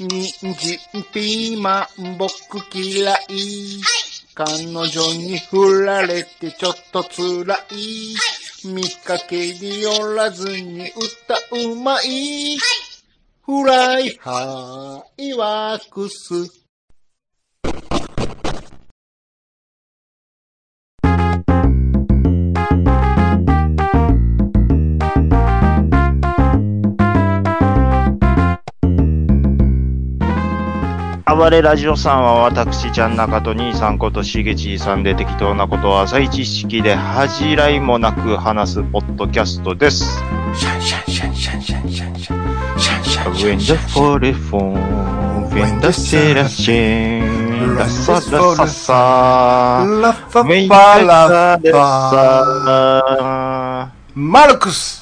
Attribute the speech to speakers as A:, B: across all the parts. A: にんじん、ピーマン、僕嫌い。彼女に振られてちょっと辛い。見かけによらずに歌うまい。フライハイワークス。
B: 暴れラジオさんは私、ちゃん中と兄さんことしげちいさんで適当なことを浅い知識で恥じらいもなく話すポッドキャストです。
A: シャンシャンシャンシャンシャンシャンシャンシャンシャンシャ
B: When
A: ン
B: the
A: シャン
B: fall f o n when the sailor shine, ラサラササ、
A: ラファ
B: When
A: フ
B: the
A: ァラ
B: sailor
A: ファ
B: shine,
A: マルクス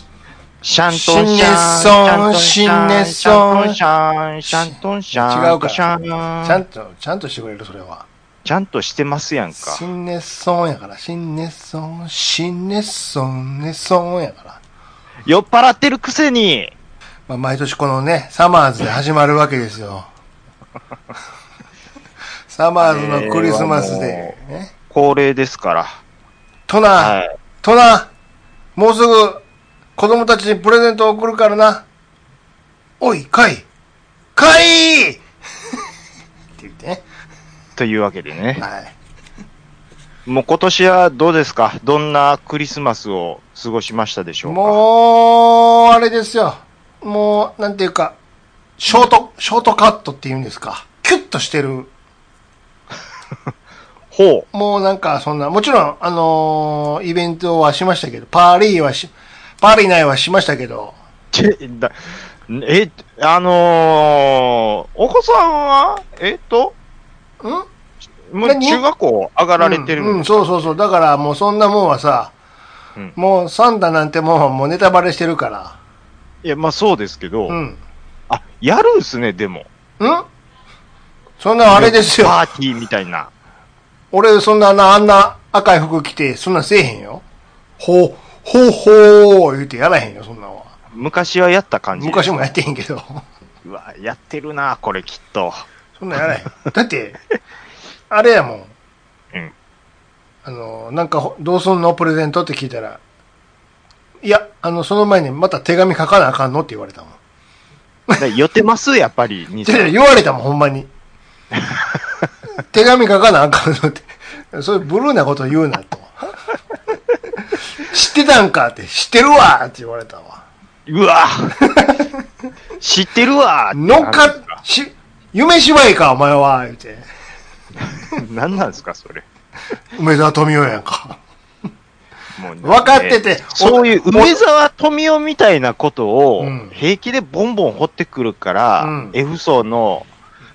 B: シャントンシャン、
A: シネソン
B: シャン、シャントンシャン、シャントンシャン、
A: 違うから
B: シャン
A: ちゃんと、ちゃんとしてくれる、それは。
B: ちゃんとしてますやんか。
A: シンネソンやから、シンネソン、シンネソン、ネソンやから。
B: 酔っ払ってるくせに、
A: まあ、毎年このね、サマーズで始まるわけで すよ。サマーズのクリスマスで、ね。
B: 恒例ですから。
A: トナ、
B: はい。
A: トナ、もうすぐ、子供たちにプレゼントを送るからな。おい、かいかいって言ってね。
B: というわけでね。
A: はい。
B: もう今年はどうですかどんなクリスマスを過ごしましたでしょうか
A: もう、あれですよ。もう、なんていうか、ショート、ショートカットって言うんですか。キュッとしてる。
B: ほ
A: もうなんか、そんな、もちろん、あのーイベントはしましたけど、パーリーはし、パーリー内はしましたけど、
B: う。ちだえ、あのー、お子さんは、えっと、
A: ん
B: もう
A: 何
B: 中学校上がられてる
A: うん、うんんそうそうそう。だからもうそんなもんはさ、
B: うん
A: もうサンタなんてもんはもうネタバレしてるか
B: いや、まあそうですけど、
A: ら。うん。
B: あ、やるんすね、でも。
A: んそんなあれですよ。
B: パーティーみたいな。
A: 俺そんなな、あんな赤い服着て、そんなんせえへんよ。ほう、ほうほう、言うてやらへんよ、そんなんは。
B: 昔はやった感じ。
A: 昔もやってへんけど。
B: うわ、やってるな、これきっと。
A: そんなんやらへん。だって、あれやもん。
B: うん
A: あの、なんかほ、どうすんのプレゼントって聞いたら、いや、あの、その前にまた手紙書かなあかんのって言われたもん。
B: だから寄ってますやっぱり、兄
A: じ
B: さ
A: ゃ
B: ん。
A: 言われたもん、ほんまに。手紙書かなあかんのって。そういうブルーなこと言うなと。知ってたんかって、知ってるわって言われたわ。
B: うわ知ってるわ
A: 乗っかっ、し、夢芝居か、お前は、言うて。
B: 何なんですか、それ。
A: 梅沢富美男やんか。
B: もうね
A: 分かってて
B: そういう
A: お
B: 梅沢富美男みたいなことを
A: うん
B: 平気でボンボン掘ってくるから、
A: うん
B: F 層の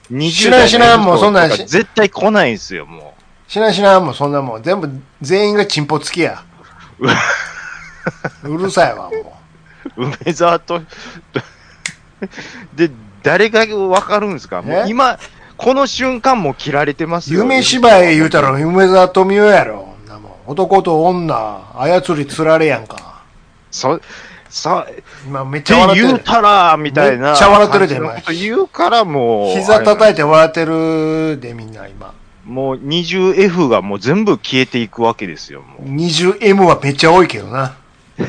A: 知
B: 20代
A: ら
B: の
A: ん知らん
B: F 層
A: もうそんなん
B: とか
A: し
B: 絶対来ないんですよ、も
A: 知らん知らん、もうそんなもん。全部、全員がチンポ付き や。
B: うわ
A: うるさいわ、も
B: う。梅沢と、で、誰がわかるんですかもう
A: え
B: 今、この瞬間もう切られてま
A: う。
B: すよ。
A: 夢芝居言うたら梅沢富美男やろ。そんなもん男と女、操り釣られやんか。
B: そ、さ、
A: 今めっ
B: っ
A: ち
B: て
A: ゃ笑って
B: 言う
A: る。
B: たら、みたいな。
A: めっちゃ笑ってるで
B: 感じのこと言うからもう。
A: 膝叩
B: い
A: いて笑ってるでみんな今。
B: もう 20F がもう全部消えていくわけですよ。も
A: 20M はめっちゃ多いけどな。
B: う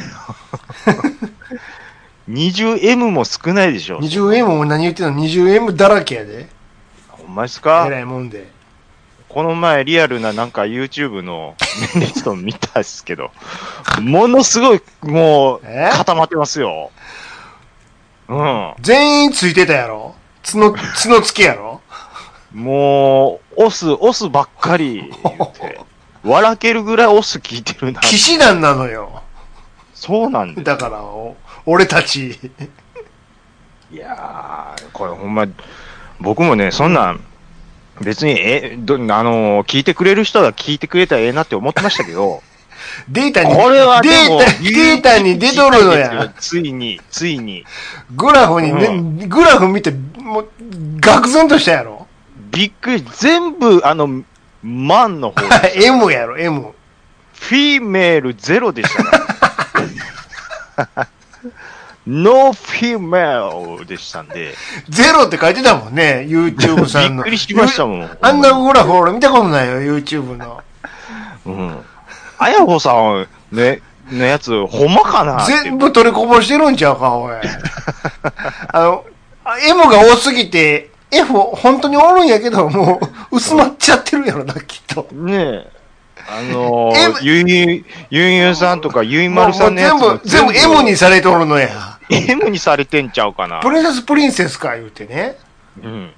B: 20M も少ないでしょ。
A: 20M も何言ってんの ?20M だらけやで。
B: ほんまです
A: え
B: から
A: いもんで。
B: この前リアルななんか YouTube のメンディスト見たっすけど、ものすごいもう
A: え
B: 固まってますよ。うん。
A: 全員ついてたやろ角、角付きやろ
B: もう、オス、オスばっかり言 って、笑けるぐらいオス聞いてるな。
A: 騎士団なのよ。
B: そうなんです
A: だから、お俺たち。
B: いやー、これほんま、僕もね、そんなん、別に、え、ど、あのー聞いてくれる人が聞いてくれたらええなって思ってましたけど、
A: データに、
B: これは
A: デ
B: でも
A: ータ、、データに出とるの
B: 聞いたんです
A: や
B: よ。ついに、ついに、
A: グラフにね、
B: う
A: グラフ見て、もう、愕然としたやろ
B: びっくり、全部、あの、万の方、
A: ?M やろ、M。
B: フィメールゼロでしたから。 No female でしたんで、
A: ゼロって書いてたもんね、YouTube さん
B: びっ
A: の。
B: くりしましたもん
A: ゆ あんなグラフ俺見たことないよ、YouTube の。
B: うん。あやほさん、ね、のやつ、ほんまかなって
A: 全部取りこぼしてるんちゃうか、おい。 あの、あ M が多すぎて、F 本当におるんやけど、もう薄まっちゃってるやろな、きっと。
B: ねえ。あの
A: M
B: ー、ゆいゆい、ゆいゆいさんとか、ゆいまるさんのやつ
A: もうもう全部、全部 M に、されとるのや。
B: M にされてんちゃうかな
A: プ。リンセスプリンセスか、言うてね。
B: うん。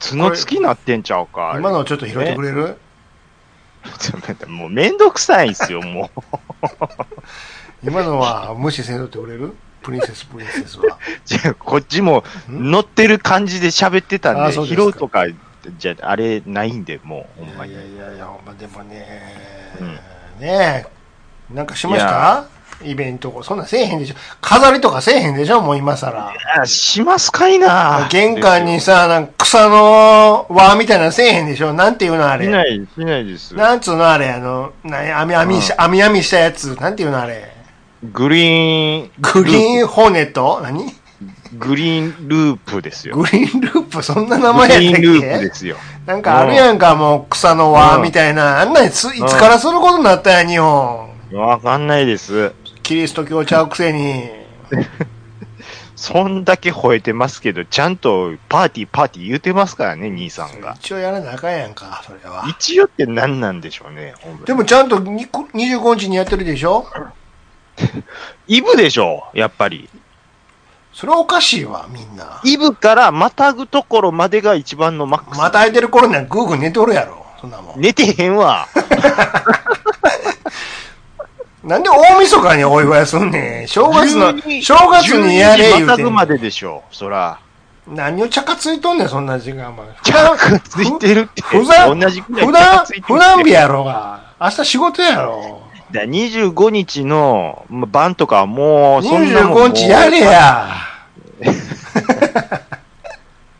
B: 角付きなってんちゃうか。
A: 今のちょっと拾ってくれる、
B: ちょっと待ってもうめんどくさいんすよ、もう。
A: 今のは無視せんとってくれるプリンセスプリンセスは。
B: じゃあこっちも乗ってる感じで喋ってた
A: あ
B: んで、
A: そうですか
B: 拾うとか、じゃあ、あれないんで、もう、ほんま
A: い
B: に。
A: や
B: い
A: いやいや、ほんまでもね、
B: うん
A: ねえ、なんかしましたイベント、そんなんせえへんでしょ。飾りとかせえへんでしょ、もう今更。
B: やしますかいな
A: 玄関にさ、なんか草の輪みたいなのせえへんでしょ。なんていうのあ
B: し
A: れ。
B: ない、しないです。
A: なんつうのあれ、あの、なんや網網し、
B: う
A: 網網したやつ。なんていうのあれ。
B: グリーン、
A: グリーンホーネット何
B: グリーンループですよ。
A: グリーンループ、そんな名
B: グ
A: 前や
B: リ
A: った
B: ー
A: っ
B: ンループ
A: け
B: ですよ。
A: なんかあるやんか、もう草の輪みたいな。あんなんいつ、いつからすることになったんや、日本。
B: わかんないです。
A: キリスト教ちゃうくせに。
B: そんだけ吠えてますけど、ちゃんとパーティーパーティー言うてますからね、兄さんが。
A: 一応やらなあかんやんか、それは。
B: 一応って何なんでしょうね、ほんまに
A: でもちゃんとにこ25日にやってるでしょ
B: イブでしょう、やっぱり。
A: それはおかしいわ、みんな。
B: イブからまたぐところまでが一番のマックス。
A: また空いてる頃にはグーグー寝ておるやろ、そんなもん。
B: 寝てへんわ。
A: なんで大晦日にお祝いすんねん。正月の、
B: 12
A: 正月にやれ
B: 12
A: 言う
B: また
A: てん
B: ぐ
A: ね
B: ま
A: ん。
B: ででしょう、そら。
A: 何をちゃかついとんねん、そんな時間まで。
B: ちゃんくついてるって。
A: ふざ
B: 同じくらい
A: 普
B: ちゃん
A: 段
B: くついてるって
A: 普段日やろが。明日仕事やろ。
B: だから25日のまあ晩とかはもう、そんなもんもう
A: 25日やれや。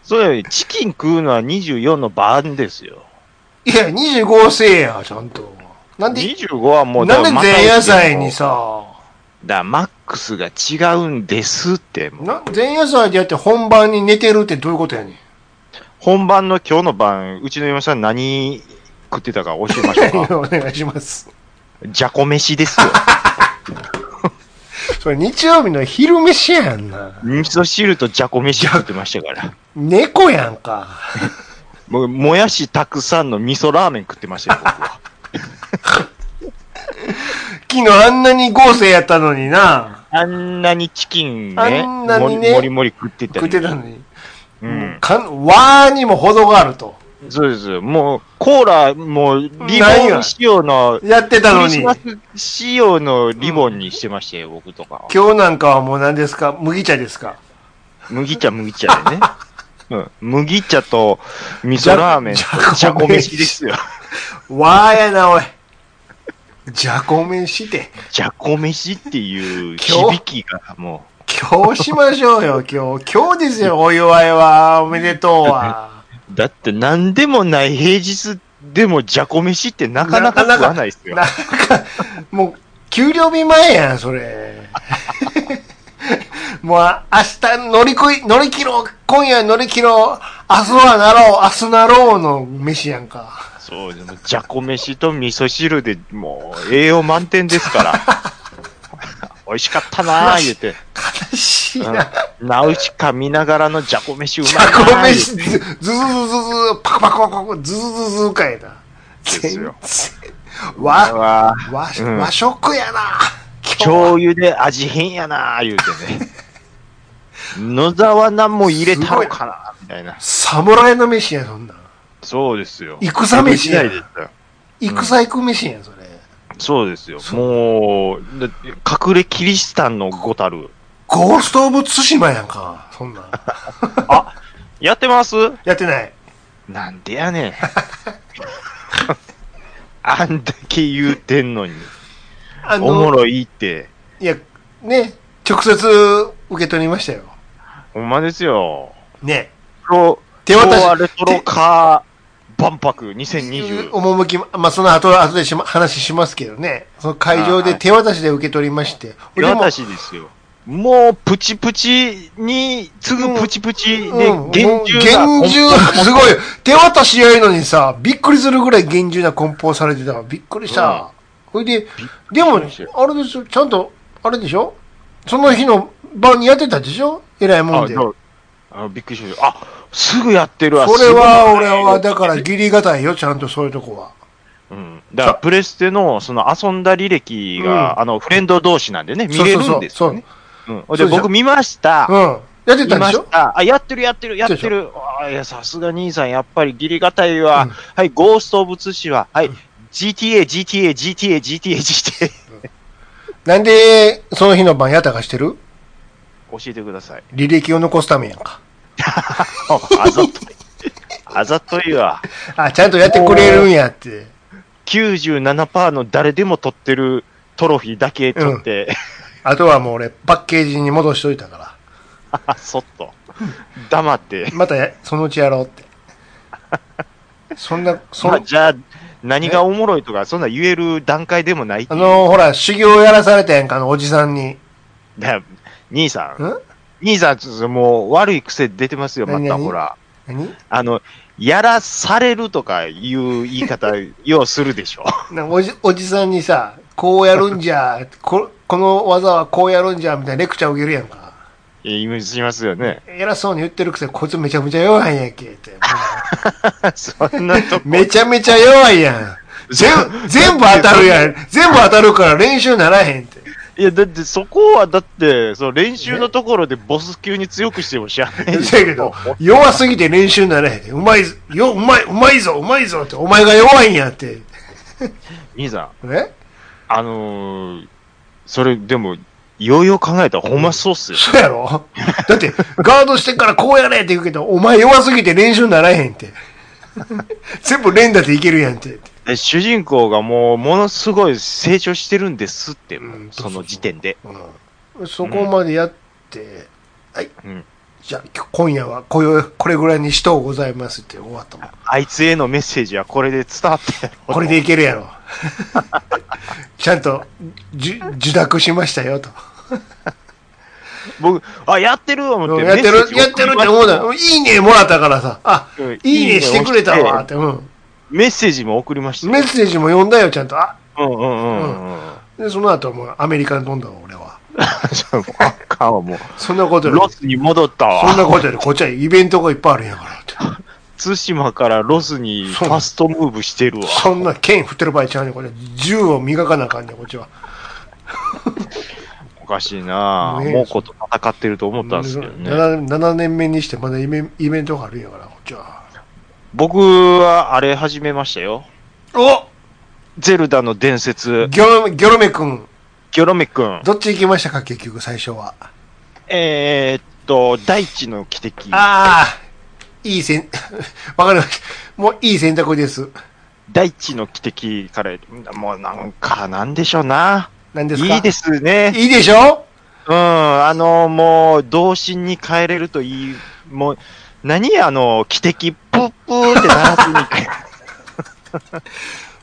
B: そうよりチキン食うのは24の晩ですよ。
A: いや、25せえや、ちゃんと。なんで、
B: 25はもうだ
A: な
B: か
A: んで
B: らまた
A: 前夜祭にさ、
B: だからマックスが違うんですって。もう
A: な前夜祭でやって本番に寝てるってどういうことやねん。
B: 本番の今日の晩、うちの嫁さん何食ってたか教えましょうか。
A: お 願いします。
B: じゃこ飯です よ。
A: それ日曜日の昼飯やんな。
B: 味噌汁とじゃこ飯食ってましたから。
A: 猫やんか。
B: もうもやしたくさんの味噌ラーメン食ってましたよ、僕 は。
A: 昨日あんなに豪勢やったのにな。
B: あんなにチキンね、
A: あんなにね
B: もりもりもり食ってた
A: 食
B: のに
A: ってたのに。
B: う。
A: もうんかんわーにも程があると。
B: そうです。もう、コーラ、もう、リボ
A: ない
B: ン
A: わ
B: 仕様の、
A: やってたのに。
B: ク
A: 今
B: リスマス仕様のリボンにしてましたよ、僕とかは。
A: 日なんかはもう何ですか麦茶ですか
B: 麦茶、麦茶 でね。うん、麦茶と味噌ラーメンと
A: じ
B: じ
A: ゃ
B: ゃ
A: こ
B: こ飯
A: 飯
B: ですよ。
A: わーやな、おい。じゃこめして。
B: じゃこ飯っていう
A: 今日
B: 響きがも
A: 今日しましょうよ、今日。今日ですよ、お祝いは。おめでとうは。
B: う、だって何でもない平日でもじゃこ飯ってなかなか
A: なかな
B: 食
A: か
B: わないですよ
A: な。んか、もう、給料日前やん、それ。もう、あ明日乗り越え、乗り切ろう、今夜乗り切ろう、明日はなろう、明日なろうの飯やんか。
B: そう、でもじゃこ飯と味噌汁でもう栄養満点ですから。 美味しかったなぁ、言うて。
A: 悲しいな。
B: うんナウシカ見ながらのじゃこ飯うまい
A: じ
B: な
A: ゃ
B: ぁ
A: こ飯、ずずずずず、パクパクパクパク、ずずずずかいな。
B: ですよ
A: 全然
B: 言うて
A: わ、
B: は
A: わ、
B: うん
A: 和食やな。
B: 醤油で味変やなぁ、言うて ね。野沢菜も入れたのかなみたいな。
A: 侍の飯や、そんなん。
B: そうですよ。
A: 戦飯や
B: 江戸時代ですよ
A: 戦行く飯やん、それ。
B: そうですよ。もう、だって隠れキリシタンのごた る。
A: ゴースト・オブ・ツシマやんか。そ んなん。
B: やってます
A: やってない。
B: なんでやねん。 あんだけ言うてんのに、
A: あ
B: おも
A: の、
B: ろいって。
A: いや、ね、直接受け取りましたよ。
B: ほんまですよ。
A: ね。
B: プロ、
A: 手渡し
B: 昭和レトロカー万博2020。
A: 趣、まあ、その後、後でしま、話しますけどね。その会場で
B: はい
A: 手渡しで受け取りまして。
B: 手
A: でも
B: 渡しですよ。もうプチプチに次ぐプチプチで
A: うん
B: 厳
A: も
B: 重な、
A: う厳重な、すごい。手渡しやいのにさ、びっくりするぐらい厳重な梱包されてた。びっくりした。ほいで、でも、
B: りしたよ
A: あれですよ、ちゃんと、あれでしょその日の晩にやってたでしょえらいもん
B: あ
A: で。
B: どうあびっくりしました。あすぐやってるわ。
A: これ
B: すごい
A: は、俺は、だから、ギリがたいよ、ちゃんとそういうとこは。
B: うん、だからプレステのその遊んだ履歴が、
A: うん
B: あのフレンド同士なんでね、見れるんです
A: そう
B: よ
A: そう
B: ね。うんほんで
A: そうでしょ
B: 僕見ました、
A: そう。うん。やってた
B: 見
A: んで
B: ま
A: し
B: し
A: ょ
B: た、あやってる、やってる、やっ
A: でして
B: る、あいやさすが兄さん、やっぱりギリがたいは、
A: うん
B: はい、ゴースト・オブ・ツシは、はい、GTA、GTA、GTA、GTA、GTA、
A: なんで、その日の晩やったかしてる
B: 教えてください。
A: 履歴を残すためやんか。
B: あざとい。あざといわ。
A: あ、ちゃんとやってくれるんやって。
B: 97%の誰でも取ってるトロフィーだけ取 って、
A: あとはもう俺、パッケージに戻しといたから。
B: そっと、黙って。
A: またやそのうちやろう って。そんな、そ
B: まあ、
A: ん
B: じゃあ、何がおもろいとか、そんな言える段階でもないって
A: あ
B: いう
A: の、ほら、修行やらされたやんか、あの、おじさんに。
B: だから兄さん、
A: ん
B: 兄さん、ちょっともう悪い癖出てますよ、ま
A: 何
B: た
A: 々
B: ほら。
A: 何
B: あの、やらされるとかいう言い方、ようするでしょ。
A: なんかおじ、おじさんにさ、こうやるんじゃ、こ、この技はこうやるんじゃ、みたいなレクチャーを受けるやんか。
B: 言いしますよね。
A: 偉そうに言ってるくせに、こいつめちゃめちゃ弱いんやけ、って。も
B: そんなとこ
A: うめちゃめちゃ弱いやん。全、全部当たるやん。全部当たるから練習ならへんって。
B: いや、だってそこは、だって、その練習のところでボス級に強くしても知らない。
A: せやけど、弱すぎて練習にならへんで。うまい、よ、うまい、うまいぞ、うまいぞって、お前が弱いんやって。
B: 兄さん、
A: ね
B: あのー、それ、でも、よいよう考えたらほんまそうっすよ。
A: そうやろだって、ガードしてからこうやれって言うけど、お前弱すぎて練習にならへんって。全部連打でいけるやんって。
B: で主人公がもう、ものすごい成長してるんですって、
A: うん
B: その時点で。
A: うん、そこまでやって、はい。
B: うん
A: じゃあ、今日今夜はこよこれぐらいにしとうございますって終わったもん。
B: あいつへのメッセージはこれで伝わったやろ。
A: これでいける やろ。ちゃんと、じゅ受諾しましたよと。
B: 僕、あ、やってるわ、思って。
A: やって
B: メッセー
A: る、
B: ジ
A: やってるって思うな。
B: 送りまし
A: いいねもらったからさ。あ
B: うん、
A: いいねしてくれたわって。うん。
B: たメッセージも送りましたよ。
A: メッセージも読んだよ、ちゃんと。あ、
B: うんうんうんうん。
A: で、その後はもうアメリカに飛んだわ、俺は。
B: そうもうあかんわ、も
A: そんなこと
B: う。
A: より
B: ロ、スに戻った
A: そん
B: わ。
A: なことより、こっちはイベントがいっぱいあるんやからって。
B: 対馬からロスにファストムーブしてるわ。
A: そんな剣振ってる場合ちゃうねんこれ。銃を磨かなあかんねん、こっちは。
B: おかしいなぁ。
A: ねえ
B: 猛虎と戦ってると思ったんですけどね。
A: 7, 7年目にしてまだイベンイベントがあるんやから、こっちは。
B: 僕はあれ始めましたよ。
A: お
B: ゼルダの伝説、
A: ギョロギョロメ君、
B: ギョロメ君。
A: どっち行きましたか、結局、最初は。
B: えー、っと、大地の汽笛。
A: ああ、いい選、 わかりました。もういい選択です。
B: 大地の汽笛から、もうなんか、なんでしょうな。
A: 何ですか
B: いいですね。
A: いいでしょ
B: うん、あの、もう、童心に帰れるといい。もう、何あの、汽笛、プープーって鳴らすみ たいな。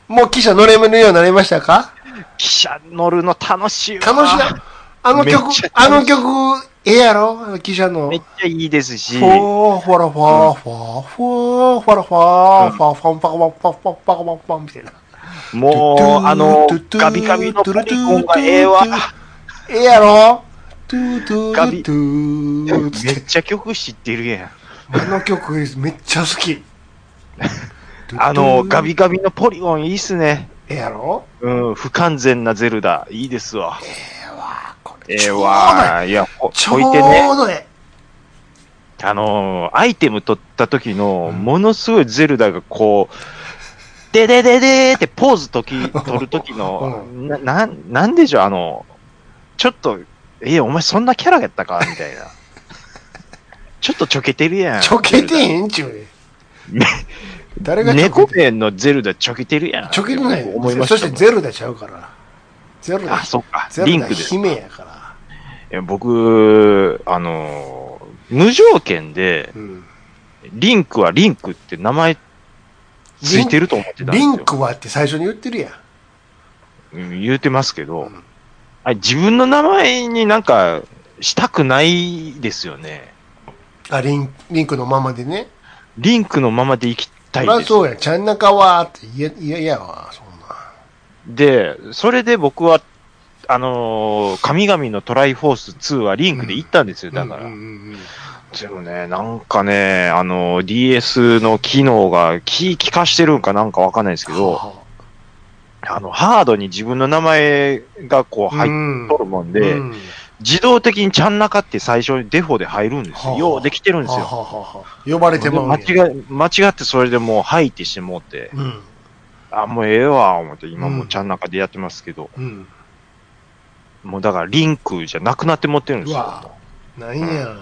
A: もう汽車乗れるようになりましたか
B: 汽車乗るの楽しいわ。
A: 楽しいな。あの曲
B: めっちゃ、
A: あの曲、ええやろあの汽車の。
B: めっちゃいいです
A: フ
B: し、
A: ォー、フォラフォー、フォー、フォー、フォラフォー、フォー、フォン、パカパン、パカパン、パカパン、パン、みたいな。
B: もう、あの、ガビガビのポリゴンがええわ。
A: ええやろトゥートゥ
B: ガ
A: ー
B: ビ
A: トゥ
B: め
A: ーつっ。
B: ってちゃ曲知ってるやん。
A: あの曲めっちゃ好き。
B: あの、ガビガビのポリゴンいいっすね。
A: ええやろ
B: うん、不完全なゼルダ、いいですわ。
A: これ
B: ええわー。いや、ほ、
A: ちょう
B: ほいてね。
A: どえ
B: あのー、アイテム取った時の、ものすごいゼルダがこう、ででででーってポーズと き、取る時の、
A: う
B: な、なん、なんでしょう、あの、ちょっと、え、お前そんなキャラやったかみたい な。ちょっとちょけてるや
A: え。
B: ん。
A: ちょけて
B: ゼル
A: へんちゅうね
B: ね。
A: 誰
B: ダ
A: がちょけて
B: 猫面のゼルダちょけてるやん。
A: ちょけるないよ
B: 思いました
A: そ
B: もん。
A: してゼルダちゃうから。ゼルダ
B: あ、、そっか
A: ゼ。ル
B: リ
A: ダ
B: ンクです。
A: 姫やから。
B: え僕、あのー無条件で、
A: うん。
B: リンクはリンクって名前ついてると思ってたんです
A: リ
B: よ。
A: ンクはって最初に言ってるやん。
B: うん言うてますけど、
A: うん
B: あれ自分の名前になんかしたくないですよね。
A: あ、リン、リンクのままでね。
B: リンクのままで行きた
A: そ
B: い
A: りゃ
B: です。
A: そうや、ちゃんなかは、って、いや、いやいやわ、そんな。
B: で、それで僕は、あのー神々のトライフォース2はリンクで行ったんですよ、だから。
A: うんうんうん
B: でもね、なんかね、あのー DS の機能が、キー効かしてるんかなんかわかんないですけど、あの、ハードに自分の名前がこう入っ
A: うん
B: とるもんで、
A: うん
B: 自動的にちゃんなかって最初にデフォで入るんですよ。
A: はあ
B: ようできてるんです
A: は
B: よ。
A: ははは呼ばれて
B: で
A: まうん
B: 間
A: や
B: 違え間違ってそれでもう入ってしてもうて、
A: うん。
B: あ、もうええわ、思って、今も
A: う
B: うんちゃん中でやってますけど、
A: うん。
B: もうだからリンクじゃなくなって持ってるんで
A: う
B: すよ。
A: わなんや。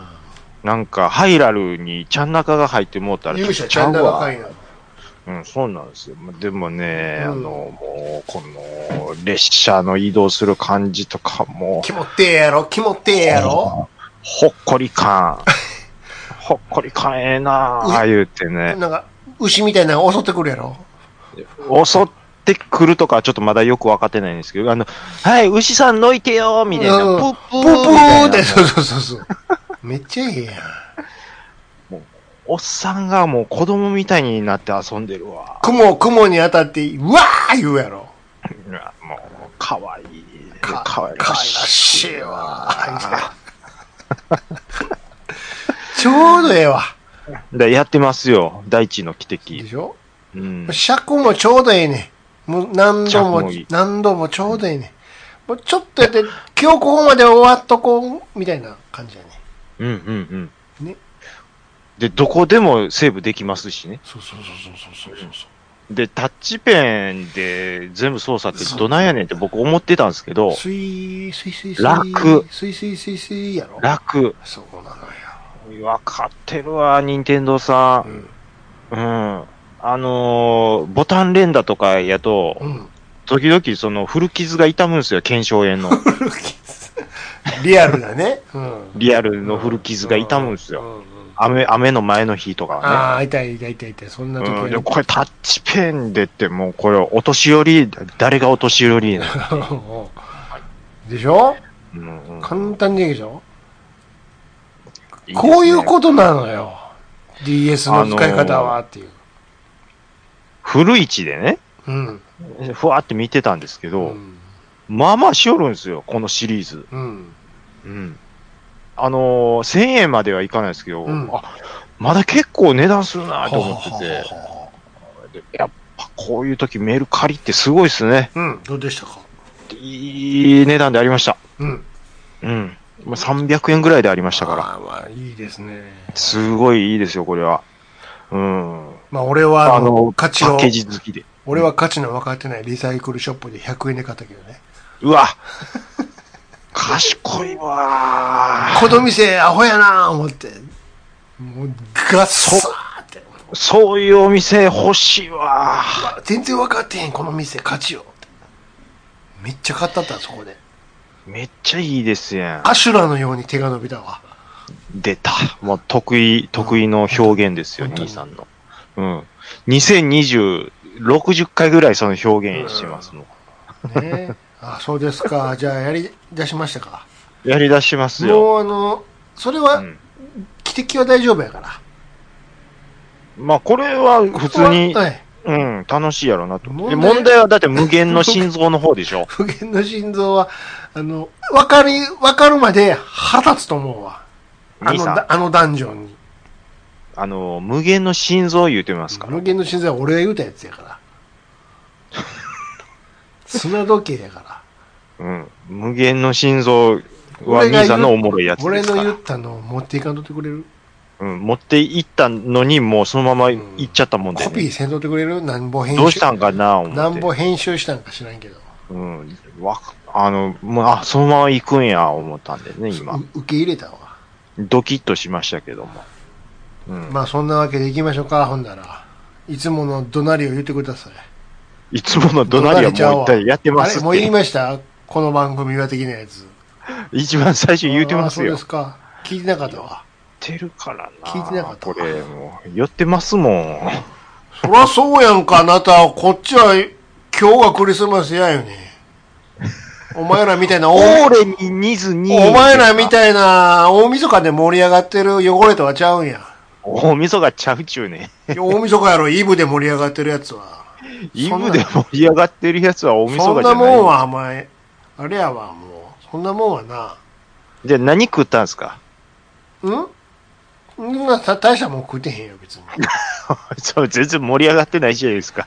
B: なんか、ハイラルにちゃん中が入ってもうたら、
A: 勇者
B: ち
A: ちゃ
B: ゃ
A: ん
B: う
A: なか
B: わ
A: い。な。
B: うん、そうなんですよ。までもね、
A: うん
B: あの、もう、この、列車の移動する感じとか、もう、
A: キモってえやろ、キモってえやろ。
B: ほっこり感。ほっこり感ええなあ、言うて
A: なん
B: ね。
A: か、牛みたいなのが襲ってくるやろ。
B: 襲ってくるとかはちょっとまだよくわかってないんですけど、あの、はい、牛さんのいてよみたいな、
A: うん
B: プップ
A: プ
B: ー
A: ープ
B: みた
A: ー
B: い
A: って、
B: な
A: そうそうそうそう。めっちゃええやん。
B: おっさんがもう子供みたいになって遊んでるわ。
A: 雲、雲に当たって、うわー言うやろ。
B: うわもう、かわいい。
A: か
B: かわい
A: からし
B: し
A: い
B: い
A: わ
B: わ。
A: ちょうどええわ。
B: でやってますよ。大地の汽
A: で
B: 笛。
A: しょ
B: うん。
A: 尺もちょうどええねん。もう何度
B: 尺
A: も
B: もいい、
A: 何度もちょうどええねん。もうちょっとやって、今日ここまで終わっとこう、みたいな感じやね。
B: うんうんうん。
A: ね
B: で、どこでもセーブできますしね。
A: そうそうそうそうそうそうそ
B: で、タッチペンで全部操作ってどないやねんって僕思ってたんですけど
A: う。、スイー、スイスイスイ。
B: 楽
A: スイスイスイスイやろ。
B: 楽。
A: そうなのよ。
B: わかってるわ、任天堂さ
A: うん。
B: ん。うん。あのーボタン連打とかやと、
A: うん。
B: 時々その古傷が痛むんですよ、腱鞘炎 の。
A: リアルだね。うん。
B: リアルの古傷が痛むんです
A: う
B: よ。
A: んうん
B: 雨、雨の前の日とかはね。
A: ああ、痛い痛い痛い痛い。そんな時は
B: うん、
A: ね
B: でこれタッチペンでってもうこれお年寄り、誰がお年寄 りなの、
A: でしょ
B: うんうん
A: 簡単にできるでしょ
B: いいですね
A: こういうことなのよ。DS の使い方はっていう。
B: 古市でね、
A: うん。
B: ふわって見てたんですけ
A: う
B: ど、
A: ん。
B: まあまあしよるんですよ、このシリーズ。
A: うん。
B: うん、あのー1000円まではいかないですけど、
A: うん
B: あまだ結構値段するなと思ってて、でやっぱこういう時メール借りってすごいですね。
A: うん。どうでしたか
B: いい値段でありました。
A: うん。
B: うん。まあ300円ぐらいでありましたから。
A: まあまあ、いいですね。
B: すごいいいですよ、これは。うん。
A: まあ、俺は、あ
B: あ
A: の
B: の、
A: 価値
B: パ
A: を
B: ッ、ケージ好きで。
A: 俺は価値の分かってないリサイクルショップで100円で買ったけどね。
B: うわ賢いわ
A: この店、アホやなぁ思って。もう、ガッサーって。
B: そういうお店欲しいわ
A: あ全然分かってへん、この店、価値を。めっちゃ買ったった、そこで。
B: めっちゃいいですやん。
A: アシュラのように手が伸びたわ。
B: 出た。もう得意、得意の表現ですよ、
A: 本当に
B: 兄さんの。うん。2020、60回ぐらいその表現してますもん。
A: ねあ、そうですか。じゃあ、やり出しましたか。
B: やり出しますよ。
A: もう、あの、それ
B: う
A: は、
B: ん、
A: 汽笛は大丈夫やから。
B: まあ、これは普通に
A: ここ、ははい
B: うん、楽しいやろうなと。
A: 問
B: で
A: 題
B: 問題は だって無限の心臓の方でしょ。
A: 不言の心臓は、あの、わかり、わかるまで腹立つと思うわ。 あ
B: 兄
A: の
B: さん、
A: だ、あのダンジョンに。
B: あの、無限の心臓言うてますから。
A: 無限の心臓は俺が言うたやつやから。砂時計やから。
B: うん。無限の心臓は
A: 俺が言う
B: 兄さんのおもろいやつ
A: 俺
B: です
A: の
B: か
A: 言
B: ら
A: っ。たのを持っていかんとってくれる
B: うん。持っていったのに、もうそのまま行っちゃったもんで、
A: コピー
B: ね。
A: せんとってくれるなんぼ編集。
B: どうしたんかな、思って。
A: なんぼ編集したんか知らんけど。
B: うん。わか、あの、もう、あ、そのまま行くんや、思ったんでね、今。
A: う受け入れたわ。
B: ドキッとしましたけども。うん。
A: まあそんなわけで行きましょうか、ほんなら。いつもの怒鳴りを言ってください。
B: いつもの怒鳴りはもう一回やってま
A: あ
B: す
A: れ
B: っ
A: もう言い
B: て。
A: ましたこの番組は的なやつ。
B: 一番最初言うてます
A: あ
B: よ。
A: ーそうですか。聞いてなかったわ。
B: 言ってるからな。
A: 聞いてなかった
B: これ、もう、寄ってますもん。
A: そらそうやんか、あなた。こっちは、今日がクリスマスやよね。 お前らみたいな
B: オ
A: 大
B: ーレにニズに。
A: お前らみたいな大晦日で盛り上がってる汚れとはちゃうんや。
B: 大晦日ちゃうちゅうね。
A: 大晦日やろ、イブで盛り上がってるやつは。
B: イブで盛り上がってるやつは大晦
A: そん
B: 日じ
A: な
B: ゃ
A: もん
B: ない。
A: は、お前、あれやわ、もう。そんなもんはな。
B: じゃあ何食ったんすか
A: んそんなた大したもん食ってへんよ、別に。
B: そう、全然盛り上がってないじゃない ですか。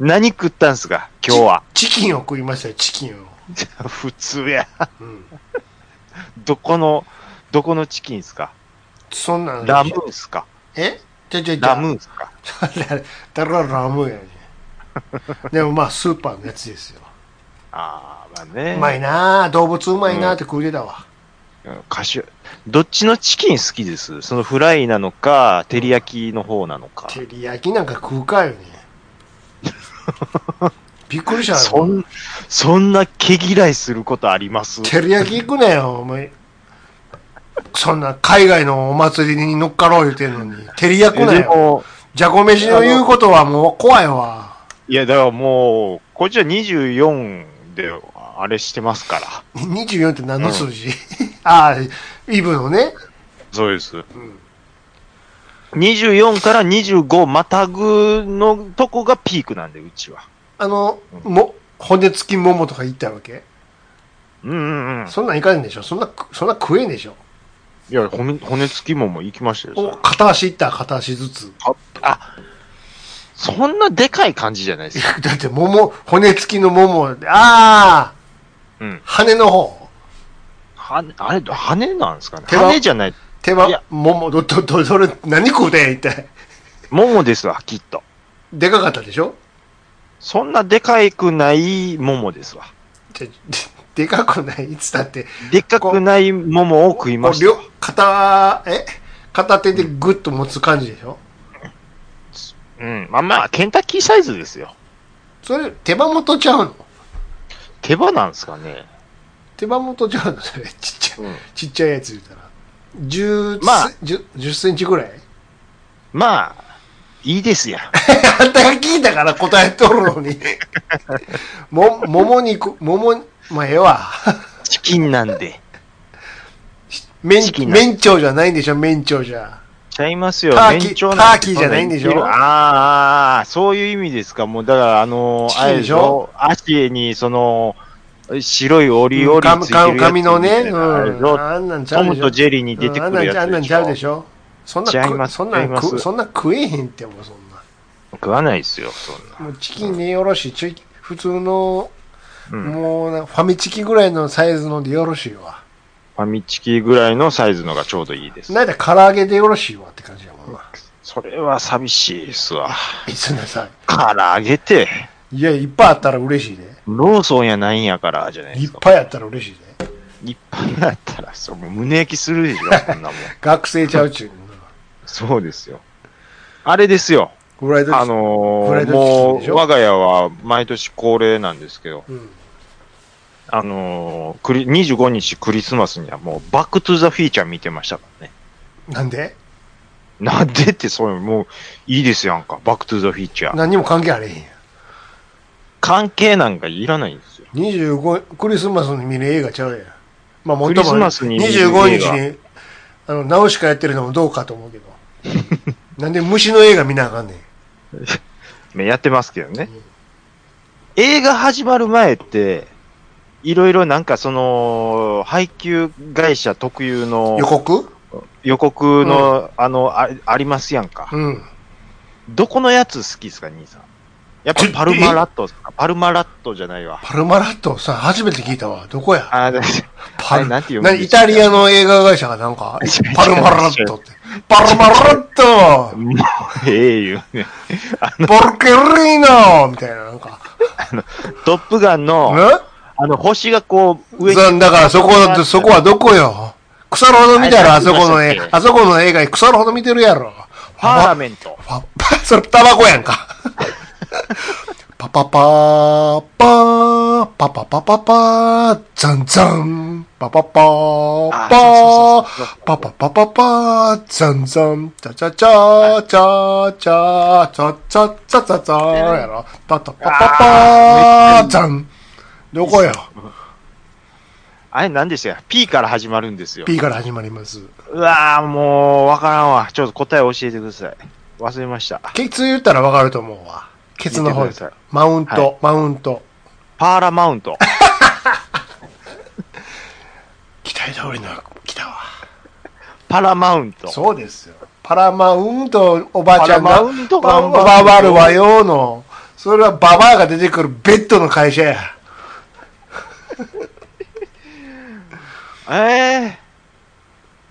B: 何食ったんすか今日は。
A: チキンを食いましたよ、チキンを。
B: 普通や。
A: うん。
B: どこの、どこのチキンっすか
A: そんなん。
B: ラムーっすか
A: えちょちょちょ。
B: ラムーっすか
A: だからラムやね。でもまあ、スーパーのやつですよ。
B: ああ、まあね。
A: うまいなあ動物うまいなあって食うてたわ。
B: カシュどっちのチキン好きですそのフライなのか、照り焼きの方なのか。
A: 照り焼きなんか食うかよね。びっくりした
B: そん、そんな毛嫌いすることあります
A: 照り焼き行くなよ、お前。そんな海外のお祭りに乗っかろう言うてんのに。照り焼くな
B: で
A: よ。
B: も、
A: じゃこ飯の言うことはもう怖いわ。
B: いや、だからもう、こっちは24で、あれしてますから。
A: 24って何の数字、 ああ、イブのね。
B: そうです。24から25またぐのとこがピークなんで、うちは。
A: あの、も、骨付き桃とか言ったわけ
B: うんうんうん。
A: そんなんいかんでしょそんなく、そんな食えんでしょ
B: いや、骨骨付きもも行きましたよそ
A: お
B: れ、
A: 片足いったら片足ずつ。
B: あ、そんなでかい感じじゃないですか。
A: だって桃、骨付きの桃、ああ、
B: うん。
A: 羽の方。
B: はあれ、羽なんですかね
A: 手羽
B: 羽じゃない。
A: 手
B: い
A: 羽
B: や、
A: 桃、ど、ど、ど、どれ、何食うてん一体。
B: ももですわ、きっと。
A: でかかったでしょ
B: そんなでかいくないももですわ。
A: じゃ ででかくないいつだって。
B: でっかくないももを食い
A: も
B: ま
A: う
B: した
A: 両、片、え片手でグッと持つ感じでしょ
B: うん。まあまあ、ケンタッキーサイズですよ。
A: それ、手羽元ちゃうの
B: 手羽なんですかね。
A: 手羽元ちゃうのそれ、ちっちゃい、
B: うん
A: ちっちゃいやつ言ったら。10、
B: まあ
A: 10 10センチぐらい
B: まあ、いいですや。
A: あんたが聞いたから答えとるのに。 も、桃肉、桃、まあ、ええわ。
B: チキンなんで。
A: 麺
B: チキ、ンな
A: 麺長じゃないんでしょ、麺長じゃ。
B: ちゃいますよ。
A: ターキー
B: 年長なん
A: ターキーじゃないんでしょ
B: そな言ってるあーあー、そういう意味ですか。もう、だから、あのー、
A: チキン
B: あれ
A: でしょ
B: 足に、その、白いオリオリついてるやつ
A: 髪髪のね、
B: みたいなあれでしょ
A: うんあんなんちゃ
B: ト
A: うで
B: ム
A: しょ
B: とジェリーに出てくるやつでしょ
A: あんなんちゃうでしょそんな
B: ちゃい
A: 食
B: ます
A: そんな
B: ちゃい
A: ん
B: ます
A: 食そんな食えへんってもうそん
B: 食わないですよ、そんな。
A: なもうチキンでよろしいちょい普通の、
B: うん
A: もうなファミチキぐらいのサイズのでよろしいわ
B: ファミチキぐらいのサイズのがちょうどいいです。
A: なんだ唐揚げでよろしいわって感じやもんな
B: それは寂しいですわ。
A: いつなさ
B: 唐揚げて、
A: いやいっぱいあったら嬉しいで
B: ローソンやないんやから、じゃない
A: い
B: で
A: っ
B: すか。
A: ぱいあったら嬉しいで
B: いっぱいあったら、そう、もう胸焼きする でしょ、そんなもん。
A: 学生ちゃうちゅうの
B: そうですよ。あれですよ。
A: フライド
B: あ
A: フ
B: の
A: ライ
B: ー
A: ドチキン
B: も
A: でし
B: う、
A: ょ
B: 我が家は毎年恒例なんですけど、
A: うん
B: あのークリ、25日クリスマスにはもう、バックトゥザフィーチャー見てましたからね。
A: なんで
B: なんでって、そういう、もう、いいですやんか。バックトゥザフィーチャー。
A: 何にも関係あれへんや
B: 関係なんかいらないんですよ。
A: 25クリスマスに見る映画ちゃうやんまあもっ
B: ク
A: と
B: リ
A: も
B: スマスに見る映画
A: 25日にあのナウシカやってるのもどうかと思う けどなんで虫の映画見なあかんねん
B: まあやってますけどね。映画始まる前って、いろいろなんかその、配給会社特有の
A: 予告
B: 予告の、あのあ、ありますやんか。
A: うん
B: どこのやつ好きですか、兄さん。やっぱパルマラットっすかパルマラットじゃないわ。
A: パルマラットさ初めて聞いたわどこや
B: あ、だって
A: パ
B: あれ
A: ル
B: なんて読むん
A: 何
B: で
A: イ
B: した
A: タ
B: っけ
A: リアの映画会社がなんか
B: 違う
A: パルマラットってパルマラッ ト
B: もう、ええ言うね。あの、
A: ボルケリーノみたいななんか
B: トップガンの、
A: ね
B: あの、星がこう、上に
A: ざんだからそこだってそこはどこよ腐るほど見たらあそこの
B: あれ
A: 映
B: なんて言いましたっけ
A: あそこの映画腐るほど見てるやろ
B: パーラメント。
A: パ パ、それタバコやんか。 パパパー、パー、パパパパパー、ザンザン、パパパー、
B: あ
A: パー
B: そうそうそうそう、
A: パパパパパー、ザンザン、チャチャチャ、チャチャ、チャチャチャチャチャ、やろ。パタパパパー、ザン、どこよ
B: あれなんですよ。P から始まるんですよ。
A: ?P から始まります。
B: うわーもう、わからんわ。ちょっと答え教えてください。忘れました。
A: ケツ言ったらわかると思うわ。ケツの方
B: 言ってください
A: マウント、
B: はい
A: マウント。
B: パーラマウント。
A: 期待通りの来たわ。
B: パラマウント。
A: そうですよ。パラマウントおばあちゃん
B: パ
A: が
B: ラマウント
A: バ
B: バ
A: ン
B: ン
A: バ
B: バン
A: ンバルわよの、それはババアが出てくるベッドの会社や。
B: え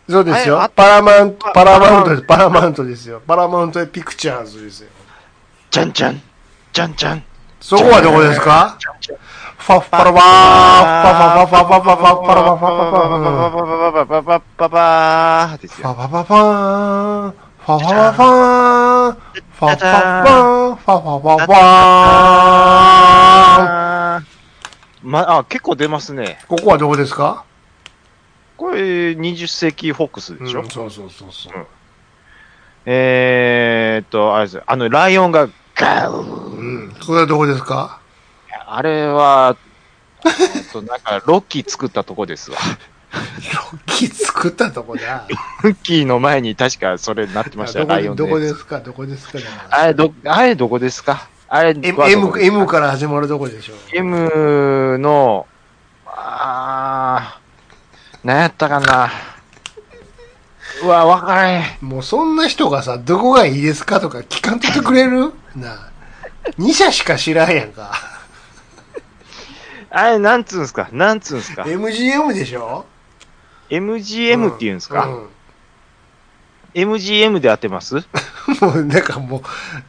A: そうです
B: あれ
A: よ
B: あ。
A: パラマウント、
B: あ
A: パラマウントです。パラマウントですよ。パラマウントピクチャーズですよ。
B: ー、じゃんじゃん。じゃんじゃん。
A: そこはどこですかファッファラバーファファファファファファファラバファファファファファファファファーンファファファーンファファファーンファファファファーン
B: まあ、結構出ますね。
A: ここはどこですか
B: これ、20世紀フォックスでしょ、
A: うんそうそうそうそう。
B: えーっと、あれです。あの、ライオンが、ガー
A: うん。それはどこですか
B: あれは、えっと、なんか、ロッキー作ったとこですわ。
A: ロッキー作ったとこだ。
B: ロッキーの前に確かそれになってましたよ、
A: どこ
B: ラ
A: で
B: イオン
A: どこで
B: で。
A: すかどこですかだから
B: あれ、ど、あれどこですかあれはどこで
A: M,
B: すか
A: M, M から始まるとこでしょう。
B: M の、あー、何やったかな。うわ、わからへん。
A: もうそんな人がさ、どこがいいですかとか聞かんといてくれるなあ。2社しか知らんやんか。
B: あれ、なんつうんすかなんつうんすか
A: MGM でしょ
B: ?MGM って言うんすか、
A: うん
B: ?MGM で当てます
A: もうなんかも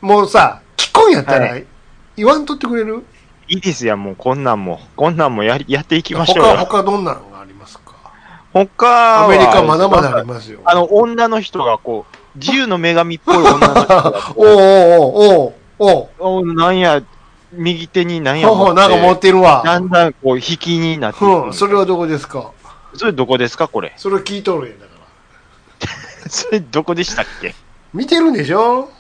A: う、もうさ、聞こんやったら、
B: は
A: 言わんとってくれる
B: いいですやん、もうこんなんも。こんなんもやりやっていきましょう
A: 他、
B: よ。
A: 他どんなのがありますか
B: 他は
A: アメリカまだまだありますよ。
B: あの、女の人がこう、自由の女神っぽい女の人が
A: おうおうおうおうおう
B: おなんや、右手になんや
A: ほうほう、なんか持ってる
B: だ
A: わ。
B: んだんこう、引きになっていくん
A: う
B: で
A: ん、
B: す
A: それはどこですか
B: それどこですかこれ。
A: それ聞いとるんやだから。
B: それどこでしたっけ
A: 見てるんでしょ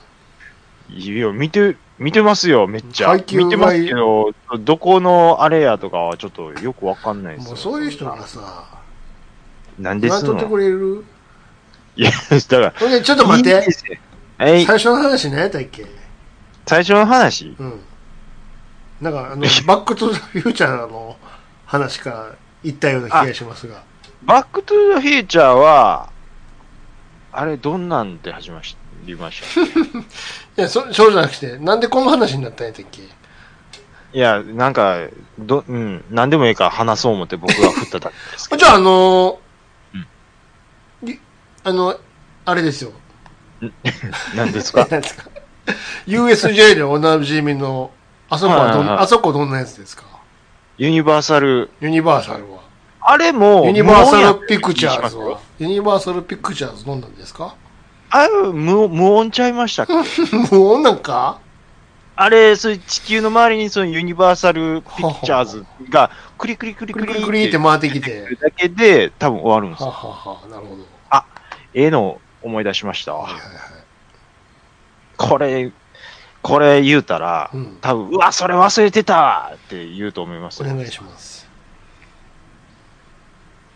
B: いや、見て、見てますよ、めっちゃ。
A: 階級がいい
B: 見てますけど、どこのあれやとかはちょっとよくわかんないですよ。
A: もうそういう人がさ、
B: なんで
A: 言わ
B: す
A: んと
B: の
A: ってくれる
B: いや、だから、
A: ほんで、ちょっと待っ
B: いいん
A: て
B: で。すよえい
A: 最初の話何やったっけ
B: 最初の話
A: うん。なんか、あの、バックトゥザフューチャーの話から言ったような気がしますが。
B: バックトゥーザフューチャーは、あれ、どんなんで始ましりました
A: いや、そ、そうじゃなくて、なんでこの話になったんやったっけ
B: いや、なんか、ど、うん、なんでもいいから話そう思って僕が振っただけですけど
A: じゃあ、あのーいあの、あれですよ。
B: なんですか
A: 何ですか ?USJ でおなじみの、あそこはど
B: はいはい
A: ん、
B: はい
A: あそこどんなやつですか
B: ユニバーサル、
A: ユニバーサルは。
B: あれも、
A: ユニバ
B: 無
A: ー
B: 音や
A: サ
B: っ
A: ル
B: た
A: ピクチャーズ
B: 気がしま
A: は
B: すよ。
A: ユニバーサルピクチャーズどんなんですか
B: あれ無音、無音ちゃいましたっけ
A: もうなんか
B: あれ、そういう地球の周りにそのユニバーサルピクチャーズが、クリクリクリ
A: ク
B: ク
A: リ
B: リ
A: クリクリって
B: っ
A: 回ってき
B: て
A: て。
B: だけで、多分終わるんです
A: は
B: よ。
A: ははなるほど。
B: ええのを思い出しましたわ
A: はい。はいはい
B: これ、これ言うたら、
A: うん
B: 多分、うわ、それ忘れてたわって言うと思います
A: お
B: よ。
A: 願いします。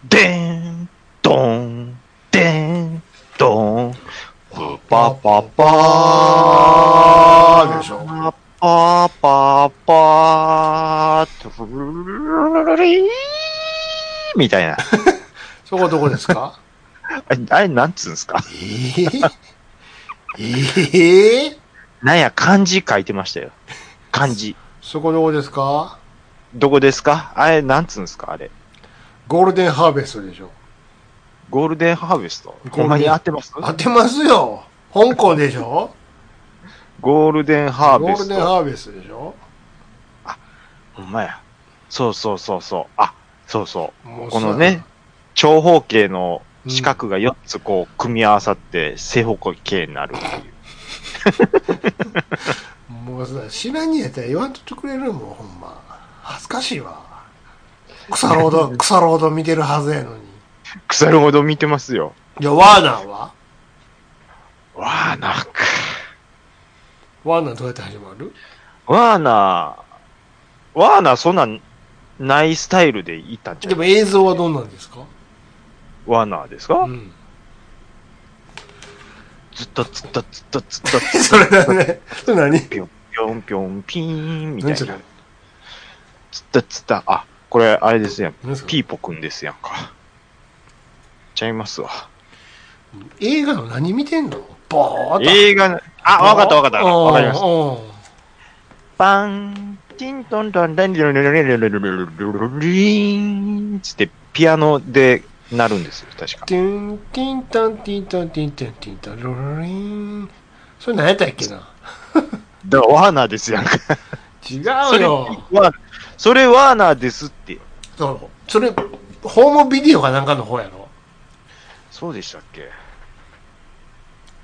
B: でーん、どーん、でーん、どーん、パパパパ
A: あーでしょ。
B: パパ パー、トゥルルルリーみたいな。
A: そこはどこですか
B: あれ、あれなんつうんですか
A: えー、えー、
B: なんや、漢字書いてましたよ。漢字。
A: そこどこですか
B: どこですかあれ、なんつうんですかあれ。
A: ゴールデンハーベストでしょ。
B: ゴールデンハーベスト
A: ゴールデン
B: ほんまに合ってます
A: 当てますよ。香港でしょ
B: ゴールデンハー
A: ゴ
B: ベ
A: ール
B: ス
A: デン
B: ト。
A: ハーベストでしょ
B: ほんまや。そうそうそうそう。あ、そうそう。
A: もう
B: この
A: さ
B: ね、長方形の四角が4つこう組み合わさって正方形になるっていう。
A: もうさ、知らんにやったら言わんとってくれるもん、ほんま。恥ずかしいわ。草ロード、草ロード見てるはずやのに。
B: 腐るほど見てますよ。
A: じゃあ、ワーナーは
B: わーなーか。
A: ワーナーどうやって始まる
B: ワーナー、ワーナーそんなんないスタイルで行ったんちゃ
A: で
B: う
A: も映像はどんなんですか
B: ワーナーですか、
A: ん。
B: ずっとずっとずっとずっと
A: それだね。それ何
B: ぴょんぴょんぴょんぴーんみたい
A: 何
B: な。ず
A: そ
B: っ
A: れ
B: とずっと、あ、これあれですやん。
A: 何それ
B: ピーポくんですやんか。ちゃいますわ。
A: 映画の何見てんのボーッと。
B: 映画の、あ、わかったわかった。
A: うん
B: わかりました。
A: うん
B: パン、チントントントントントントントントントンリーンつってピアノで鳴るんですよ、確か。
A: ティン、ティンタン、ティンタン、ティンタン、ティンタン、ロロリン。それ何やったっけな
B: だからワーナーですやんか。
A: 違
B: そうれ、
A: よ。
B: ワーそれワーナーですって。
A: そうそれ、ホームビデオかなんかの方やろ。
B: そうでしたっけ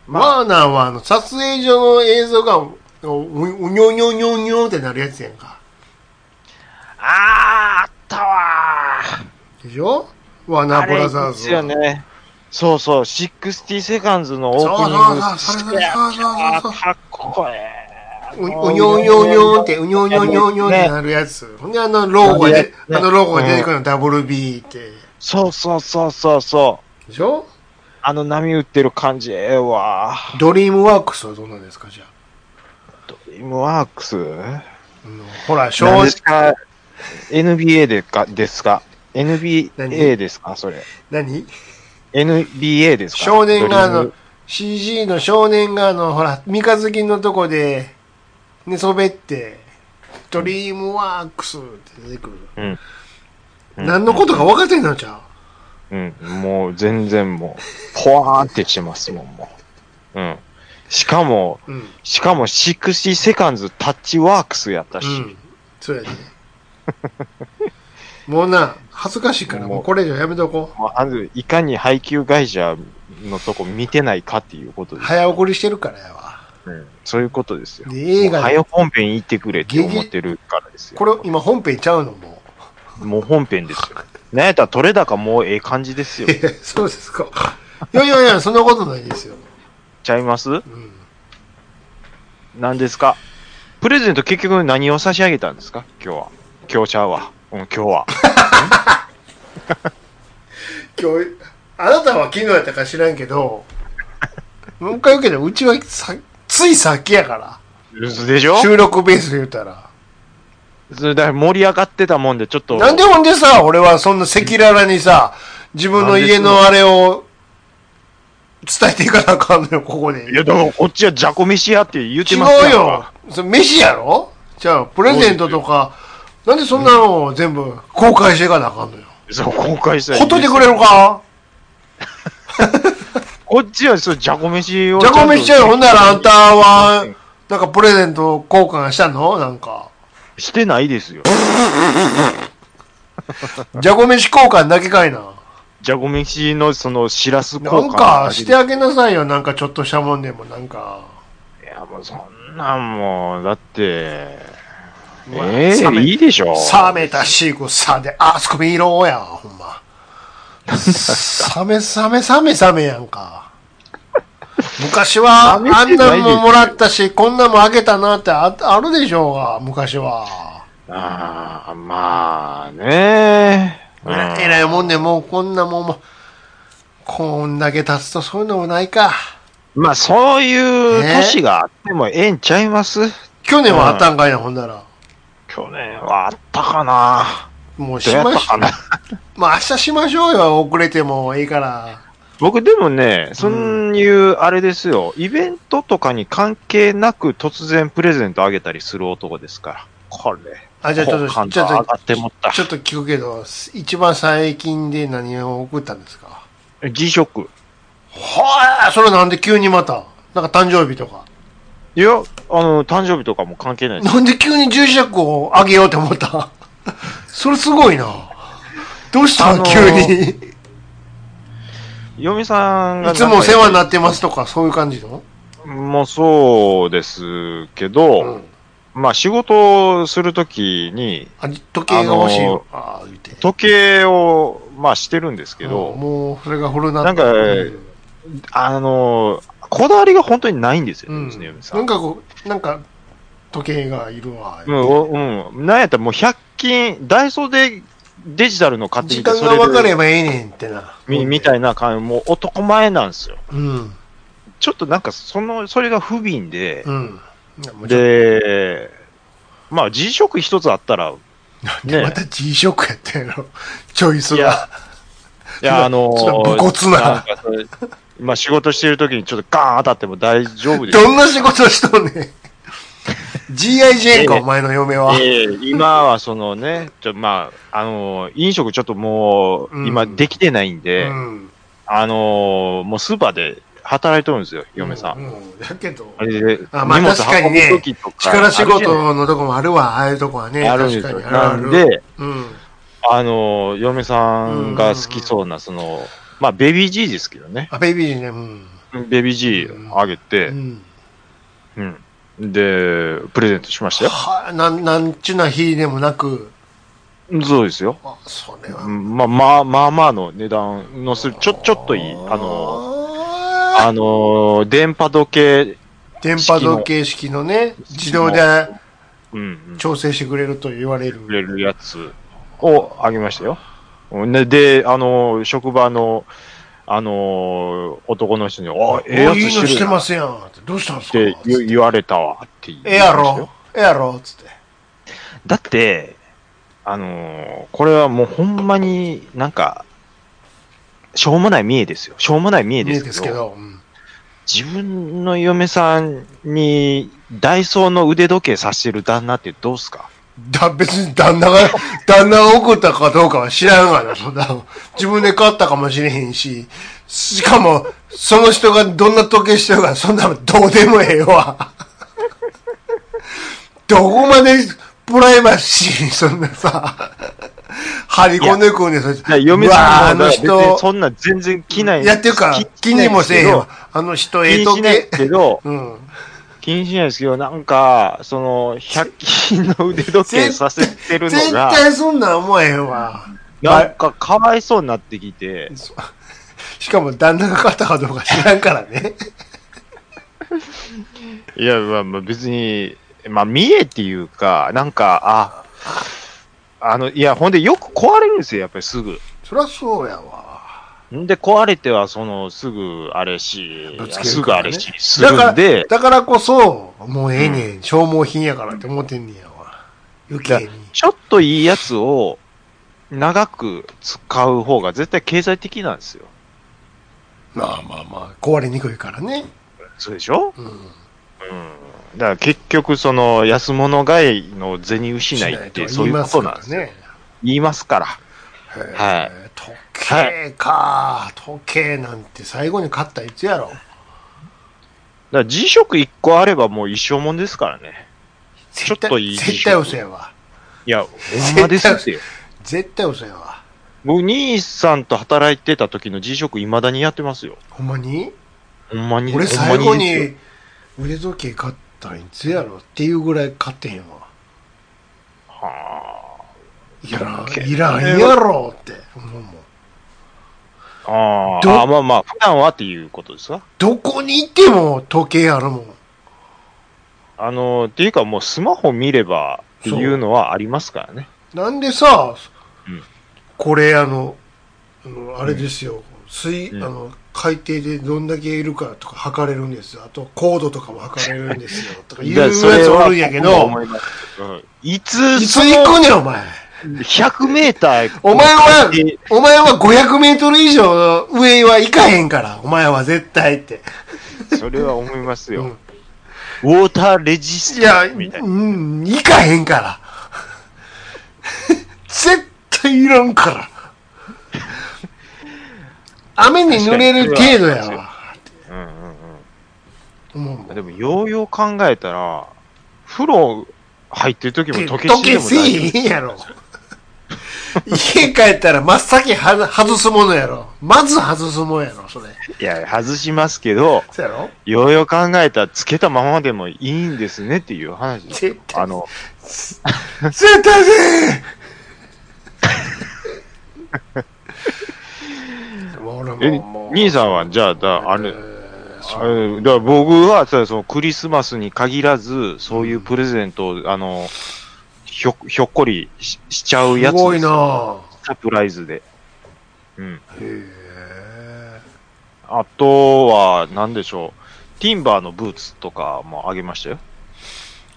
A: ワーナーはあの、撮影所の映像が、うううにょにょにょにょってなるやつやんか。
B: あー、あったわー。
A: でしょワーナーブラザーズ
B: あれ
A: は。
B: ですよね。そうそう、60セカンズのオープニング。
A: そうそうそうそれそれそうそうそう
B: あーかっこええ。
A: ううにょうにょうにょんって、うにょうにょうにょうにょうってなるやつ。ほんで、あの、ロゴがで、
B: ね
A: あのロゴが出てくるの、WB って。
B: そうそうそうそうそう。
A: でしょ
B: あの波打ってる感じ、ええわ。
A: ドリームワークスはどうなんですか、じゃあ。
B: ドリームワークス
A: うんほら、正
B: 何
A: 直
B: で、すか ?NBA でか、ですか
A: 何
B: ?NBA ですかそれ。
A: 何
B: NBA ですか
A: 少年が
B: ド
A: あ
B: リー
A: の
B: ム、
A: CG の少年があの、ほら、三日月のとこで、寝そべって、ドリームワークスって出てくる。
B: うん。うん
A: 何のことか分かってんのちゃ
B: うん、もう全然もう、ポワーンってしてますもん、もう。うん。しかも、
A: ううん。うん。
B: しかも60セカンズタッチワークスやったし、
A: そうやね。 もうな、恥ずかしいから、もうこれ以上やめとこ
B: まああのいかに配給会社のとこ見てないかっていうこと
A: う。
B: です。
A: 早送りしてるからやわ。
B: うんそういうことですよ。
A: で映画
B: もう早本編行ってくれって思ってるからですよ。
A: これ、今本編ちゃう のも
B: もう本編ですよ。なんやったら取れ高もうええ感じですよ
A: う。。え、そうですか。いやいやいや、そんなことないですよ。
B: ちゃいます
A: うん。
B: 何ですかプレゼント結局何を差し上げたんですか今日は。今日ちゃうわ。うん、今日は。
A: 今日、あなたは昨日やったか知らんけど、もう一回言うけど、うちはさ、つい先やか
B: 嘘でしょ
A: ら。収録ベースで言うたら。
B: それだから盛り上がってたもんで、ちょっと。
A: なんでほんでさ、俺はそんな赤裸々にさ、自分の家のあれを伝えていかなあかんのよ、ここで。
B: いや、だからこっちはじゃこ飯やって言って
A: 違
B: ますやん
A: うよ。それ飯やろじゃあ、プレゼントとか、なんでそんなのを全部公開していかなあかんのよ。
B: そう、公開したら
A: ほ
B: い
A: っ
B: いです
A: といてくれるか
B: こっちは、そう、じゃこ飯を。
A: じゃこめしちゃうよ。ほんならあんた
B: う
A: は
B: ん、
A: なんかプレゼント交換したのなんか。
B: してないですよ。
A: じゃこ飯交換だけかいな。
B: じゃこ飯の、その、しらす交
A: な
B: 換。
A: んかしてあげなさいよ。なんかちょっとしたもんでも、なんか。
B: いや、もうそんなんもう、だって、
A: うわ
B: ええ
A: 冷め
B: いいでしょ。
A: 冷めたしぐさで、あそこ見ろや、ほんま。冷め冷め冷め冷めやんか。昔は、
B: 冷めて
A: あんな
B: ないです
A: も
B: よ
A: もらったし、こんなもあげたなってああるでしょうが、昔は。
B: ああ、まあね。
A: えらえらいもんで、もうこんなもんも、こんだけ経つとそういうのもないか。
B: まあ、そういう年があってもええんちゃいます、
A: 去年はあったんかいな、ほんなら。
B: 去年はあったかな
A: もうし
B: どうやっ
A: ま
B: た
A: し、
B: かな
A: まあ明日しましょうよ、遅れてもいいから。
B: 僕でもね、そういう、あれですよ、イベントとかに関係なく突然プレゼントあげたりする男ですから。これ。
A: あ、じゃあちょっ
B: 好
A: と、
B: 感
A: ちょ
B: 度
A: っ
B: 上
A: と
B: が、ってもった
A: ち。ょっと聞くけど、一番最近で何を送ったんですか
B: G ショック。
A: はあ、それなんで急にまたなんか誕生日とか。
B: いや、あの、誕生日とかも関係ない です。
A: なんで急に重視尺をあげようって思った それすごいな。どうした
B: あのー
A: 急に。い
B: 嫁さんが。
A: つもお世話になってますとか、そういう感じの
B: もうそうですけ
A: う
B: ど
A: ん、。
B: まあ仕事をするときに、
A: あ、時計が欲しいよ。ああ、言って。
B: 時計を、まあしてるんですけ
A: う
B: ど
A: ん、もう、それが古なって
B: なんか
A: うん
B: あの、こだわりが本当にないんですよ
A: う
B: ね、うんちの嫁さ
A: なん
B: ん。
A: かこう、なんか、時計がいるわ。
B: うんお、うん。なんやったらもう100均、ダイソーでデジタルの買って
A: 時
B: みて、
A: 間
B: そ
A: が
B: れ
A: 分か
B: で
A: ればええねんってな。
B: み、みたいな感じ、もう男前なんですよ。
A: うん。
B: ちょっとなんか、その、それが不憫で、
A: うん。いやもうちょ
B: で、まあ G 色一つあったら、ね
A: また G ショックやったやろ。チョイス
B: いや
A: が。
B: いや、あのー
A: ちょっと武骨な
B: なんかそれまあ仕事してる時にちょっとガーン当たっても大丈夫です。
A: どんな仕事しとんねん。GIGN か、
B: ええ
A: お前の嫁は。
B: ええ今はそのね、ちょまあ、あのー飲食ちょっとも
A: うん
B: う、今できてないんで、
A: うん。
B: あのーもうスーパーで働いてるんですよ、嫁さん。
A: ううん。だけど
B: あ、れで、
A: あまあ
B: 荷物
A: 確かにね
B: 運ぶ時とか
A: 力仕事のとこもあるわ、ああいうとこはね。
B: あるんです
A: 確
B: よ。
A: かに
B: な
A: あるある。
B: んで、
A: うん。
B: あのー嫁さんが好きそうな、その、まあ、ベビー G ですけどね。
A: あ、ベイビーね、うん。
B: ベビー G あげて
A: う、ん。
B: うん。で、プレゼントしましたよ。
A: はなん、なんちゅな日でもなく、
B: そうですよ。
A: あ、それは。
B: うんまあ、まあ、まあまあの値段のする、ちょ、ちょっといい、あの、
A: あ
B: あのー、電波時計、
A: ー、電波同形式のね、自動で
B: うん、うん、
A: 調整してくれると言われる。
B: くれるやつをあげましたよ。ねで、あのー、職場の、あのー、男の人に、あ、ええや
A: お
B: つ
A: いいの
B: し
A: してて
B: るな
A: ま
B: っ
A: すやんって。どうしたんすか
B: て言言われたわって言いま
A: ええ
B: した
A: や
B: よ
A: ろええやろつって。
B: だって、あのーこれはもうほんまになんか、しょうもない見えですよ。しょうもない見え
A: いい
B: ですけ
A: で
B: ど、
A: すけど。うん
B: 自分の嫁さんにダイソーの腕時計さしてる旦那ってどうすか
A: だ、別に旦那が、 旦那が怒ったかどうかは知らんがな、そんなの。自分で買ったかもしれへんし、しかも、その人がどんな時計してるか、そんなのどうでもええわ。 どこまでプライバシーにそんなさ、張り込んでくんねん、そ
B: いや
A: れ。
B: 嫁
A: うわ
B: さ
A: あ
B: んもだから
A: の
B: 別にそ
A: 人、
B: んな全然着ない。
A: やってるから、気にもせえへんわ。あの人、
B: 気
A: ええ
B: にし
A: 時
B: ないです
A: 計。
B: けど、
A: うん。
B: 気にしないですけど、なんか、その、100均の腕時計させて るの
A: 絶
B: が、
A: 対そんなん思えへんわ。
B: なんかかわいそうになってきて、
A: しかも旦那が買ったかどうか知らんか らね。
B: いや、まあ、まあ別に、まあ、見えっていうか、なんか、あ、あの、いや、ほんで、よく壊れるんですよ、やっぱりすぐ。
A: そりゃそうやわ。
B: んで、壊れては、その、すぐ、あれし、
A: ぶつけ
B: す
A: る
B: ぐ
A: か
B: あ
A: らね
B: れし、す
A: だか
B: る
A: ら、
B: んで、
A: だからこそ、もうええねん、消耗品やからって思ってんねやわ。余計に。
B: ちょっといいやつを、長く使う方が絶対経済的なんですよ。
A: まあまあまあ、壊れにくいからね。
B: そうでしょ
A: うん。
B: うん。だから結局、その、安物買いの銭失いっ
A: と
B: て、
A: は
B: そういうことなんですよ。
A: ね。
B: 言いますから。は
A: はいい。時計か。時計なんて最後に買ったいつやろ。
B: だから、G 色1個あればもう一生もんですからね。ちょっといい
A: 絶対絶対嘘やわ。
B: いや、ほんまですってよ。
A: 絶対嘘やわ。
B: 僕、兄さんと働いてた時の G 職未だにやってますよ。
A: ほんまに
B: ほんまに。
A: 俺
B: ほんま
A: 最後
B: ですよ
A: に腕時計買ったんいつやろっていうぐらい買ってへんわ。
B: はい
A: ら
B: 時計
A: ん、いらんやろって思うもん。
B: ああ
A: ど
B: ああ、まあまあ、普段はっていうことですか
A: どこにいても時計あるもん。
B: あの、っていうかもうスマホ見ればっていうのはありますからね。
A: なんでさ、
B: うん
A: これあの、あのあれですよ、水、
B: うん
A: あの、海底でどんだけいるかとか測れるんですよ。あと、高度とかも測れるんですよ。とかいうやつおるんやけ
B: いやそれは僕も
A: ど、
B: 思いますうんいつ、
A: いつ
B: その
A: 行くねん、お前。
B: 100メーター。
A: お前は
B: え、
A: お前は500メートル以上上は行かへんから、お前は絶対って。
B: それは思います
A: う
B: よ
A: ん。
B: ウォーターレジス
A: い
B: タ
A: や、
B: ントみたいうな。
A: ん、行かへんから。 絶対いらんから。雨に濡れる程度やわ。
B: うんうんうん。
A: 思うもん
B: でも、ようよう考えたら、風呂入ってる時も時計
A: 時
B: して
A: 計
B: も
A: せ
B: 大
A: え
B: 丈
A: へんやろ。家帰ったら真っ先は外すものやろ。まず外すもんやろ、それ。
B: 夫。いや、外しますけど、
A: そうやろ
B: ようよう考えたら、つけたままでもいいんですねっていう話ですよ
A: 絶。対
B: あの、
A: 絶対せえへんもう俺も
B: え
A: もう、
B: 兄さんは、じゃあ、だあれ
A: え、ーです
B: あ
A: よ。
B: れだから僕はそうそのクリスマスに限らず、そういうプレゼントを、あの、ひょひょっこりししちゃうやつ
A: す
B: です
A: ごいなぁ。
B: サプライズで。うん。
A: へえ。
B: あとは、なんでしょう。ティンバーのブーツとかもあげましたよ。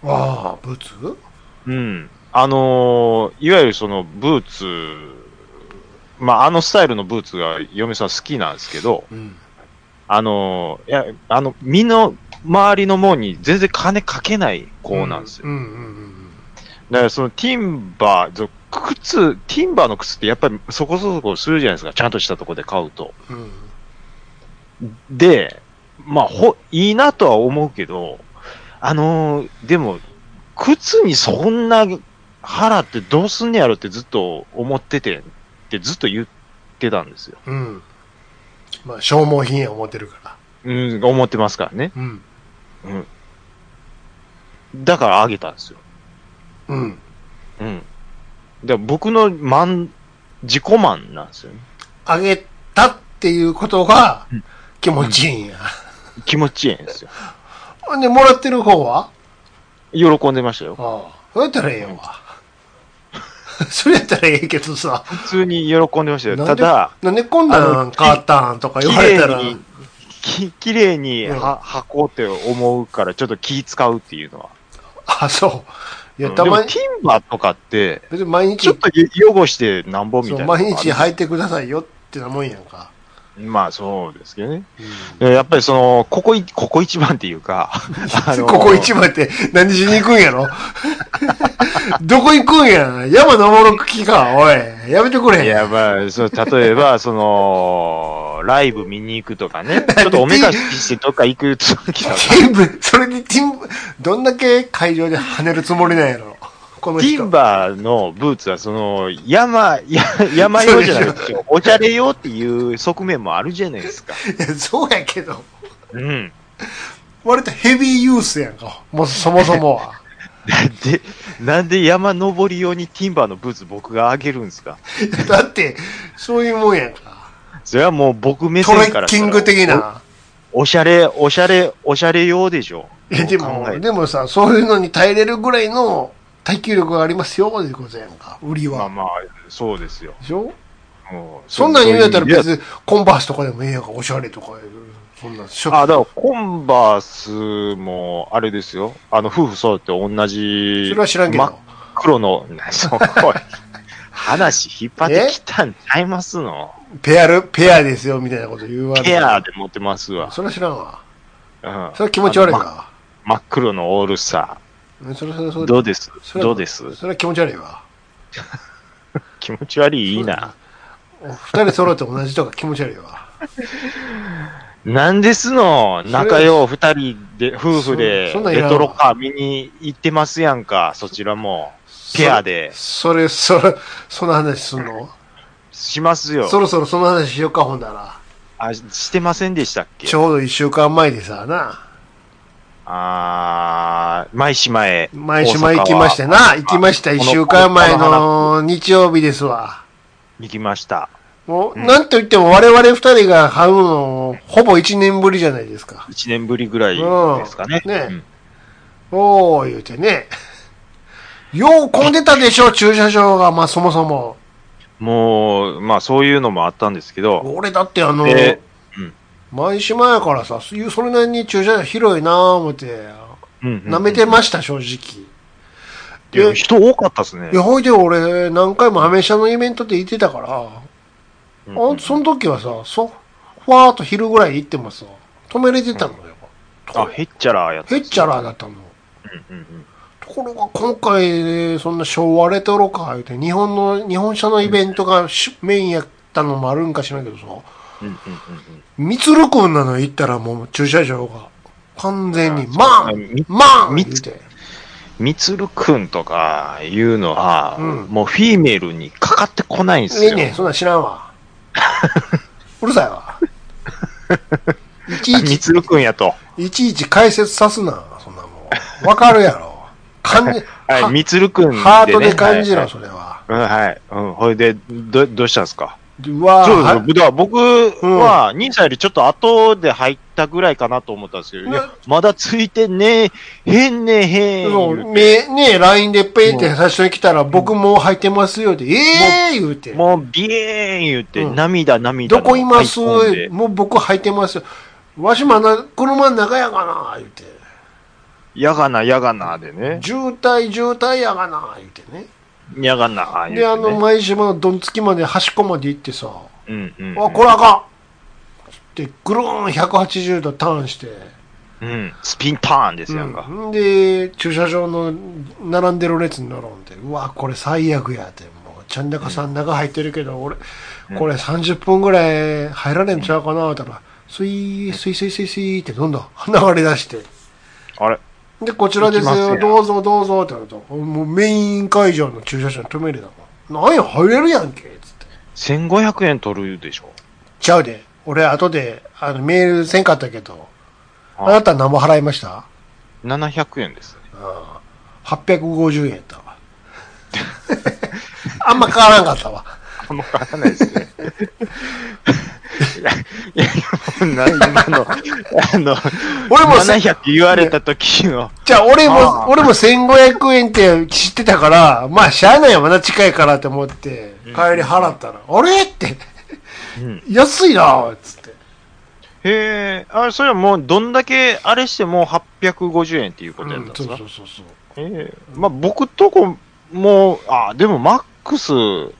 A: ああ、ブツ
B: うん。あのーいわゆるそのブーツ、まあ、あのスタイルのブーツが嫁さん好きなんですけど、
A: うん。
B: あのーいや、あの、身の周りのもんに全然金かけない子なんですよ。
A: うんうんうん
B: だからそのティンバー、その靴、ティンバーの靴ってやっぱりそこそこするじゃないですか。ちゃんとしたとこで買うと。
A: うん。うん。
B: で、まあ、ほ、いいなとは思うけど、あのーでも、靴にそんな腹ってどうすんねやろってずっと思ってて、ってずっと言ってたんですよ。
A: うん。まあ、消耗品や思ってるか
B: うん、思ってますからね。
A: ら。うん。
B: だからあげたんですよ。
A: うん。
B: うん。だから僕の満、自己満なんですよね。
A: あげたっていうことが気持ちいいんや。
B: 気持ちいいんですよ。
A: ほんで、もらってる方は
B: 喜んでましたよ。
A: ああ。そうやったらええよ。 それやったらええけどさ。
B: 普通に喜んでましたよ。
A: なん
B: た
A: で
B: だ、、
A: なんでこんなん変わったんとか
B: 綺
A: 言われたら
B: 麗、に、き綺麗に
A: うん
B: は、履こうって思うから、ちょっと気使うっていうのは。
A: あ、そう。いや、
B: うん
A: たま
B: でも
A: に
B: テ、ィンバーとかって、
A: 別に毎日
B: ちょっ、とよ汚してなんぼみたい
A: そ
B: な。
A: う毎日履いてくださいよってなもんやんか。
B: まあそうですけどね。
A: うん
B: やっぱりその、ここい、ここ一番っていう か、あの
A: ここ一番って何しに行くんやろ どこ行くんや山登る気かおい。やめてくれ。
B: いや、まあ、そう、例えば、その、ライブ見に行くとか ね、ちょっとおめかししてどっか行くときだ
A: ティンブ、それにティンブ、どんだけ会場で跳ねるつもりなんやろこの
B: ティ
A: 人。
B: ンバーのブーツは、その、山、や山用じゃないです よ。おしゃれ用っていう側面もあるじゃないですか。
A: いやそうやけど、
B: うん。
A: 割とヘビーユースやんか。もうそもそもは。
B: なんで、なんで山登り用にティンバーのブーツ僕があげるんですか
A: だって、そういうもんやんか。
B: それはもう僕目
A: ト
B: 線
A: レ
B: から
A: ッキング的な。
B: お。おしゃれ、おしゃれ、おしゃれ用でしょ。
A: え、で
B: そう
A: も
B: 考え、て
A: でもさ、そういうのに耐えれるぐらいの耐久力がありますよ、ってことやんか。売り
B: まあ
A: は。
B: まあ、そうですよ。
A: でしょ
B: もう
A: そんなん言うんやったら
B: いや
A: 別にコンバースとかでもええやんか、おしゃれとか。そんなん、し ょ
B: あ、だから、コンバースも、あれですよ。あの、夫婦そうって同じ。
A: それは知らんけど
B: 真っ黒の、 なそこい。話引っ張ってきたんちゃいますの。
A: ペアル、ペアですよ、みたいなこと言われて
B: ケアで持ってますわ。
A: それは知らんわ。
B: うん
A: それは気持ち悪い
B: あのま
A: わ。
B: 真っ黒のオールスタ
A: うんそれそれそ
B: ー。
A: れ
B: どうです
A: それは
B: どうです
A: それは気持ち悪いわ。
B: 気持ち悪い、いいな。
A: お二人揃って同じとか気持ち悪いわ。
B: なんですの仲良う二人で、夫婦で、
A: そんそんなんい
B: レ
A: らんわ
B: トロカー見に行ってますやんか、そちらも。ペアで、
A: それ、それ、その話すんの
B: しますよ。
A: そろそろその話しようか、ほんなら。
B: あ、してませんでしたっけ
A: ちょうど一週間前でさ、な。
B: あー、毎島へ。。
A: 毎週前行きましててな。行きました、一週間前の日曜日ですわ。
B: 行きました。
A: も
B: う
A: う、
B: ん
A: なんと言っても我々二人が会うの、ほぼ一年ぶりじゃないですか。
B: 1年ぶりぐらいですかね。
A: うんねおー、言うてね。よう混んでたでしょ、駐車場が、まあそもそも。
B: うんもう、まあそういうのもあったんですけど、
A: 俺だってあの、
B: でうん
A: 毎島やからさ、そういうそれなりに駐車場広いなぁ思って、
B: うんうん
A: 舐めてました、正直。
B: いや人多かったですね
A: い。や、ほいで俺、何回もアメ車のイベントで行ってたから、
B: うんうん
A: あその時はさ、そ、ふわーっと昼ぐらい行ってもさ、止めれてたのよ。
B: あ、ヘッチャラーやった
A: へ
B: ん
A: っ
B: です
A: ち
B: ね。
A: ゃらだったの。
B: うんうんうん
A: ところが今回、そんな昭和レトロか、言うて、日本の、日本車のイベントがしメインやったのもあるんかしらんけどさ、
B: うんうん
A: みつるくんなの行ったらもう駐車場が、完全に、まあ
B: うんうん。
A: まあ
B: み
A: 言うて。
B: みつるくんとかいうのは、
A: うん
B: もうフィーメールにかかってこないんです
A: ねえ
B: よ。
A: ねえ、そんなん知ら んわ。うるさいわ。いち
B: あ
A: い
B: み
A: ち、
B: つるくんやと。
A: いちいち解説さすな、そんなもん。わかるや ろ。感じ、
B: は、
A: はい
B: みつるくんで、ね。
A: ハートで感じろ、
B: はい
A: それは。
B: うん、はい。うん、ほいで、ど、どうしたんですか
A: うわ
B: そうです
A: は
B: よ。だから僕は、兄さんよりちょっと後で入ったぐらいかなと思ったんですけど、いやまだついてねえ、へんねえ、へん。
A: も
B: 言
A: う、
B: う
A: め、ね、LINE でペーって最初に来たら、僕もう入ってますよって、ええー、言うて
B: て。もう、ビエーン言って、
A: うん
B: 涙、涙。
A: どこいます
B: 入り込んで
A: もう僕入ってますよ。わしまな、車の中やがな、言うて。
B: やがな、やがな、でね。
A: 渋滞、渋滞やがな、言うてね。
B: やがな、言うて、ね。
A: で、あの、前島のどんつきまで端っこまで行ってさ、あ、
B: うんうん、うん。
A: これあかんって、ぐるーん180度ターンして、
B: うん。スピンターンですやんか。
A: うんで、駐車場の並んでる列に並んで、うわ、これ最悪やって、もう、ちゃんだかさん中入ってるけど、俺、これ30分ぐらい入られんちゃうかな、って言ったら、スイー、スイスイスイスイってどんどん 流れ出して、
B: あれ
A: で、こちらです
B: 行きます
A: よ、
B: よ
A: どうぞどうぞって言うと、もうメイン会場の駐車場に止めるだもん。なんや、入れるやんけ、つって。
B: 1500円取るでしょ。
A: ちゃうで、俺、後で、あの、メールせんかったけど、あ
B: はい
A: なた何も払いました
B: 700円ですね。
A: 850円やったわ。 あんま変わらんかったわ。
B: あんま変わらないですね。 いや、いや、でもな今の、あの、
A: 俺もせ
B: 700言われた時の、
A: じゃあ、俺
B: あ
A: も、
B: あ
A: 俺も1500円って知ってたから、まあ、しゃあないよ、まだ近いからって思って、帰り払ったら、あれって、
B: うん
A: 安いな、つって。
B: へえ、あれ、それはもう、どんだけあれしても850円っていうことやったん
A: う
B: で
A: ん
B: す
A: そう
B: か、
A: そうそうそう。
B: ええまあ、僕とこも、あ、でもマックス、8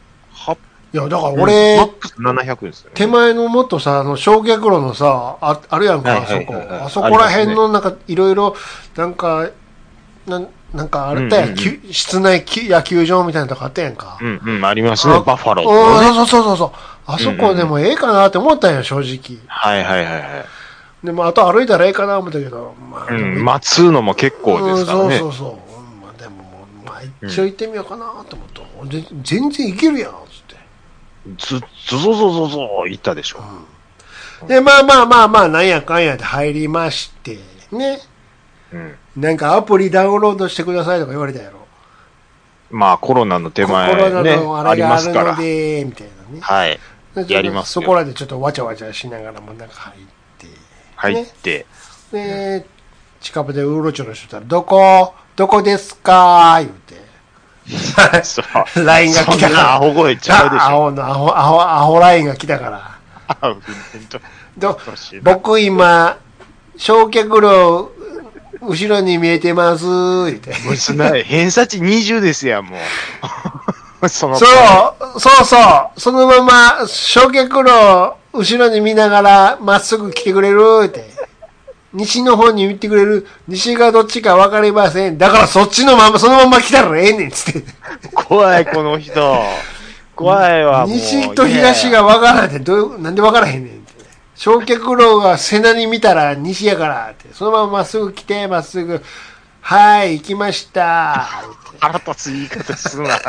A: いや、だから
B: うんマ
A: 俺
B: ッ、クス700ですよね。
A: 手前のもっとさ、あの、焼却炉のさ、ああるや
B: は
A: ん
B: い
A: か、あ
B: は
A: そ
B: い
A: こ。
B: はいはい
A: あそこら辺の、なんか、いろいろ、なんか、なんなんかあれだ
B: うんうん
A: よ、
B: うん
A: き室内き野球場みたいなとこあったやんか。
B: うんうん、ありますね
A: あ、
B: バッファローとかね、
A: うんそうそうそうそう。あそこでもええかなって思ったんよ、正直。
B: はいはいはいはい。
A: でも、あと歩いたらええかな思ったけど、まあ、
B: うん、待つのも結構ですから
A: うん
B: ね。
A: そうそうそう。うんまあ、でも、まあ、一応行ってみようかなと思った。で全然いけるやん、つって。
B: ず、ずぞぞぞぞ、行ったでしょ。
A: で、まあまあまあまあ、なんやかんやで入りまして、ね。
B: うん。
A: なんかアプリダウンロードしてくださいとか言われたやろ。
B: まあ、コロナの手前
A: コロナ
B: ね、
A: の
B: あ
A: あれ
B: り
A: が
B: ま
A: あ
B: す
A: る
B: から
A: の。で、みたいなね。
B: はい。
A: で
B: やります
A: そ
B: よ
A: こらでちょっとわちゃわちゃしながらもなんか入って。
B: 入って、
A: で、近くでウーロチョロしてたら、どこ、どこですか言うて。
B: そう。
A: LINE が来た
B: そんな
A: か
B: アホ声ち
A: ら。
B: ゃうでし
A: あア
B: ょ。
A: ホの、アホ、アホ、アホ LINE が来たから。
B: あ運転と
A: ど
B: おかしいな
A: 僕今、焼却炉、後ろに見えてます、言うて。
B: もうそんな偏差値20ですやん、も う。その
A: そう、そうそう、そのまま、焼却炉、後ろに見ながら、まっすぐ来てくれるって。西の方に行ってくれる。西がどっちか分かりません。だからそっちのまま、そのまま来たらええねん、つって。
B: 怖い、この人。怖いわ、もう。
A: 西と東が分からんって、どういう、なんで分からへんねんって。焼却炉が背中に見たら西やからって。そのまままっすぐ来て、まっすぐ。はい、行きました。
B: いや腹立つ言い方すな。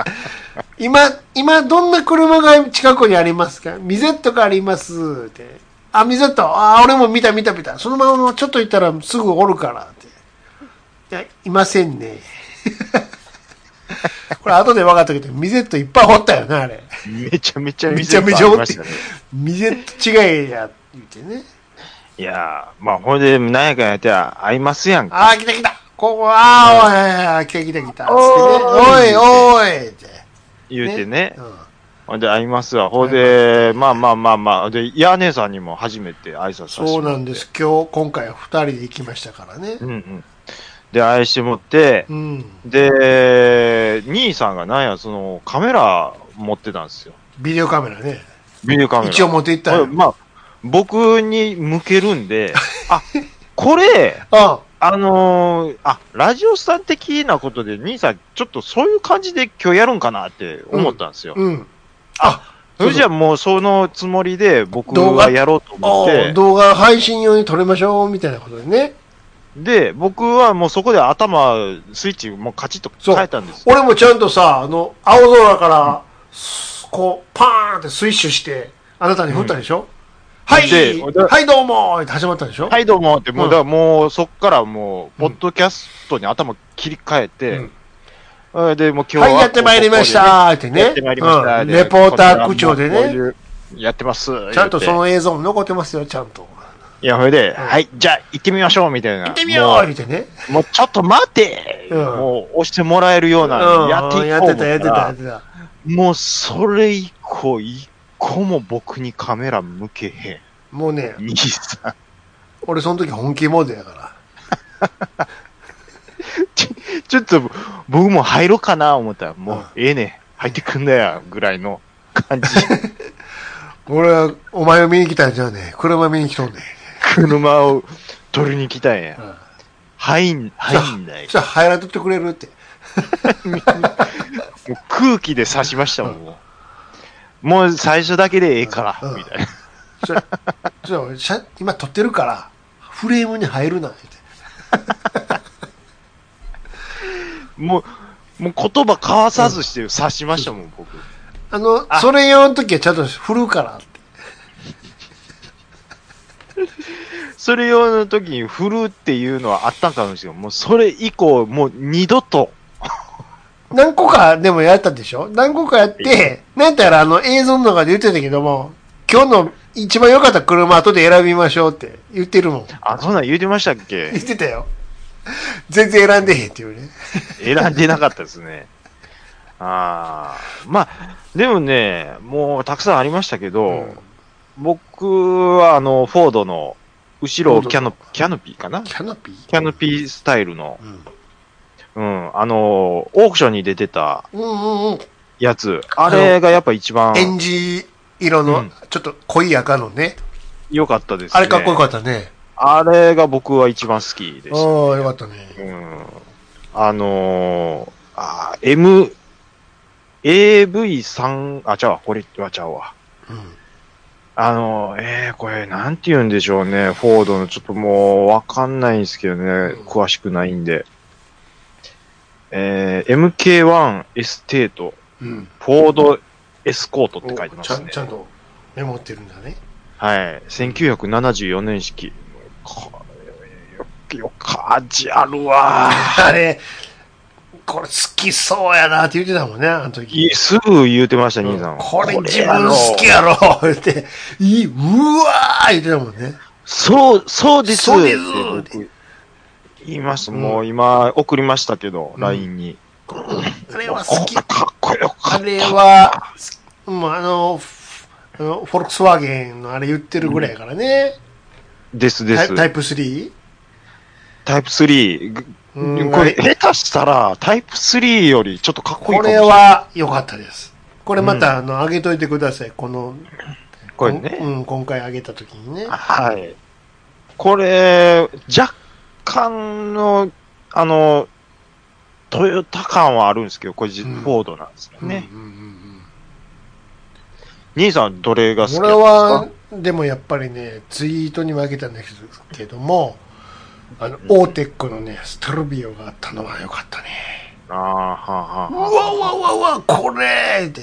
A: 今、今、どんな車が近くにありますかミゼットがありますって。あ、ミゼット。あー、俺も見た見た見た。そのままちょっと行ったらすぐおるからって。いや、いませんね。 これ後で分かったけど、ミゼットいっぱいおったよな、あれ。
B: めちゃめちゃ
A: めちゃめちゃ
B: お
A: おって。ミゼット違いや、言ってね。
B: いやー、まあ、ほんで、なんやかんやって会いますやんか。
A: あー、来た来た。ここ、あー、おい、来た来た来た。つってね
B: おーい
A: おい、おい、って。
B: 言うてね
A: う。ん
B: ほんで、会いますわ。ほんで、まあまあまあまあ。で、ヤー姉さんにも初めて挨拶させてもらって。
A: そうなんです。今日、今回は二人で行きましたからね
B: う。んうん。で、愛してもって、
A: うん。
B: で、兄さんがなんや、その、カメラ持ってたんですよ。
A: ビデオカメラね。
B: ビデオカメラ。
A: 一応持って行ったよ。
B: これまあ、僕に向けるん で、あ、これ、
A: あ
B: あのーあ、ラジオさん的なことで、兄さん、ちょっとそういう感じで今日やるんかなって思ったんですよ。
A: うん。あ、
B: それじゃあもうそのつもりで僕はやろうと思っ
A: あ
B: て、
A: 動画配信用に撮りましょう、みたいなことでね。
B: で、僕はもうそこで頭、スイッチもうカチッと変えたんですよ。
A: 俺もちゃんとさ、あの、青空から、すこう、パーンってスイッシュして、あなたに振ったでしょ、はい
B: で
A: はい、どうもーって始まったでしょ
B: はい、どうもって、もう、
A: うん
B: だからもう、そっからもう、ポ
A: うん
B: ッドキャストに頭切り替えて、あで、もう今日
A: は、
B: はい
A: やってまいりましたーって
B: ここでね
A: ね。
B: やってまいりました
A: うんレポーター口調で
B: こちらもこう
A: ね
B: い。うやってます。
A: ちゃんとそ
B: 言うて
A: の映像も残ってますよ、ちゃんと。
B: いや、それで、はい、じゃあ行ってみましょう、みたいな。行
A: 見てみよう見てね。
B: もうちょっと待て、
A: うん
B: もう押してもらえるような
A: う
B: の
A: ん
B: やっていこう
A: やってた、やってた、
B: 思ら
A: やってた。
B: もうそれ以降、一個も僕にカメラ向けへ
A: もうね
B: ん。、兄さん。
A: 俺その時本気モードやから。
B: ちょっと僕も入ろうかな思ったら、も
A: うん
B: うええねん、入ってくんだよ、ぐらいの感じ。
A: 俺は、お前を見に来たんじゃねえ。車見に来とんね
B: 車を取りに来たん
A: え。う
B: や。
A: ん。
B: 入ん、入んない
A: そし。たら入らんとってくれるって。
B: もう空気で刺しましたもん。もうもう最初だけでええか
A: う
B: ら、
A: ん
B: みたいな。
A: それ それ俺しゃ今撮ってるから、フレームに入るな、って。
B: もう、もう言葉交わさずして刺しましたもん、僕。
A: あの、
B: あ
A: それ用の時はちゃんと振るからって。
B: それ用の時に振るっていうのはあったんかもしれん。もうそれ以降、もう二度と。
A: 何個かでもやったでしょ何個かやって、なんやったらあの映像の中で言ってたけども、今日の一番良かった車後で選びましょうって言ってるもん。
B: あ、そんなん言うてましたっ
A: 言
B: け
A: ってたよ。全然選んでへんっていうね。
B: 選んでなかったですね。ああ。まあ、でもね、もうたくさんありましたけど、
A: うん
B: 僕はあの、フォードの後ろをキャノキャノピーかな
A: キャノピー
B: キャノピースタイルの、
A: うん。
B: うん、あの、オークションに出てた
A: うんうんうん。
B: やつ、あれがやっぱ一番
A: エンジ色
B: う
A: の
B: ん、
A: ちょっと濃い赤のね。
B: 良かったですね。
A: あれかっこよかったね。
B: あれが僕は一番好きで
A: ああ
B: し
A: ー、よかったね。
B: た。うん、あのー、あー M、AV3、あ、ちゃうわ、これはちゃうわ。
A: うん。
B: あのー、えー、これ、なんて言うんでしょうね。フォードの、ちょっともう、わかんないんですけどね。詳しくないんで。えー、MK1 エステート、
A: うん。
B: フォードエスコートって書いてま
A: ちゃ
B: す
A: ん
B: ね
A: ち。ゃんとメモってるんだね。
B: はい。1974年式。これ、よ、よか、味あるわー。
A: あれ、これ好きそうやなって言ってたもんね、あの時。
B: いすぐ言うてました、兄さん。
A: これ自分好きやろって、いい、うわー言ってたもんね。
B: そう、そうです。
A: そうです
B: って僕言いました。
A: うん
B: もう今、送りましたけど、
A: うん
B: LINE に。
A: あれは好
B: こ
A: き
B: んな。かっこよか
A: あ
B: った。
A: れは、もうあの、フあのフォルクスワーゲンのあれ言ってるぐらいやからね。
B: ですで
A: タ
B: す。
A: イタ
B: タイ
A: イプ 3?
B: プ3。ぐ
A: うん
B: これ、
A: あれ
B: 下手したら、タイプ3よりちょっとかっこいいか
A: こ
B: もし
A: れ
B: れない。
A: は良かったです。これまた、あの、上げといてください。この、
B: これね。
A: うん、今回上げた時にね。
B: はい。これ、若干の、あの、トヨタ感はあるんですけど、これ、
A: ん
B: フォードなんですよね。
A: うんうんうんうん
B: 兄さん、どれが好き
A: 俺は、でもやっぱりね、ツイートに負けたんですけども、あの、オーテックのね、ストルビオがあったのは良かったね。
B: ああ、はあ、は
A: う
B: あ。
A: わうわうわうわ、これって、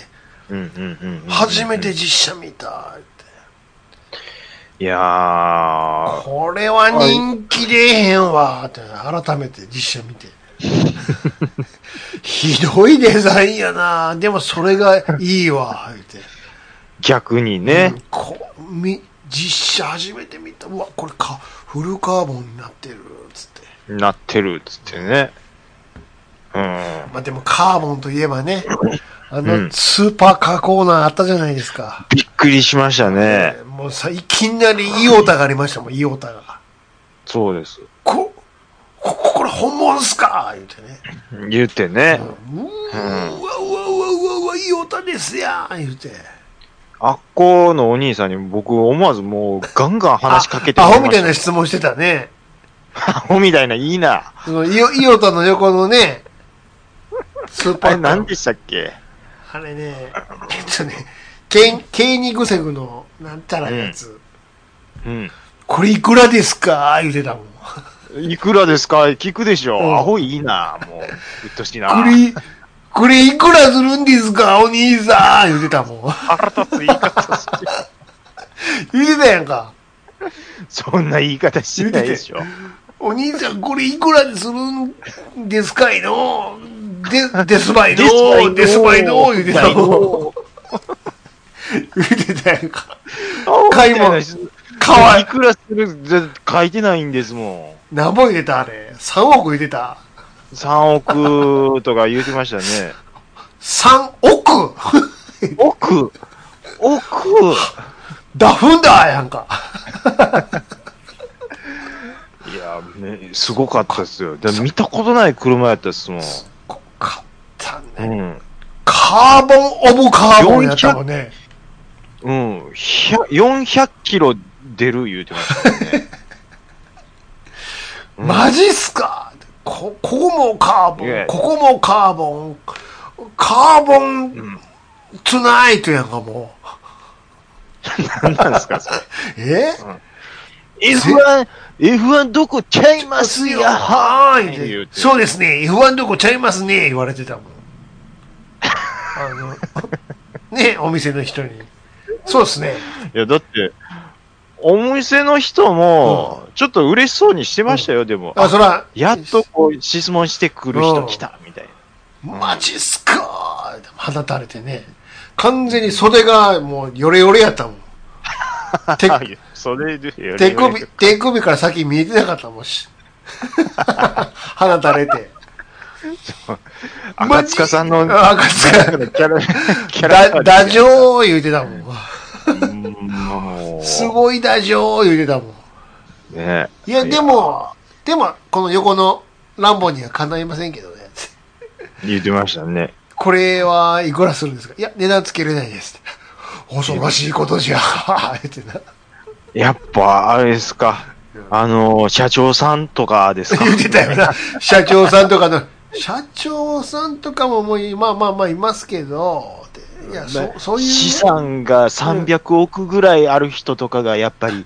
B: うんうんうんうんうん
A: 初めて。実写見たって。
B: いやー、
A: これは人気出えへんわって、改めて実写 見て。ひどいデザインやなでもそれがいいわ、って。
B: 逆にね
A: うん、こみ実写初めて見たうわこれかフルカーボンになってるつって
B: なってるっつってね。うん。
A: まあでもカーボンといえばねあ
B: う
A: の
B: ん
A: スーパーカーコーナーあったじゃないですか、
B: びっくりしましたね。
A: えーもうさいきなりイオタがありましたもんイオタが
B: そうです。
A: ここここれ本物っすか言うてね
B: 言ってね。
A: うーうわうわうわうわうわイオタですやん言うて
B: あっこのお兄さんに僕思わずもうガンガン話しかけて
A: あ
B: も
A: ア
B: ら
A: ホみたいな
B: まし
A: 質問してたね
B: た。アホみたいな、いいな。
A: そのイオイオタの横のねスー
B: あ
A: パー
B: れ
A: カー
B: 何でしたっけ
A: あれね、えっとね、ケン、ケーニグセグの、なんたらやつ、
B: うん。
A: これいくらですか言うてたもん。
B: いくらですか聞くでしょ。
A: うん
B: アホいいな。もう、うっとしいな。
A: これ、これいくらするんですかお兄さん言うてたもん。
B: 腹立つ言い方して
A: 言うてたやんか。
B: そんな言い方してないでしょ。
A: お兄さん、これいくらでするんですかいのデデスバイのデスバイの言うてたもん。言うてたやんか。
B: 買
A: 買
B: い
A: い物
B: 物。
A: かわいい
B: いくらする、ぜ書いてないんですも
A: 何本入れたあれ。3億入れた。
B: ん。3億とか言うてました ね。
A: 3億
B: 億億
A: ダフンだやんか。
B: いや、ね、すごかったですよ。だ見たことない車やったっすもん。
A: こ買ったね。
B: うん。
A: カーボンオブカーボンやったもんね。
B: うん。ひゃ400キロ出る言うてましたもんね。うん
A: マジっすかこ、ここもカーボ
B: いや
A: ン、ここもカーボン、カーボン
B: ん
A: ツナイトやんかもう。
B: 何なんですか、それ。
A: え
B: F1、F1 どこちゃいますよ
A: は
B: は
A: ー
B: ーい言
A: いうって。
B: て。
A: そうですね、F1 どこちゃいますね、言われ てたもん。あの、ね、お店の人に。そうですね。
B: いや、だって、お店の人も、ちょっと嬉しそうにしてましたよ、でも。
A: あ、そら、
B: やっとこう、質問してくる人来た、みたいな。
A: マジっすかーって放たれてね。完全に袖がもうヨレヨレやっ たもん。手
B: あいやそれで、よ
A: 手首、手首から先見えてなかったもんし。 放た れて。
B: 赤塚さんの、
A: あ赤塚
B: キャラ、キャ
A: だ、
B: ラ、
A: ダジョー言うてたもん。
B: もう
A: すごいダジョー言うてたもん。
B: ね
A: いや、で、も、でも、この横のランボにはかないませんけどね。
B: 言ってましたね。
A: これはいくらするんですかいや、値段つけれないです。恐ろしいことじゃ。 言ってな。
B: やっぱ、あれですか。あの、社長さんとかですか。
A: 言ってたよな。社長さんとかの、社長さんとかももうい、まあまあまあいますけど、っていや、そそういうね、
B: 資産が300億ぐらいある人とかがやっぱり、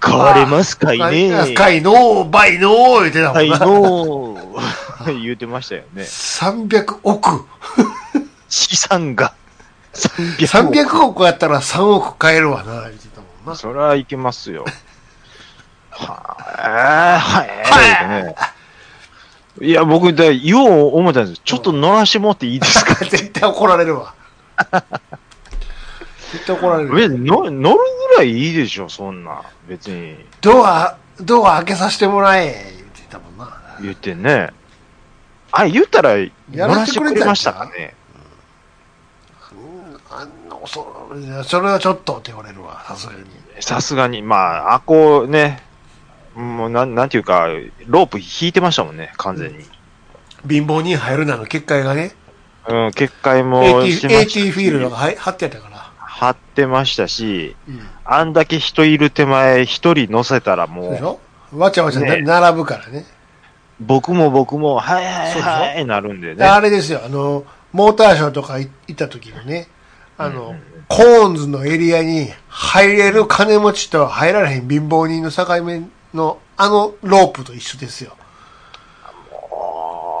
B: 買われますかいね。
A: かいのう、倍のう、言ってたも
B: 買
A: ん
B: い
A: な。
B: のー 言ってましたよね。
A: 300億。
B: 資産が300億。
A: 300億やったら3億買えるわな、言ってたもんな。
B: そりゃいけます よ。はあ、はい、
A: は
B: ね。いや、僕、だよう思ったんですちょっと乗らしてもらっていいですか
A: 絶対怒られるわ。絶対怒られる。
B: 別にの乗るぐらいいいでしょ、そんな。別に。
A: ドア、ドア開けさせてもらえ、言ってたもんな。
B: 言ってね。あ、言ったら、
A: や
B: 乗
A: ら
B: らし
A: せ
B: てて
A: くれたんちゃう
B: くれましたかね。
A: うんあんな恐れいやそれはちょっとって言われるわ、さすがに。
B: さすがに、まあ、あこうね、もうなん、なんていうか、ロープ引いてましたもんね、完全に。
A: 貧乏人入るなの結界がね、
B: うん、結界も
A: AT,
B: してましたし
A: AT フィールドがはい貼ってあったから。
B: 張ってましたし、
A: うん。
B: あんだけ人いる手前、一人乗せたらも
A: そうでし
B: う、
A: ょわちゃわちゃな、
B: ね
A: 並ぶからね。
B: 僕も僕も、はいは
A: そう
B: い
A: でしょ
B: はい、なるんで
A: で
B: ね。
A: あれですよ、あの、モーターショーとかい行った時のね、あの、コーンズのエリアに入れる金持ちと入られへん貧乏人の境目のあのロープと一緒ですよ。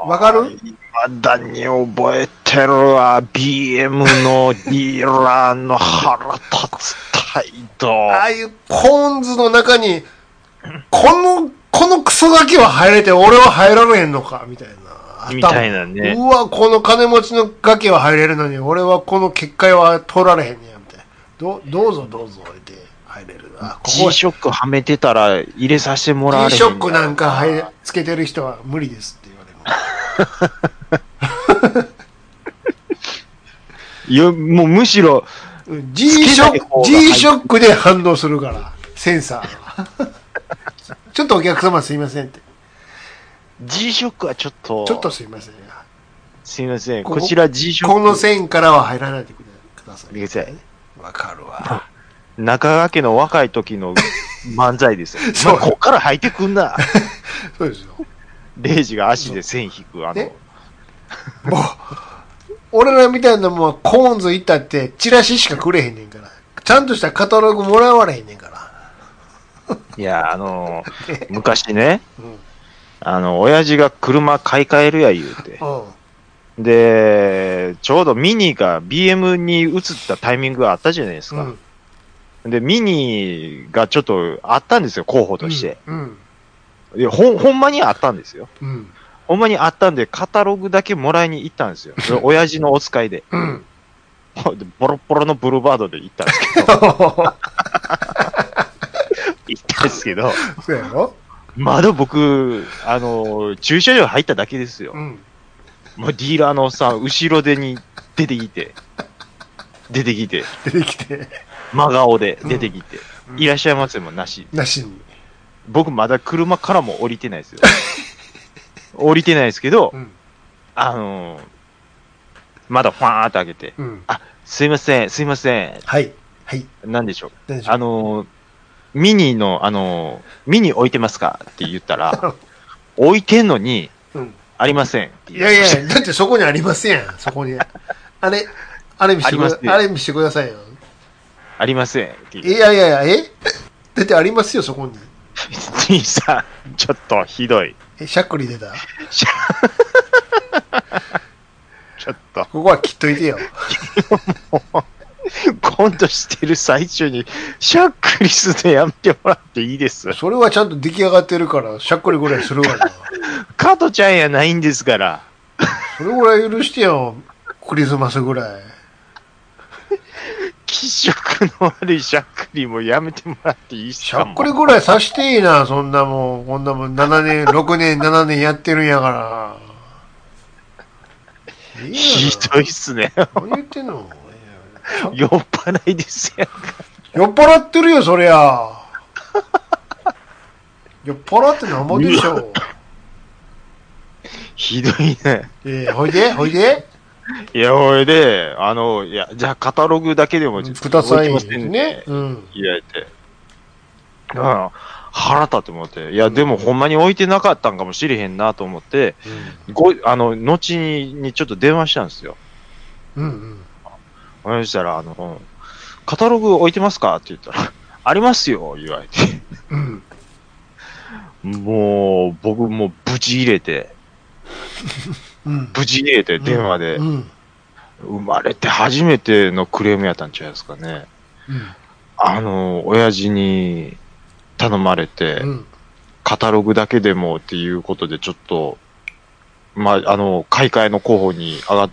A: わかる
B: まだに覚えてるわ、BM のディーラーの腹立つ態度。
A: ああいうコーンズの中に、この、このクソガキは入れて俺は入られへんのか、みたいな。頭
B: みたいなね
A: うわ、この金持ちのガキは入れるのに、俺はこの結界は取られへんねや、みたいな。どうどうぞどうぞ、言って入れる。あ、ここ
B: G ショックはめてたら入れさせてもらわれ
A: G ショックなん
B: か。
A: か入れつけてる人は無理ですって言われる。
B: いや、もうむしろ、
A: G ショック、G ショックで反応するから、 センサーがちょっとお客様すいませんって。
B: G ショックはちょっと、
A: ちょっとすいません。
B: すいません、
A: ここ
B: こちら G ショック。
A: この線からは入らないでくださ
B: ください
A: い。わかるわ。
B: 中川家の若い時の漫才ですよ。
A: そう
B: まあこっから入ってくん な。
A: そうですよ。
B: レイジが足で線引く、あ
A: ね
B: の、
A: もう、俺らみたいなもんはコーンズ行ったって、チラシしかくれへんねんから。ちゃんとしたカタログもらわれへんねんから。
B: いや、あ の、昔ね、
A: うん。
B: あの、親父が車買い替えるや言うて。
A: うん。
B: で、ちょうどミニが BM に移ったタイミングがあったじゃないです
A: う
B: か
A: ん。
B: で、ミニがちょっとあったんですよ、候補として。。
A: うん。
B: で、ほん、ほんまにあったんですよ。
A: うん。
B: ほんまにあったんで、カタログだけもらいに行ったんですよ。それ親父のお使いで。
A: うん。
B: でボロッボロのブルーバードで行ったんですけど、 行ったんですけど、
A: そうやろ
B: まだ僕、あの、駐車場入っただけですよ
A: う。ん。
B: もうディーラーのさ、後ろ手に出てきて、出てきて、
A: 出てきて、
B: 真顔で出てきて、
A: うん
B: いらっしゃいませもなし。
A: なしに。
B: 僕まだ車からも降りてない ですよ。降りてないですけど
A: う、ん。
B: あのーまだファーンって開けて、
A: うん。
B: すいません、すいませ
A: はい。はい。
B: ん、なんでしょう。
A: 何でしょう
B: あのーミニの、あのーミニ置いてますかって言った ら、置いてんのに、
A: うん
B: ありませんって
A: い
B: 言
A: や
B: う
A: いや、だってそこにありませんやん、そこに。あれ、あれ見してく
B: あり
A: だ
B: ますね
A: あれ見してくださいよ。
B: ありませんって
A: い
B: 言う
A: やいやいや、えだってありますよ、そこに。
B: 兄さん、ちょっとひどい。
A: え、しゃっくり出た。
B: ちょっと、
A: ここは切っといてよ。
B: コントしてる最中に、シャックリスでやめてもらっていいです。
A: それはちゃんと出来上がってるから、しゃっくりぐらいするわな。
B: 加トちゃんやないんですから。
A: それぐらい許してよ、クリスマスぐらい。
B: 気色の悪いしゃっくりもやめてもらっていいっす
A: しゃ
B: か
A: っくりぐらいさしていいな、そんなもん。こんなもん、7年、6年、7年やってるんやから。いいや
B: ひどいっすね。
A: 何言ってんの
B: 酔っ払いですやん
A: 酔っ払ってるよ、そりゃ。酔っ払ってなんぼでしょ。
B: ひどいね。
A: ええほいで、ほいで。
B: いや、ほいで、あの、いや、じゃあカタログだけでもちょっと
A: ください
B: 置てません
A: ね。。うん。
B: 言われて。だから、腹立って思って。いや、でもほんまに置いてなかったんかもしれへんなと思って、ご、あの、後にちょっと電話したんですよ。
A: うん。うん。
B: そしたら、あの、カタログ置いてますかって言ったら、 ありますよ、言われて。
A: うん。
B: もう、僕もうぶち入れて、
A: うん。
B: ぶち入れて電話で
A: う、ん。
B: 生まれて初めてのクレームやったんちゃいですかね。あの、親父に頼まれて
A: う、ん。
B: カタログだけでもっていうことで、ちょっと、まあ、あの、買い替えの候補に上が、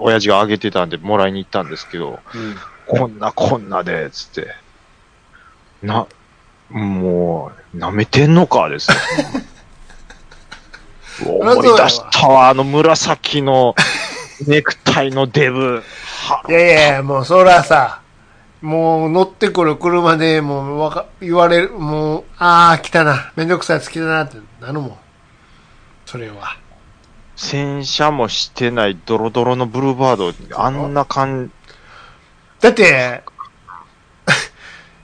B: 親父が上げてたんで、もらいに行ったんですけど、
A: うん。
B: こんなこんなで、つって。な、もう、舐めてんのか、ですよ。うわ 思い出したわ、あの紫 のネクタイのデブ。はい
A: やいや、もうそらさ、もう乗ってくる車でもうわか言われる、もう、ああ、来たな、めんどくさいやつ来たなってなるもん。それは。
B: 洗車もしてないドロドロのブルーバード、あんな感
A: だって、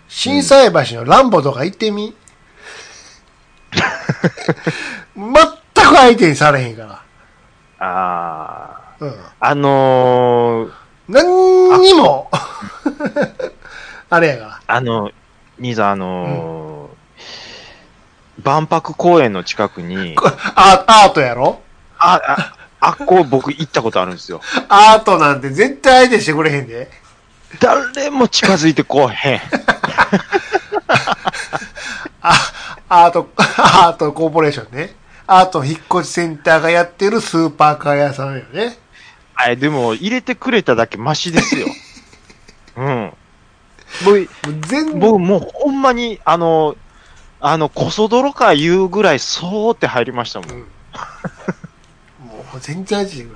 A: 震災橋のランボとか行ってみ。全く相手にされへんか
B: あ
A: ら。うん。
B: あ、あのー、
A: 何にも、 あれやか
B: あの、兄さん、あのー万博公園の近くに、
A: ら。アアートやろ
B: あ、あ、あっこ僕行ったことあるんですよ。
A: アートなんて絶対相手してくれへんで。
B: 誰も近づいてこうへん。
A: あ、アート、アートコーポレーションね。アート引っ越しセンターがやってるスーパーカー屋さんよね。
B: あれ、でも、入れてくれただけマシです よ。うん。僕、
A: もう全部、
B: 僕もうほんまに、あの、あの、こそ泥か言うぐらい、そうって入りましたもん。
A: もう全然味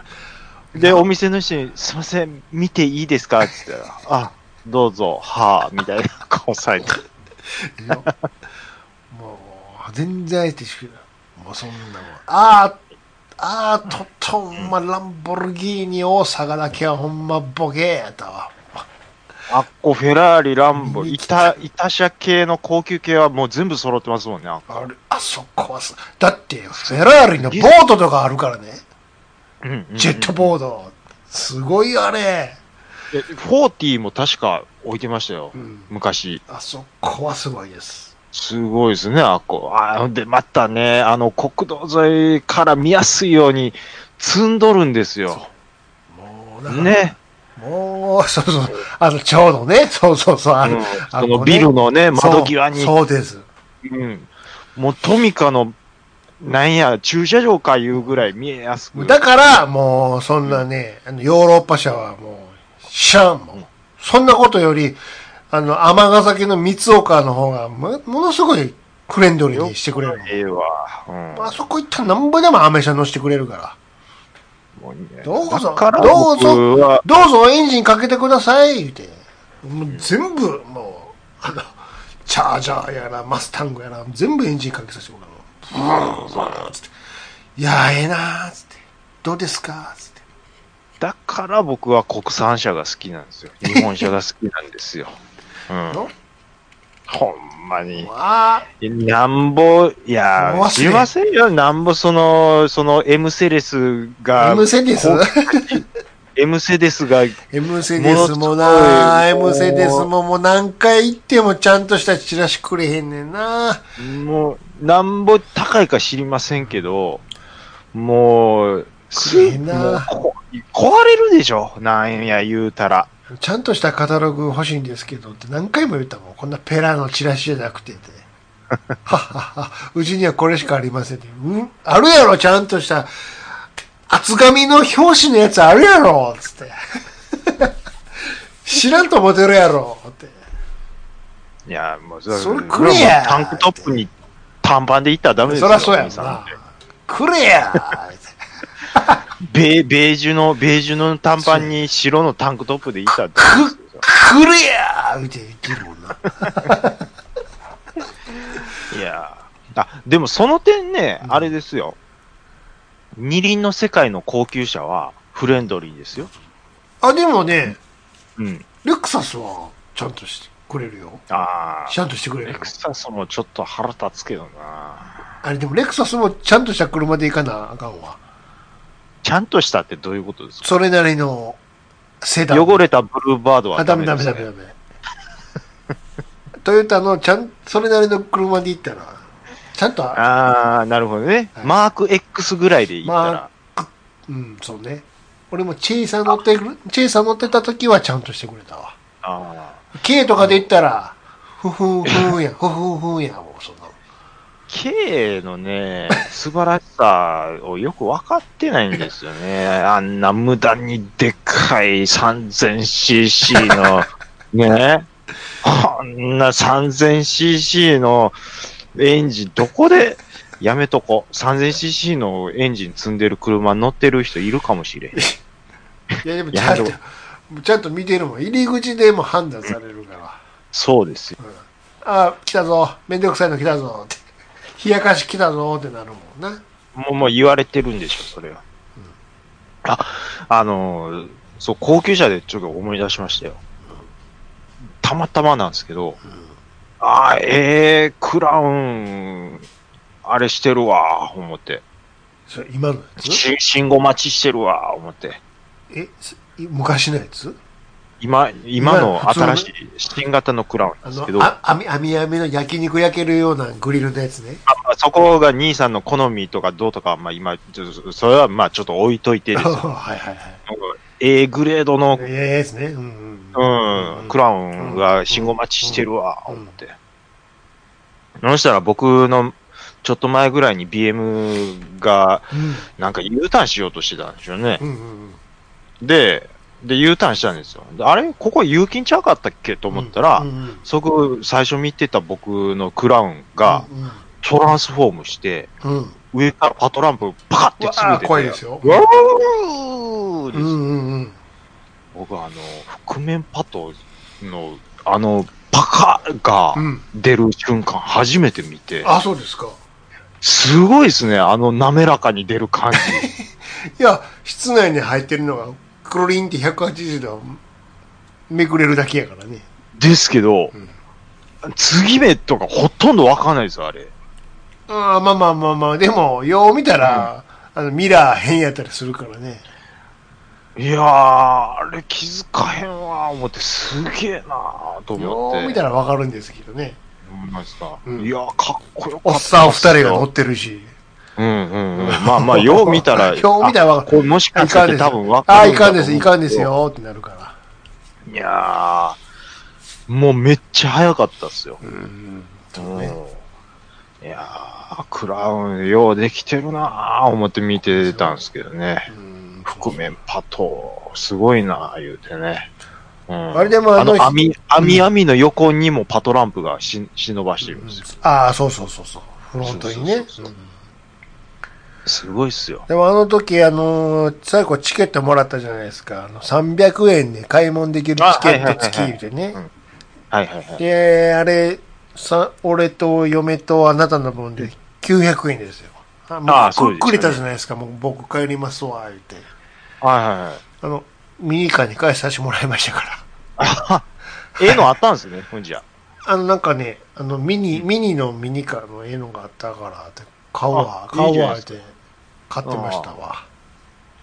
A: 違
B: で、お店の人に、すいません、見ていいですかって言ったら、あ、どうぞ、はぁ、みたいな顔されて。
A: うよ。 もう、全然相手してくれない。もうそんなもん。アート、アートと、ほんま、ランボルギーニ大阪だけはほんまボケやったわ。
B: あっこ、フェラーリ、ランボ、イタ、イタ車系の高級系はもう全部揃ってますもんね。
A: あれあそこはさ、だって、フェラーリのボートとかあるからね。
B: うんうんうん
A: ジェットボード。すごいあれ。
B: えフォーティーも確か置いてましたよ。
A: うん
B: 昔。
A: あそこはすごいです。
B: すごいですね、あっこ。あほんで、またね、あの、国道沿いから見やすいように積んどるんですよ。
A: もう、だから
B: ね。
A: もう、そうそう。あの、ちょうどね、そうそうそう。あの、
B: うん
A: あ
B: そのビルのね、
A: ね
B: 窓際に。
A: そうそうです。
B: うんもうトミカの、なんや、駐車場かいうぐらい見えやすく。
A: だから、もう、そんなね、あの、ヨーロッパ車はもう、知らんもん。そんなことより、あの、天ヶ崎の三岡の方が、もものすごいフレンドリーにしてくれるもん
B: ええわ。うん。
A: あそこ行ったらなんぼでもアメ車乗してくれるから。
B: もうね
A: どうぞ
B: だから
A: どうぞ
B: 僕は、
A: どうぞエンジンかけてくださいって。もう全部、もう、あの、チャージャーやら、マスタングやら、全部エンジンかけさせてもらう。ブーンブーンつって。いやー、ええなーつって。どうですかつって。
B: だから僕は国産車が好きなん ですよ。日本車が好きなんですよ。うん
A: の。
B: ほんまに。
A: あ
B: なんぼ、いや
A: 思わ、せ
B: 知りませんよ。なんぼ、その、その、M セレスが、
A: ー、M セデス
B: こう M セデスが、
A: M セデスもなー、
B: も
A: M
B: のすごい
A: セデスももう何回行ってもちゃんとしたチラシくれへんねんな
B: もう、なんぼ高いか知りませんけど、もう、す
A: ええな
B: もうこ壊れるでしょ。なんや言うたら。
A: ちゃんとしたカタログ欲しいんですけどって何回も言ったもん。こんなペラのチラシじゃなくてて。 ははは、うちにはこれしかありませんね。うんあるやろ、ちゃんとした。厚紙の表紙のやつあるやろつって。 知らんと思てるやろって。
B: いや、もう、
A: それくれや
B: タンクトップに短パンで行ったらダメです
A: そ
B: よ。
A: らそうや
B: お
A: ん
B: 兄さんっ
A: な
B: て。
A: くれや
B: ベベージュの、ベージュの短パンに白のタンクトップでいたって。
A: くれやみたいに言ってるもんな。
B: いやーあ、でもその点ね、あれですよ。二輪の世界の高級車はフレンドリーですよ。
A: あ、でもね、
B: うん。
A: レクサスはちゃんとしてくれるよ。
B: あ
A: ちゃんとしてく
B: あ。
A: れる
B: レ
A: よ
B: ク。サスもちょっと腹立つけどな。
A: あれでもレクサスもちゃんとした車で行かなあかんわ。
B: ちゃんとしたってどういうことですか
A: それなりのセダン。
B: 汚れたブルーバードは
A: あ、ダ
B: ダ
A: メ
B: メ
A: ダ
B: で
A: メ
B: す、
A: ダメダメ。トヨタのちゃん、それなりの車で行ったら、ちゃんと、
B: ああ、なるほどね。
A: はい
B: マーク X ぐらいでいったら
A: マ。うん、そうね。俺もチェイサー乗ってる、チェイサー乗ってた時はちゃんとしてくれたわ。
B: ああ。
A: K とかで行ったら、ふふんふんや、ふふんふんや、もうそんな。
B: K のね、素晴らしさをよく分かってないんですよね。あんな無駄にでっかい 3000cc の、ね、こんな 3000cc のエンジン、どこで、やめとこ。3000cc のエンジン積んでる車乗ってる人いるかもしれん。
A: いや、でもちゃん
B: い
A: と
B: や、
A: ちゃんと見てるもん。入り口でも判断されるから。
B: そうですよ。
A: あ、来たぞ。めんどくさいの来たぞ。って。冷やかし来たぞってなるもんな。
B: もう、もう言われてるんでしょ、それは。あ、あのーそう、高級車でちょっと思い出しましたよ。たまたまなんですけど、あーええクラウン、あれしてるわ、思って。
A: それ今のやつ
B: し信号待ちしてるわ、思って。
A: え、すい昔のやつ
B: 今、今の
A: 今の普通の
B: 新しい新型のクラウンな
A: あ
B: んです
A: の
B: けど、、あ
A: あ、網、網網の焼肉焼けるようなグリルのやつね。
B: まあそこが兄さんの好みとかどうとか、まあ今、ちょっとそれはまあちょっと置いといてで すよ。
A: はいはいは
B: A グレードの
A: い。ええやつね。うんうん。
B: うん、クラウンが信号待ちしてるわ、
A: うん
B: 思って。そしたら僕のちょっと前ぐらいに BM が
A: うん
B: なんか U ターンしようとしてたんですよね。
A: うんうん
B: で、で U ターンしたんですよ。であれここ有金ちゃうかったっけと
A: うん。
B: 思ったら、
A: うんうん
B: そこ最初見てた僕のクラウンがトランスフォームして、
A: うんうん。
B: 上からパトランプパカって詰めて
A: わあ怖いですよ
B: うわーです
A: うんうんうん。
B: 僕はあの、覆面パトの、あの、パカ
A: う
B: が
A: ん。
B: 出る瞬間初めて見て、
A: あ、そうですか。
B: すごいですね、あの滑らかに出る感 じ。
A: いや、室内に入ってるのが、クロリンって180度めくれるだけやからね。
B: ですけど
A: うん、
B: 継ぎ目とかほとんどわかんないですよ、あれ。
A: ああ、まあまあまあまあ、でも、よう見たら、あの、ミラー変やったりするからね。
B: いやー、あれ気づかへんわ、思って、すげえなーと思
A: よ
B: って。
A: う見たらわかるんですけどね。
B: 思いました。
A: うん
B: いやー、かっこよか
A: お
B: った
A: っ
B: す
A: さん二人が乗
B: よ
A: ってるし。
B: うんうんうん。まあまあ、よう見たら、
A: よう見たらわ
B: あ
A: か
B: これ
A: る。
B: もしか
A: い
B: し
A: かん
B: て
A: です
B: 多分わ
A: よ。
B: か
A: あ
B: るん
A: あ、
B: だ
A: い
B: と
A: か
B: 思
A: ん
B: う
A: です、いかんですよ、ってなるから。
B: いやー、もうめっちゃ早かったっすよ。
A: うん。
B: うんいやー、クラウンようできてるなー思って見てたんですけどね。覆面パト、すごいなー言うてね。うん
A: あれでもあ
B: あ
A: の
B: の、網、網網の横にもパトランプがし忍ばしてるんですよ。
A: ああ、そうそうそうそう。フロントにね。
B: そうそうそうそうすごいっすよ。
A: でもあの時、あのー最後チケットもらったじゃないですか。あの300円で買い物できるチケット付きでね。
B: はいはいはい。
A: で、あれ、さ、俺と嫁とあなたの分で900円ですよ。あ、も
B: ああそう
A: う
B: で
A: くっ
B: す
A: くれたじゃないですか。もう僕帰りますわ、言って。
B: はいはいはい。
A: あの、ミニカーに返させてもらいましたから。
B: あはええのあったんですね、ほんじゃ。
A: あの、なんかね、あの、ミニ、ミニのミニカーの絵のがあったから、って買うわ
B: あ、
A: 買
B: いういじゃ
A: わ、
B: ない
A: っ
B: ですか
A: て、買ってましたわ。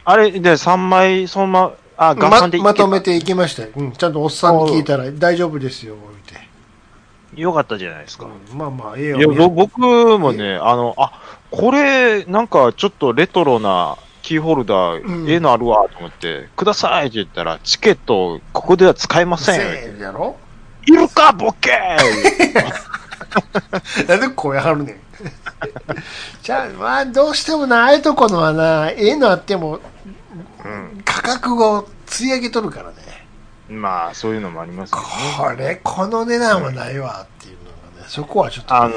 B: あれ、で、3枚、そのま、あ、合
A: ま
B: 算でいけた
A: まとめていきましたよ。うん、ちゃんとおっさんに聞いたら大丈夫ですよ、言うて。
B: よかったじゃないですか。
A: うんまあまあ、ええ
B: いや、
A: よ。
B: ぼ僕もね、あの、あ、これ、なんかちょっとレトロなキーホルダ
A: うん
B: ー、ええのあるわ、と思って、くださいって言ったら、チケット、ここでは使えませんよ。
A: せーやろ
B: いるか、ボケー
A: なんで声張るねん。じゃあ、まあ、どうしてもな、ああいうとこのはな、ええのあっても、価格を釣り上げとるからね。
B: まあ、そういうのもありますよね。
A: これ、この値段はないわ、っていうのがね、そこはちょっと。
B: あ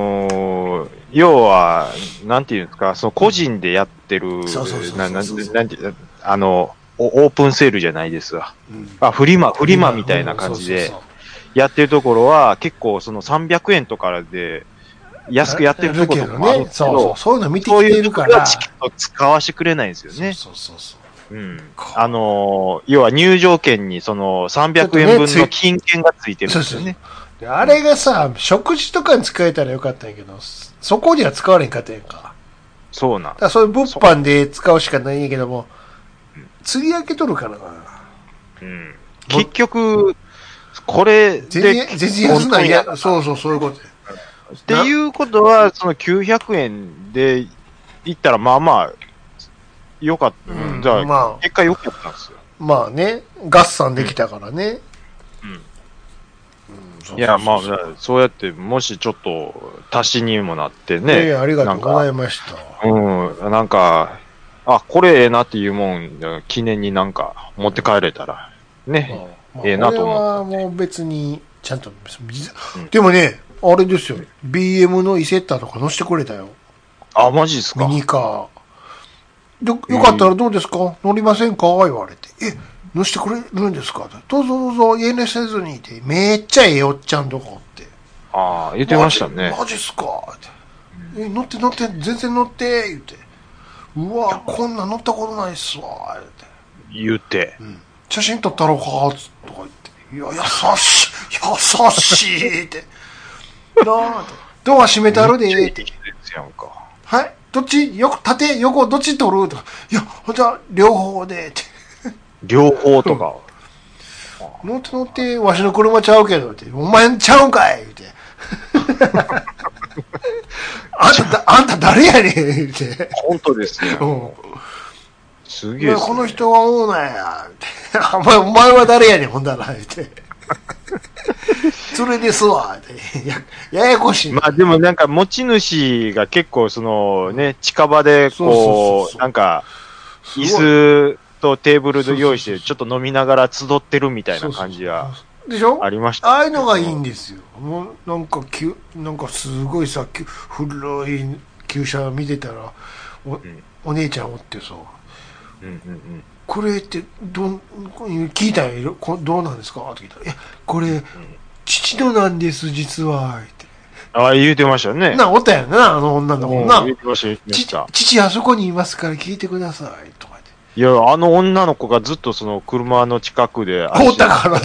B: のー要は、なんていうんですか、その個人でやってる、
A: そうそうそうそう
B: ななんなんてあの、おオープンセールじゃないですわ。
A: うん
B: あ、フリマ、フリマみたいな感じ
A: うんそう
B: で
A: そうそう
B: やってるところは、結構その300円とかで安くやってるところとかもあるん
A: ね
B: で。すけ
A: そうそう
B: ど、
A: そういうの見てき
B: そうい
A: て
B: う
A: る
B: とこ
A: か
B: ろは
A: ら。
B: チケット使わしてくれないんですよね。
A: そうそうそ
B: う
A: う
B: ん。あのー要は入場券にその300円
A: ちょっ
B: 分
A: とね
B: の金券がついてるんですよね。
A: であれがさ、食事とかに使えたらよかったんやけど、そそこには使われんかったやんか。だか
B: そうなん。
A: らそういう物販で使うしかないんやけども、釣り上げとるからな。
B: うん結局、これ
A: 全
B: で
A: 然、、全然安ない
B: や
A: や。そうそう、そういうことや。
B: っていうことは、その900円で行ったら、まあまあ、よかった。
A: うん
B: じゃあ、
A: まあ
B: 結果良かったんですよ。
A: まあね、合算できたからね。
B: うん
A: うんそうそうそう
B: いや、まあ、じゃあそうやって、もしちょっと、足しにもなってね。
A: いやいやありがとうござ
B: い
A: いました。
B: ます。うん、なんか、あ、これええなっていうもん、記念になんか持って帰れたら、ね。
A: まあ
B: ええなと思った
A: これはもう別に、ちゃんと、でもね、あれですよ、BM のイセッターとか乗せてくれたよ、
B: あ、マジです
A: ミ
B: か。
A: ニカー。よよかったらどうですか、乗りませんか言われて。え、乗せてくれるんですかどうぞどうぞ、遠慮せずにって。めっちゃええおっちゃんとかおって。
B: ああ、言ってましたね
A: マジ。マジっすかって。え、乗って乗って、全然乗って、言って。うわ、こんなん乗ったことないっすわ、言って。
B: 言うて。
A: 写真撮ったろうかつとか言って、いや、優しい、優しいって。なあと。ドア閉めたるでって。
B: やんか。
A: はいどっち横、縦、横、どっち撮るとか。いや、ほんとは両方でって。
B: 両方とか。
A: 乗って乗って、わしの車ちゃうけどって。お前ちゃうんか いって。あんただ、あんた誰やねん って。
B: 本当ですね。
A: うん
B: す
A: い
B: げえっ
A: や
B: すね。
A: この人はオーナーや。 お前、お前は誰やねん、ほんだら、言って。それですわ、って。や、ややこしいな。
B: まあでもなんか持ち主が結構そのね、近場で
A: そうそうそう
B: こ
A: そう
B: う、なんか、
A: すごい
B: 椅子とテーブル
A: そうそう
B: で
A: そう
B: 用意して、ちょっと飲みながら集ってるみたいな感じは
A: でしょ
B: ありました。
A: ああいうのがいいんですよ。もう、なんか、きゅなんかすごいさ、きゅ古い旧車見てたら、お、
B: ん
A: お姉ちゃんおってさ、
B: うんうんうん。
A: これって、どん、聞いたんや、こどうなんですかって聞いたら、いや、これ、父のなんです、実は、って。
B: ああ、言うてましたね。
A: な、おったやんな、あの女の
B: う
A: 子
B: ん
A: な。
B: 言うてました、言うてまし
A: 父
B: た。、
A: 父あそこにいますから聞いてください、とか
B: いや、あの女の子がずっとその車の近く で、
A: 言って。こうたから、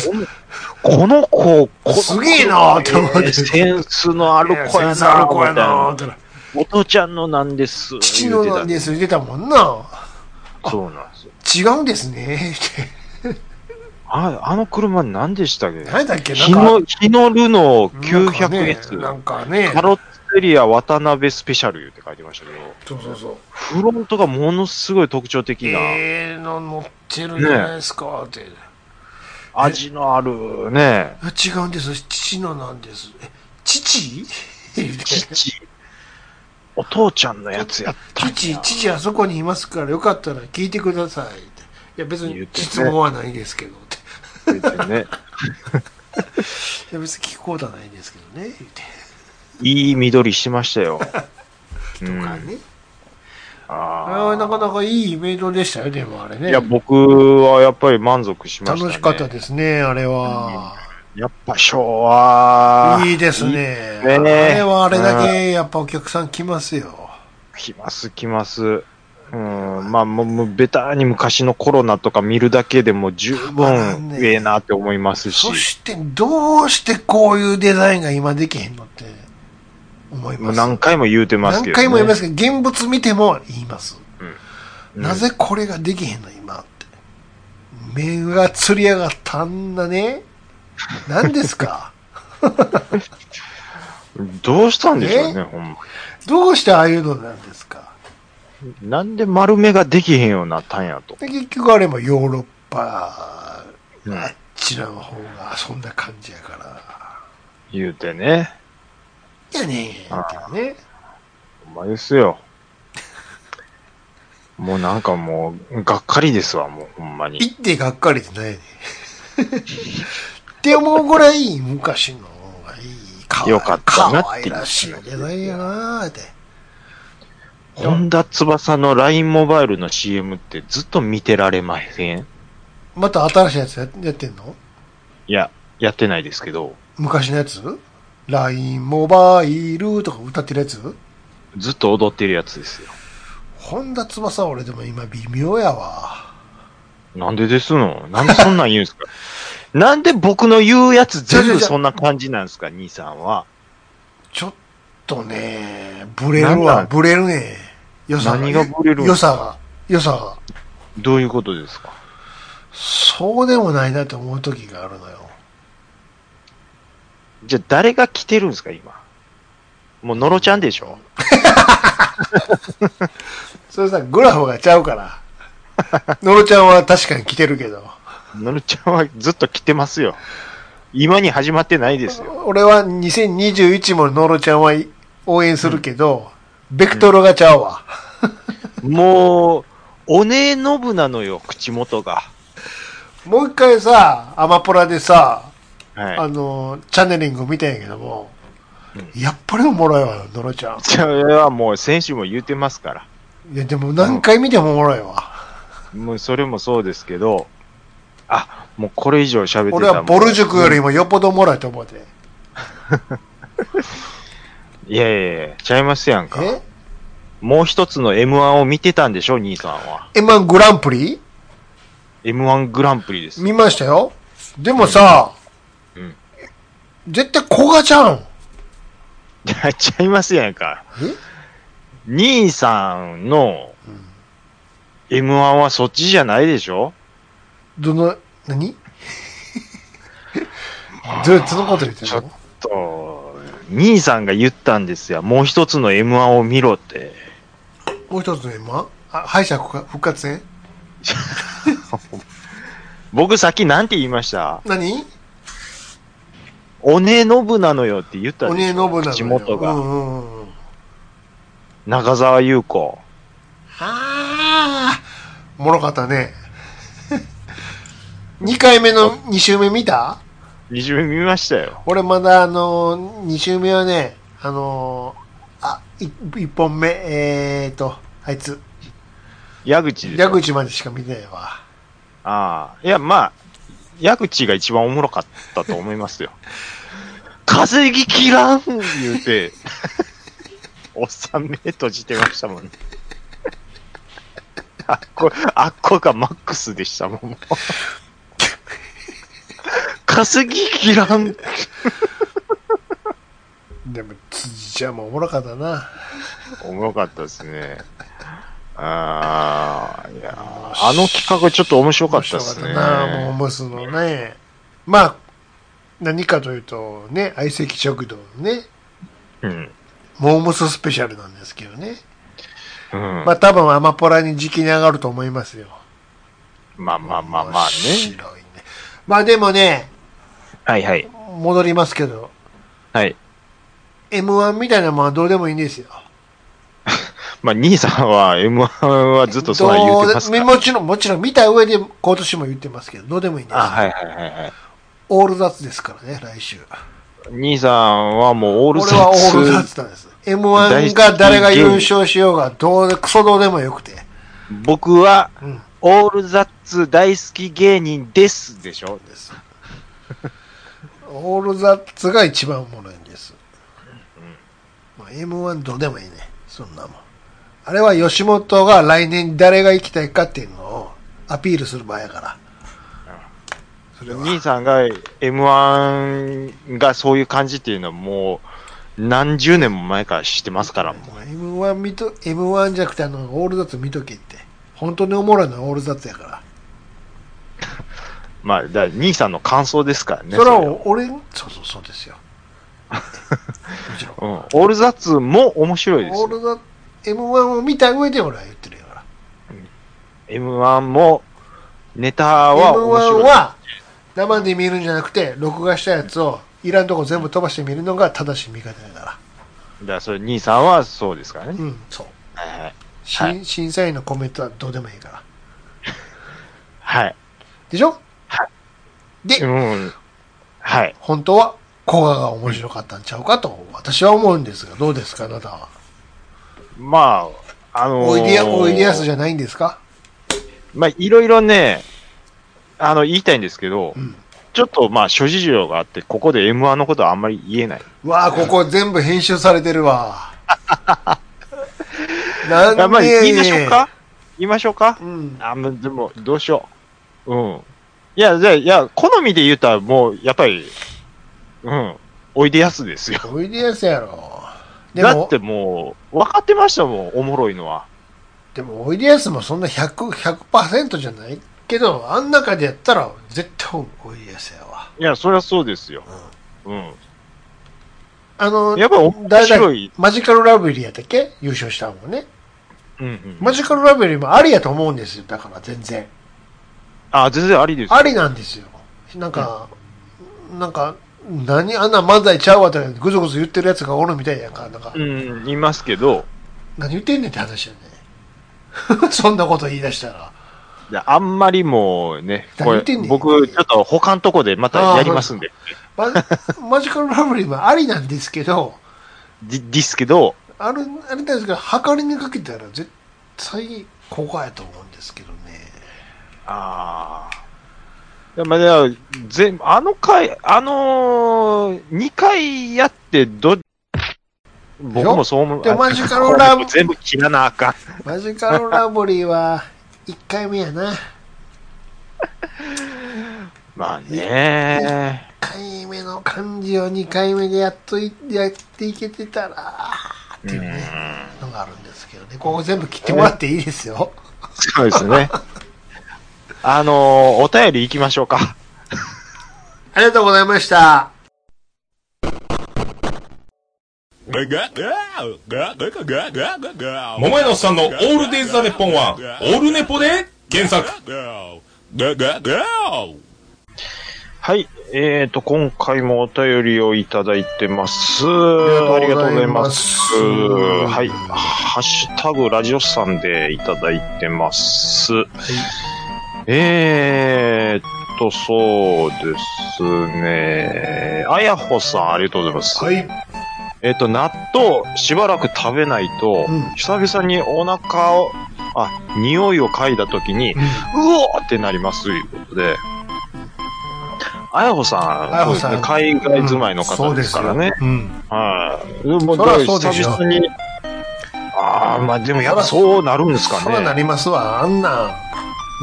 B: この子、こ
A: すげえなーって思って
B: えーセンスのある子やな
A: ある子や
B: みたい
A: な、ってな。
B: お父ちゃんのなんです。
A: 父のなんです、言ってたもんな。
B: そうなんですよ。
A: 違うんですね、 っ
B: ああの車何でしたっけ
A: て。何だっけ、なん
B: 日
A: か。
B: の、日のルノー
A: なんかね
B: 900S、
A: なん かね
B: カ、ロッツェリア渡辺スペシャルって書いてましたけど、
A: そうそうそう。
B: フロントがものすごい特徴的な、
A: ええの乗ってるじゃないですか、って。
B: 味のあるね、
A: あ違うんです、父のなんです。え、父父、
B: 父、お父ちゃんのやつやったんや。
A: 父あそこにいますからよかったら聞いてください、って。いや、別
B: 言
A: に
B: ってね
A: 質問はないですけど、って。
B: 別に ね。
A: や別に聞くことはないんですけどね、言うて。
B: いい緑しました よ。と
A: とかね。あれ
B: あ
A: は
B: あ
A: なかなかいいイベントでしたよ、でもあれね。
B: いや、僕はやっぱり満足しました、ね。
A: 楽しかったですね、あれは。
B: やっぱ昭和。
A: いいですね。
B: いいね
A: あれはあれだけやっぱお客さん来ますよ。
B: 来ます、来ます。うん、まあもう、もうベタに昔のコロナとか見るだけでも十分ええなって思いますし
A: そ、してどうしてこういうデザインが今できへんのって思い
B: も
A: ま
B: う
A: す。
B: 何回も言うてますけど、
A: 何
B: ね。
A: 回も言いますけど、現物見ても言います。
B: うん
A: なぜこれができへんの今って。目がつり上がったあんなね。何で すか
B: どうしたんでしょうね、
A: ね
B: ほんま。
A: どうしてああいうのなんですか
B: なんで丸目ができへんようになったんやと。
A: で結局あれもヨーロッパ、
B: うん
A: あっちらの方がそんな感じやから。
B: 言うてね。
A: いやね
B: あ
A: んってね。
B: ほんまですよ。もうなんかもう、がっかりですわ、もうほんまに。
A: 行ってがっかりじゃないね。って思うぐらい昔の方がいい。かわい
B: よかったなっていう
A: かわいらしいデザインやなーって。
B: 本田翼の LINE モバイルの CM ってずっと見てられません
A: また新しいやつややってんの
B: いや、やってないですけど、
A: 昔のやつ ?LINE モバイルとか歌ってるやつ
B: ずっと踊ってるやつですよ。
A: 本田翼俺でも今微妙やわ。
B: なんでですのなんでそんなん言うんですか なんで僕の言うやつ全部そんな感じなんですか兄さんは。
A: ちょっとね、ブレる
B: なんな
A: わ。
B: ん
A: ブレるね。良さが。
B: 何がブレるん
A: 良さが。良さが。
B: どういうことですか
A: そうでもないなって思う時があるのよ。
B: じゃあ誰が来てるんですか今。もうのろちゃんでしょ
A: それさ、グラフがちゃ うから。のろちゃんは確かに来てるけど。
B: のろちゃんはずっと来てますよ。今に始まってないですよ。
A: 俺は2021ものろちゃんはい応援するけど、ベクトルがちゃうわ。
B: もう、おねえのぶなのよ、口元が。
A: もう一回さ、アマプラでさ、あ
B: はい。
A: の、チャンネリング見たんやけども、やっぱりおもろいわよ、のろちゃん。
B: それはもう先週も言うてますから。
A: いや、でも何回見てもおもろいわ。
B: もうそれもそうですけど、あ、もうこれ以上喋ってた
A: 俺
B: らも
A: は
B: う
A: ボル塾よりもよっぽどおもろいと思って。
B: いやいやいや、ちゃいますやんか。
A: え
B: もう一つの M1 を見てたんでしょ、兄さんは。
A: ?M1 グランプリ
B: M1 グランプリです。
A: 見ましたよ。でもさ、
B: うん
A: 絶対古賀ちゃん。
B: いや ちゃいますやんか
A: え。
B: 兄さんの
A: ん
B: M1 はそっちじゃないでしょ
A: どの、 何どうやってそのこと言ってん
B: ちょっ
A: の
B: と、兄さんが言ったんですよ。もう一つの M1 を見ろって。
A: もう一つの M1? あ、敗者復活復活戦
B: 僕さっきなんて言いました
A: 何
B: おねえのぶなのよって言った
A: お
B: でし
A: 姉信
B: ょ
A: 長のよ。
B: 口元が。
A: うんうんうん。
B: 中澤優子。
A: あー、もろかったね。2回目の2周目見た
B: 二重見ましたよ。
A: 俺まだあのー、2周目はね、あのー、あ、い1本目、えーと、あいつ、
B: 矢口です。
A: 矢口までしか見てないわ。
B: ああ。いや、まあ、矢口が一番おもろかったと思いますよ。 稼ぎ切らん言うて、 おっさん目閉じてましたもんね。 あっこ、あっこがマックスでしたもん。 もう稼ぎ切らん。
A: でも、辻ちゃんもおもろかったな。
B: おもろかったですね。ああ、いや、あの企画ちょっと面白かったですね。
A: 面白かったなモームスのね。まあ、何かというと、ね、相席食堂のね、
B: うん。
A: モームススペシャルなんですけどね。
B: うん。
A: まあ多分アマポラに時期に上がると思いますよ。
B: まあまあまあまあ
A: 面
B: ね。
A: 白いね。まあでもね、
B: はいはい。
A: 戻りますけど、
B: はい。
A: M1 みたいなものはどうでもいいんですよ。
B: まあ、兄さんは M1 はずっとそんな言
A: ど
B: う
A: う
B: て
A: で
B: ますから。
A: もちろん、もちろん見た上で今年も言ってますけど、どうでもいいんです。
B: あ、はいはいはいはい。
A: オール雑ですからね、来週。
B: 兄さんはもうオール
A: 俺
B: ザ
A: はオ
B: ッ
A: ール
B: ツ。
A: 雑なんです。M1 が誰が優勝しようが、どうで、クソどうでもよくて。
B: 僕は
A: うん。
B: オールザッツ大好き芸人ですでしょ
A: です。オールザッツが一番おもろいんです。まあ、M1 どうでもいいね。そんなもん。あれは吉本が来年誰が行きたいかっていうのをアピールする場合やから。それは。
B: 兄さんが M1 がそういう感じっていうのはもう何十年も前から知ってますからもう。
A: もう M1 見と、M1 じゃなくてあの、オールザッツ見とけって。本当におもろいのはオールザッツやから。
B: まあ、だから兄さんの感想ですからね。
A: それ
B: れは
A: は俺、そうそうそうです よ。もちろん。
B: うん、オールザッツも面白いです
A: オー
B: よ。
A: ルザ、M1 を見た上で俺は言ってるやから。
B: M1 もネタは面
A: M1
B: 白い。
A: は生で見るんじゃなくて、録画したやつをいらんとこ全部飛ばして見るのが正しい見方だか
B: だからそれ兄さんはそうですからね
A: ら。。うん、そう。
B: はいはい。
A: し
B: はい
A: 審査員のコメントはどうでもいいから。
B: はい。
A: でしょ
B: う
A: で、
B: ん。はい。
A: 本当は古賀が面白かったんちゃうかと私は思うんですが、どうですか、あなたは。
B: まあ、あのー
A: おいでや、おいでやすじゃないんですか
B: まあ、いろいろね、あの、言いたいんですけど、
A: うん
B: ちょっとまあ、諸事情があって、ここで M1 のことはあんまり言えない。
A: わあ、ここ全部編集されて るわ。な
B: あまあ、
A: んで
B: 言いましょうか言いましょうか
A: うん。
B: あ、まあでも、どうしよう。うん。いや、じゃあ、いや、好みで言うたら、もう、やっぱり、うん、おいでやすですよ。
A: おいでやすやろ。で
B: だ
A: も
B: って、もう、分かってましたもん、おもろいのは。
A: でも、おいでやすもそんな100、100%じゃないけど、あん中でやったら、絶対おいでやすやわ。
B: いや、そりゃそうですよ。うん。
A: あの、
B: やっぱ面
A: 誰だ
B: 白い。
A: マジカルラブリーやったっけ優勝したもんね。
B: うん、うん。
A: マジカルラブリーもありやと思うんですよ。だから、全然。
B: あ、全然ありですよ。
A: ありなんですよ。なんか、なんか、何あんな漫才ちゃうわってぐずぐず言ってるやつがおるみたいやんか。なんか、
B: うん、言いますけど、
A: 何言ってんねんって話やね。 そんなこと言い出したら。
B: であんまりもうね、こ
A: 何言
B: れ
A: ってんねん、
B: 僕、ちょっと他のとこでまたやりますんで、
A: ママジカルラブリーもありなんですけど、
B: でですけど、
A: あれ、あれなんですけど、測りにかけたら絶対、ここやと思うんですけどね。
B: ああ。まあ、では、全、あの回、あのー、2回やって、ど、僕もそう思う。
A: で
B: あ
A: マジカルラブ
B: これ全部切らなあかん。
A: マジカルラブリーは、1回目やな。1
B: まあね
A: 回目の感じを2回目でやっとい、やっていけてたら、っていうね、のがあるんですけどね。ここ全部切ってもらっていいですよ。
B: そうです ね。あのー、お便り行きましょうか。
A: ありがとうございました。
C: 桃屋のおっさんのオールデイズ・ザ・ネッポンは、オールネポで原作。
B: はい。えーと、今回もお便りをいただいてます。
A: あ
B: あ
A: り
B: り
A: が
B: がとうご
A: とうござ
B: ざ
A: い
B: い
A: ま
B: ますす。はい。ハッシュタグラジオスさんでいただいてます。えーと、そうですね。あやほさん、ありがとうございます。
A: はい。
B: えっと、納豆しばらく食べないと、
A: うん
B: 久々にお腹を、あ、匂いを嗅いだ時に、うおーってなりますということで、あやほさん、
A: あやほさん
B: 海外住まいの方ですからね。
A: うん。
B: はい。もう
A: そらそうでしょ
B: 久々に、ああ、まあでもやっぱそうなるんですか
A: そう
B: ね。
A: なりますわ。あんな、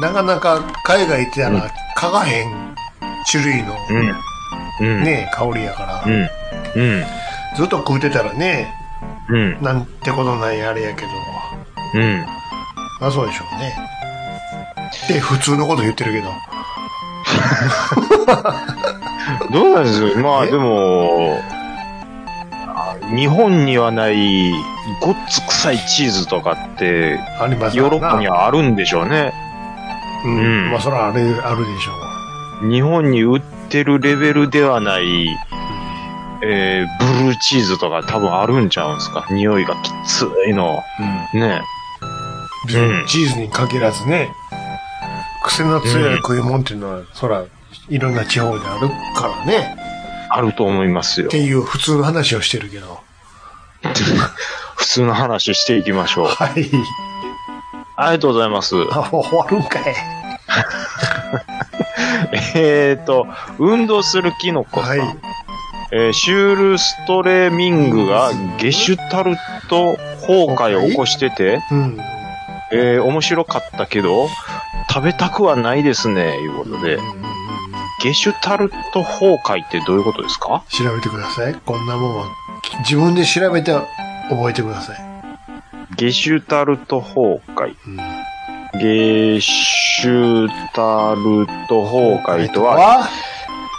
A: なかなか海外行ってたら、嗅がへん種類の、
B: うん。うん。
A: ね、香りやから。
B: うん。うん。
A: ずっと食うてたらね、
B: うん。
A: なんてことないあれやけど、
B: うん。
A: まあそうでしょうね。で、普通のこと言ってるけど、
B: どうなんですよ。まあ
A: え
B: でも、あ日本にはないごっつ臭いチーズとかって、
A: あります
B: ヨーロッパに
A: は。
B: はあるんでしょうね。
A: うん。
B: うん
A: まあそらあれ、あるでしょう。
B: 日本に売ってるレベルではない、えーブルーチーズとか多分あるんちゃうんすか匂いがきついの。ね
A: 別にチーズに限らずね、癖の強い食い物っていうのは、そら、いろんな地方であるからね。
B: あると思いますよ
A: って。いう普通の話をしてるけど。
B: 普通の話していきましょう。
A: はい。
B: ありがとうございます。
A: あ、もう終わるんかい。
B: えーと、運動するキノコさん。
A: はい。
B: えーシュールストレミングがゲシュタルト崩壊を起こしてて、
A: うん。
B: えー面白かったけど、食べたくはないですね、いうことで。ゲシュタルト崩壊ってどういうことですか
A: 調べてください。こんなもんは、き自分で調べて覚えてください。
B: ゲシュタルト崩壊。
A: うん
B: ゲシュタルト崩壊とは、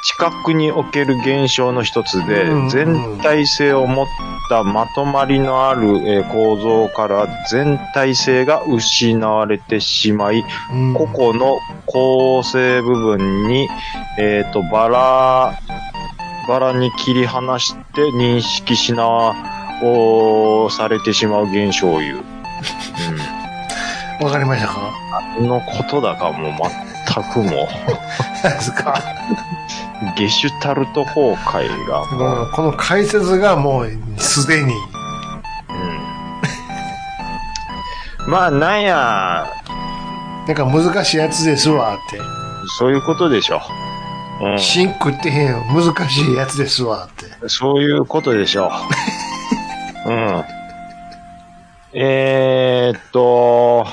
B: 地殻における現象の一つで
A: うん、
B: 全体性を持ったまとまりのあるえー構造から全体性が失われてしまい、
A: うん
B: 個々の構成部分に、えっ、と、バラ、バラに切り離して認識しな、をされてしまう現象を言う。
A: わかりましたか
B: うん、のことだかもう全くも
A: 何ですか、
B: う、ゲシュタルト崩壊が
A: う
B: もう、
A: ん、この解説がもう、すでに、
B: うんまあ、なんや、
A: なんか難しいやつですわって。
B: そういうことでしょ。う
A: シンクってへんよ。難しいやつですわって。
B: ん、そういうことでしょ。 うん。えーっと、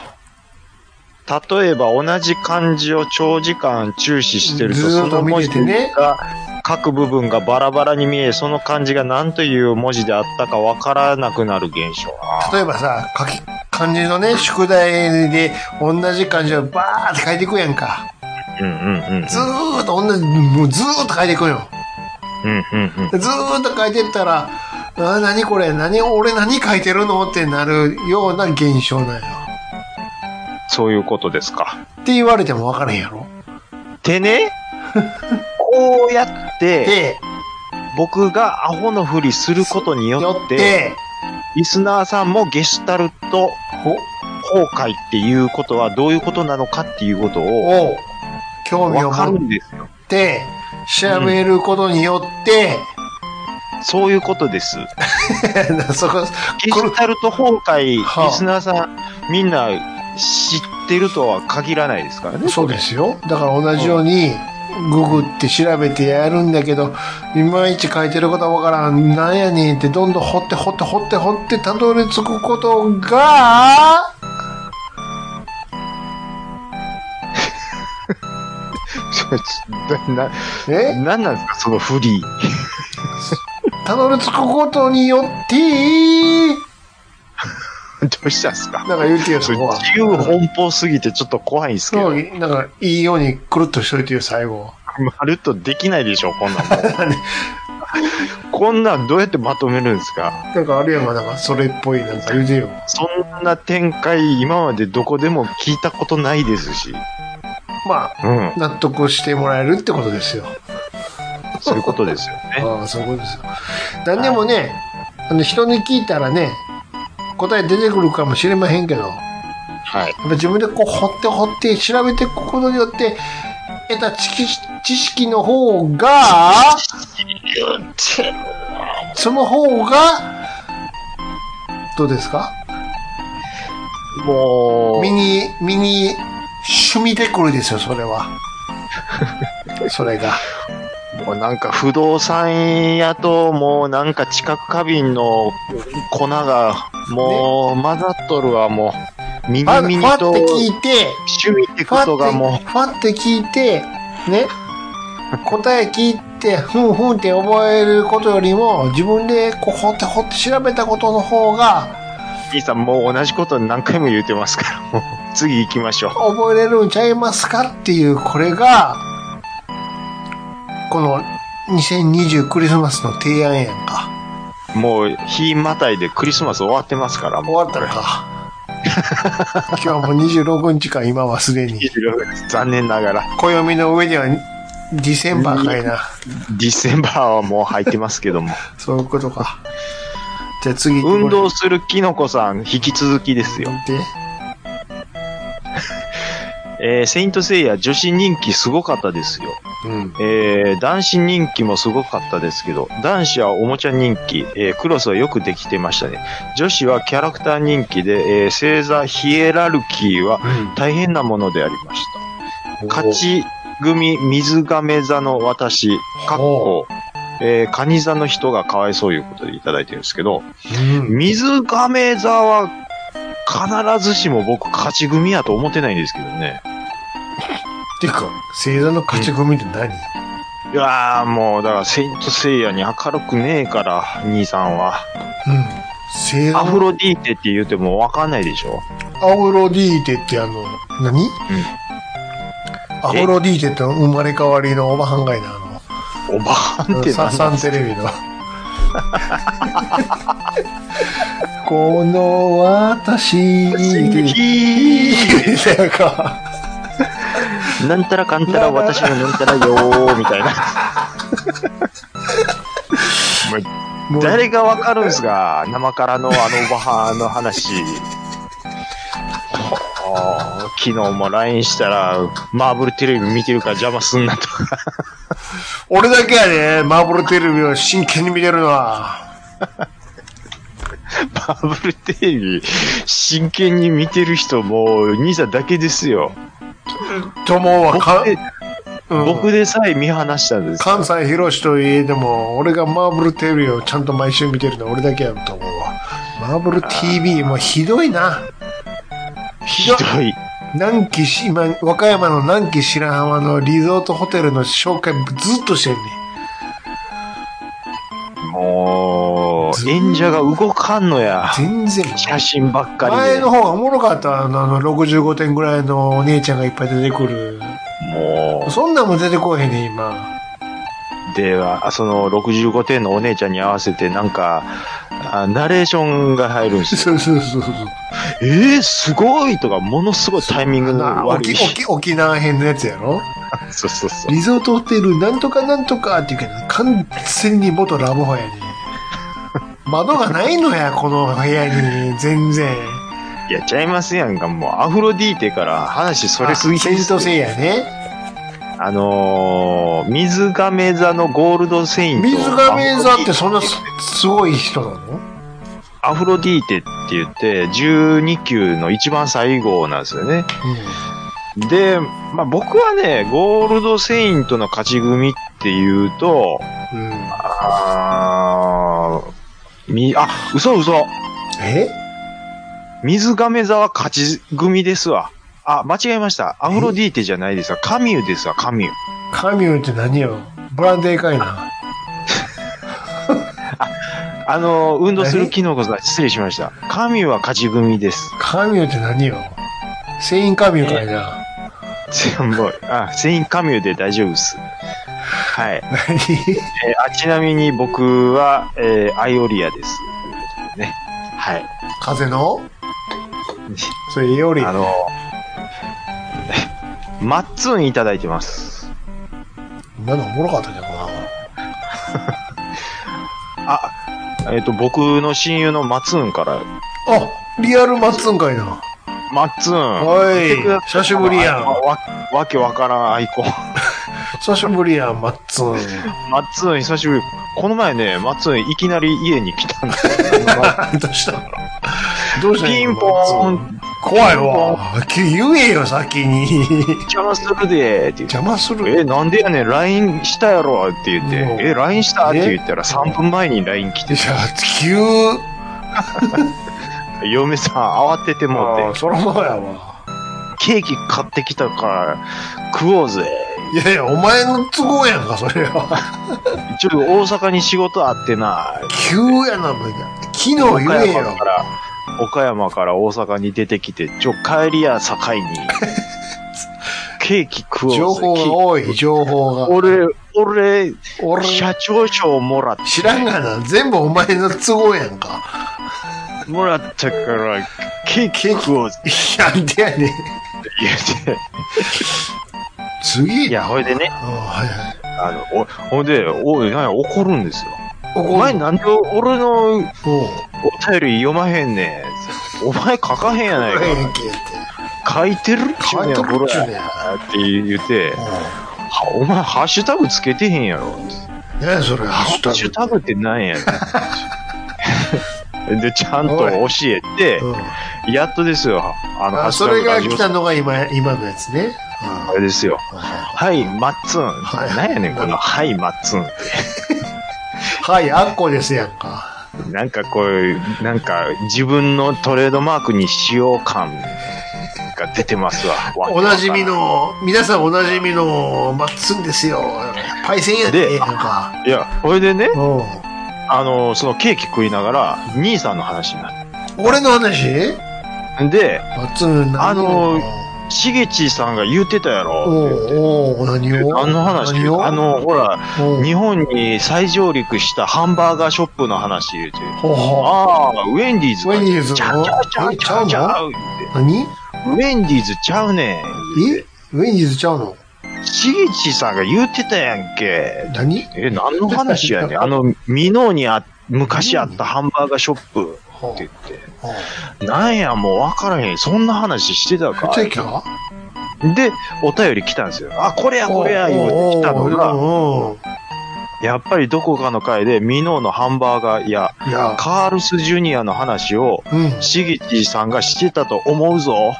B: 例えば同じ漢字を長時間注視してると、
A: ずー
B: そ
A: っと
B: の
A: 見
B: 文
A: て
B: 字
A: てね
B: が、各部分がバラバラに見え、その漢字が何という文字であったかわからなくなる現象。
A: 例えばさ、書き、漢字のね、宿題で同じ漢字をバーって書いていくやんか。
B: うんうんうん。
A: ずーっと同じ、もうずーっと書いていくよ。
B: うんうんうん。
A: ずーっと書いてったら、あー何これ何俺何書いてるのってなるような現象なんよ。
B: そういうことですか。
A: って言われても分からへんやろ。
B: って ね、こうやって、
A: で、
B: 僕がアホのふりすることによ
A: よっ
B: って、
A: て、
B: リスナーさんもゲシュタルト
A: お、
B: 崩壊っていうことはどういうことなのかっていうことを、
A: お、興味を
B: わか
A: 持
B: る
A: っ
B: んですよ。
A: て、調べることによって、
B: そういうことです。
A: そこ、
B: ゲシ
A: こ
B: ュ
A: れ、
B: タルト崩壊、リ
A: はあ
B: スナーさん、みんな知ってるとは限らないですからね。
A: そうですよ。だから同じように、ググって調べてやるんだけど、いまいち書いてることは分からん、なんやねんって、どんどん掘って掘って掘って掘ってたどり着くことが、
B: な、
A: え
B: なんなんですか、そのフリー。
A: たどり着くことによって、
B: どうしたんですか
A: なんか言うてよ、
B: そ
A: そ
B: れ
A: こは。
B: 自由奔放すぎてちょっと怖いんですけど。
A: そう、なんか、いいようにくるっとしといてよ、最後。
B: まるっとできないでしょ、こんなんもう。こんなんどうやってまとめるんですか
A: なんかあるやんか、なんか、それっぽい、なんか言うてよ。
B: そんな展開、今までどこでも聞いたことないですし。
A: まあ、
B: うん。
A: 納得してもらえるってことですよ。
B: そういうことですよ ね。
A: ああ、そういうことですよ。何でもね、あの、人に聞いたらね、答え出てくるかもしれまへんけど、やっ
B: はい。
A: ぱ自分でこう、掘って掘って、調べていくことによって、得た知識知識の方が、その方が、どうですか
B: も
A: 身に、身に、染みてくるですよ、それ は。それが。
B: う、もうなんか不動産屋と、もうなんか知覚過敏の粉が、もう混ざっとるわ、もう。
A: ファ
B: 耳
A: フ
B: 耳
A: ァ
B: と、
A: って聞
B: 趣
A: いて、
B: 味って
A: フ
B: こ
A: ァ
B: とが
A: っ
B: も
A: て、ファって聞いて、ね。答え聞いて、ふんふんって覚えることよりも、自分でこう、掘って掘って調べたことの方が、
B: う、兄さんもう同じこと何回も言うてますから、 もう、次行きましょう。
A: 覚えれるんちゃいますかっていう、これが、この、2020クリスマスの提案やんか。
B: もう、日またいでクリスマス終わってますから、
A: 終
B: も
A: わったのか。今日はもう26日か、今はすでに
B: う。。残念ながら。
A: 暦の上ではディセンバーかいな。
B: ディセンバーはもう入ってますけども。
A: そういうことか。じゃあ次。
B: 運動するキノコさん、引き続きですよ。
A: で
B: えー、セイントセイヤ女子人気すごかったですよ。
A: うん。
B: えー、男子人気もすごかったですけど、男子はおもちゃ人気、えー、クロスはよくできてましたね。女子はキャラクター人気で、えー、星座ヒエラルキーは大変なものでありました。勝ち組水亀座の私、かっこ、えー、カニ座の人がかわいそういうことでいただいてるんですけど、
A: うん。
B: 水亀座は必ずしも僕勝ち組やと思ってないんですけどね。
A: てか、星座の勝ち組って何、
B: いやーもう、だから、セイントセイヤに明るくねえから、兄さんは。
A: うん。星座
B: ア
A: の
B: フロディーテって言うてもわかんないでしょ
A: アフロディーテってあの、何、アフロディーテって生まれ変わりのおばはんがいな、あ
B: おばあんっ
A: の、
B: て
A: サ
B: 何
A: サンテレ ビの。この私 になんか、
B: なんたらかんたら私のなんたらよー、みたいな。
A: もう
B: 誰がわかるんすか生からのあのおばはんの話。あー昨日も LINE したら、マーブルテレビ見てるから邪魔すんなと か。
A: 俺だけやね、マーブルテレビを真剣に見てるのは。
B: マーブルテレビ、真剣に見てる人もう、兄さんだけですよ。
A: ともはか
B: 僕で、
A: うん
B: 僕でさえ見放したんですよ。
A: 関西広しといえども、俺がマーブルテレビをちゃんと毎週見てるのは俺だけやと思うわ。マーブル TV もうひどいな。
B: ひどい。
A: 南紀し、今、和歌山の南紀白浜のリゾートホテルの紹介ずっとしてんね
B: もう、演者が動かんのや。
A: ん。全然。
B: 写真ばっかりで。
A: 前の方がおもろかったあの、あの、65点ぐらいのお姉ちゃんがいっぱい出てくる。
B: も
A: そんなんも出てこへんねん、今。
B: う、では、その65点のお姉ちゃんに合わせて、なんか、あナレーションが入るんです よ。
A: そうそうそうそう。
B: えー、すごいとか、ものすごいタイミング
A: な
B: の悪
A: 沖
B: い。
A: 沖沖縄編のやつやろ
B: そうそうそう。
A: リゾートホテルなんとかなんとかって言うけど、完全に元ラブホやね。窓がないのや、この部屋に。全然。
B: やっちゃいますやんか、もう、アフロディーテから話それすぎ
A: あ
B: て
A: セイントセイヤね。
B: あのー、水亀座のゴールドセイント。
A: 水亀座ってそんな
B: アフロディーテ
A: すすごい人なの
B: アフロディーテって言って、12級の一番最後なんですよね。で、まあ、僕はね、ゴールドセイントの勝ち組っていうと、
A: うん。うん。
B: あーみ、あ、嘘嘘。
A: え
B: 水亀座は勝ち組ですわ。あ、間違えました。アフロディーテじゃないですわ。カミューですわ、カミュー。
A: カミューって何よブランデーかいな。
B: あの、運動するキノコさん、失礼しました。カミューは勝ち組です。
A: カミューって何よセインカミューかいな。
B: もう、あ、全員カミューで大丈夫です。はい。え
A: 何
B: ーあ、ちなみに僕は、えーアイオリアです。ということでね。はい。
A: 風のそれより
B: あ。の、マッツンいただいてます。
A: 今のおもろかったじゃん、この
B: あ、えっ、と、僕の親友のマッツンから、
A: あ、リアルマッツンかいな。
B: マッツン。
A: おい
B: 見てくださ
A: 久しぶりやん
B: あのわ、わけわからんアイコン。
A: 久しぶりやん、マッツン。
B: マッツン久しぶり。この前ね、マッツンいきなり家に来たんですよ。
A: どうしたのどうしたの
B: ピンポー
A: マッツ
B: ン、
A: 怖いわ。き言えよ、先に。
B: 邪魔するでーって言って。
A: 邪魔する。
B: え、なんでやねん、LINE したやろって言っ
A: もう
B: て、え、LINE したって言ったら3分前に LINE 来て、
A: いや、急。
B: 嫁さん慌てても
A: あ
B: う
A: あ
B: て、
A: そらそうやわ。
B: ケーキ買ってきたから食おうぜ
A: いやいや、お前の都合やんか、それは。
B: ちょっと大阪に仕事あってな。
A: 急やな、もう。昨日言
B: 岡
A: え
B: 山
A: よ
B: か。ら、岡山から大阪に出てきて、ちょ、帰りや境に、 ケーキ食おうぜ。
A: 情報が多い、情報が。
B: 俺、俺、
A: 俺、
B: 社長賞もらっ
A: 知らんがな。全部お前の都合やんか。
B: もらったから、 ケーキ食おうぜ。
A: いや、でやねん。
B: 言うて、
A: 次
B: いや、ほいでね、
A: あはいはい。
B: あの、おほいで、おい、なんや怒るんですよ。お
A: お
B: 前なんで俺のお便
A: おう。
B: り読まへんねん。お前書かへんやない
A: はい、
B: か。
A: 消えて。
B: 書いてるっちゅうねん、
A: 書いてる
B: こ
A: っちゅうねん
B: れ。って言って、はお前ハッシュタグつけてへんやろ。
A: うん。ねえ、それ、ハ
B: ハッシュタグってなんやねん で、ちゃんと教えて、
A: うん、
B: やっとですよ。あの、ハ
A: あ
B: ッシュ
A: そ
B: タグ
A: れが来た
B: ラジ
A: のが今、今のやつね。うん
B: オあれですよ。
A: は
B: はい、マッツン。
A: はい
B: なんやねん、この、はい、マッツン。
A: い、はいあんこですやんか。
B: なんかこういう、なんか自分のトレードマークに使用感が出てますわ。わ
A: おなじみ。の、皆さんおなじみの、まっつんですよ。パイセンや
B: で
A: で、なんか。
B: いや、ほいでね、
A: うん
B: あの、そのケーキ食いながら、兄さんの話にな
A: 俺の話
B: る。で、
A: まっつん、何
B: あのーしげちさんが言ってたやろ。
A: おうおう何を
B: あの話
A: 何、を
B: あの、ほら、
A: おう
B: 日本に再上陸したハンバーガーショップの話言うて。
A: ほうほ
B: ああ、ウェンディーズ
A: う。ウ
B: か。
A: ェンディーズ
B: ちゃうちゃうちゃうちゃうちゃう言う
A: 何え
B: て。ウェンディーズちゃうね
A: ウェンディーズちゃうの
B: ん。しげちさんが言ってたやんけ。
A: 何
B: え、何の話やねん。あの、ミノーにあ、昔あったハンバーガーショップ
A: ほう
B: って言って、なんや、もう分からへん。そんな話してたか。
A: テキャ
B: で、お便り来たんですよ。あ、これや、これや、言うて来たのが、やっぱりどこかの回でミノーのハンバーガーや
A: いや、
B: カールスジュニアの話を、
A: うん。
B: しぎちさんがしてたと思うぞ。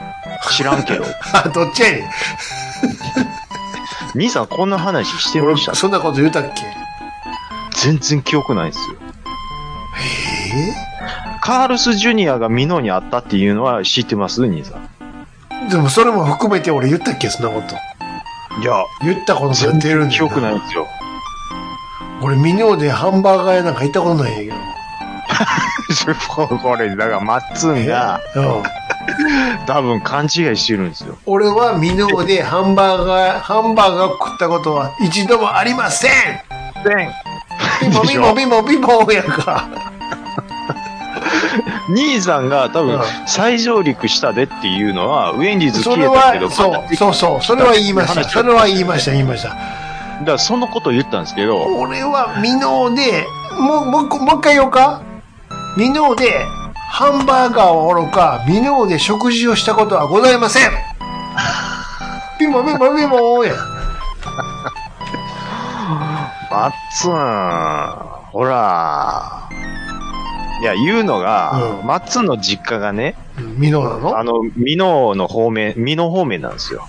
B: 知らん けど。
A: あ、 どっちやねん。
B: 兄さんこんな話してま
A: 俺、
B: した
A: そんなこと言うたっけ
B: 全然記憶ないんですよ。
A: え
B: カールスジュニアがミノーにあったっていうのは知ってます兄さん。
A: ーでもそれも含めて俺言ったっけそんなこと。
B: いや、
A: 言ったことや
B: 全
A: ってる
B: 然
A: んだ
B: 記
A: よ
B: 憶ないんです よ。
A: 俺、ミニョーでハンバーガー屋なんか行ったことないんや
B: これ、だから、マッツン
A: けど。
B: が、
A: うん
B: 多分勘違いしてるんですよ。
A: 俺はミノーでハンバーガー、ハンバーガーを食ったことは一度もありませんピンポンピンポンピンポンピンポンやんか。
B: 兄さんが、多分
A: うん、
B: 再上陸したでっていうのは、ウェンディーズ
A: そ
B: 消
A: れ
B: えたけど、
A: は、
B: まだ
A: そう、そうそう、それは言いました。
B: 話
A: それは言いました、言いました。
B: だから、そのことを言ったんですけど、
A: 俺はミノーで、もう、もう一個、もう一回言おうか。ミノーで、ハンバーガーはおろか、ミノーで食事をしたことはございません。ピンポンピンポンピンポンやん。
B: マッツン、ほら、いや、言うのが、
A: うん
B: マッツンの実家がね、
A: うんミノーなの
B: あの、ミノーの方面、ミノー方面なんですよ。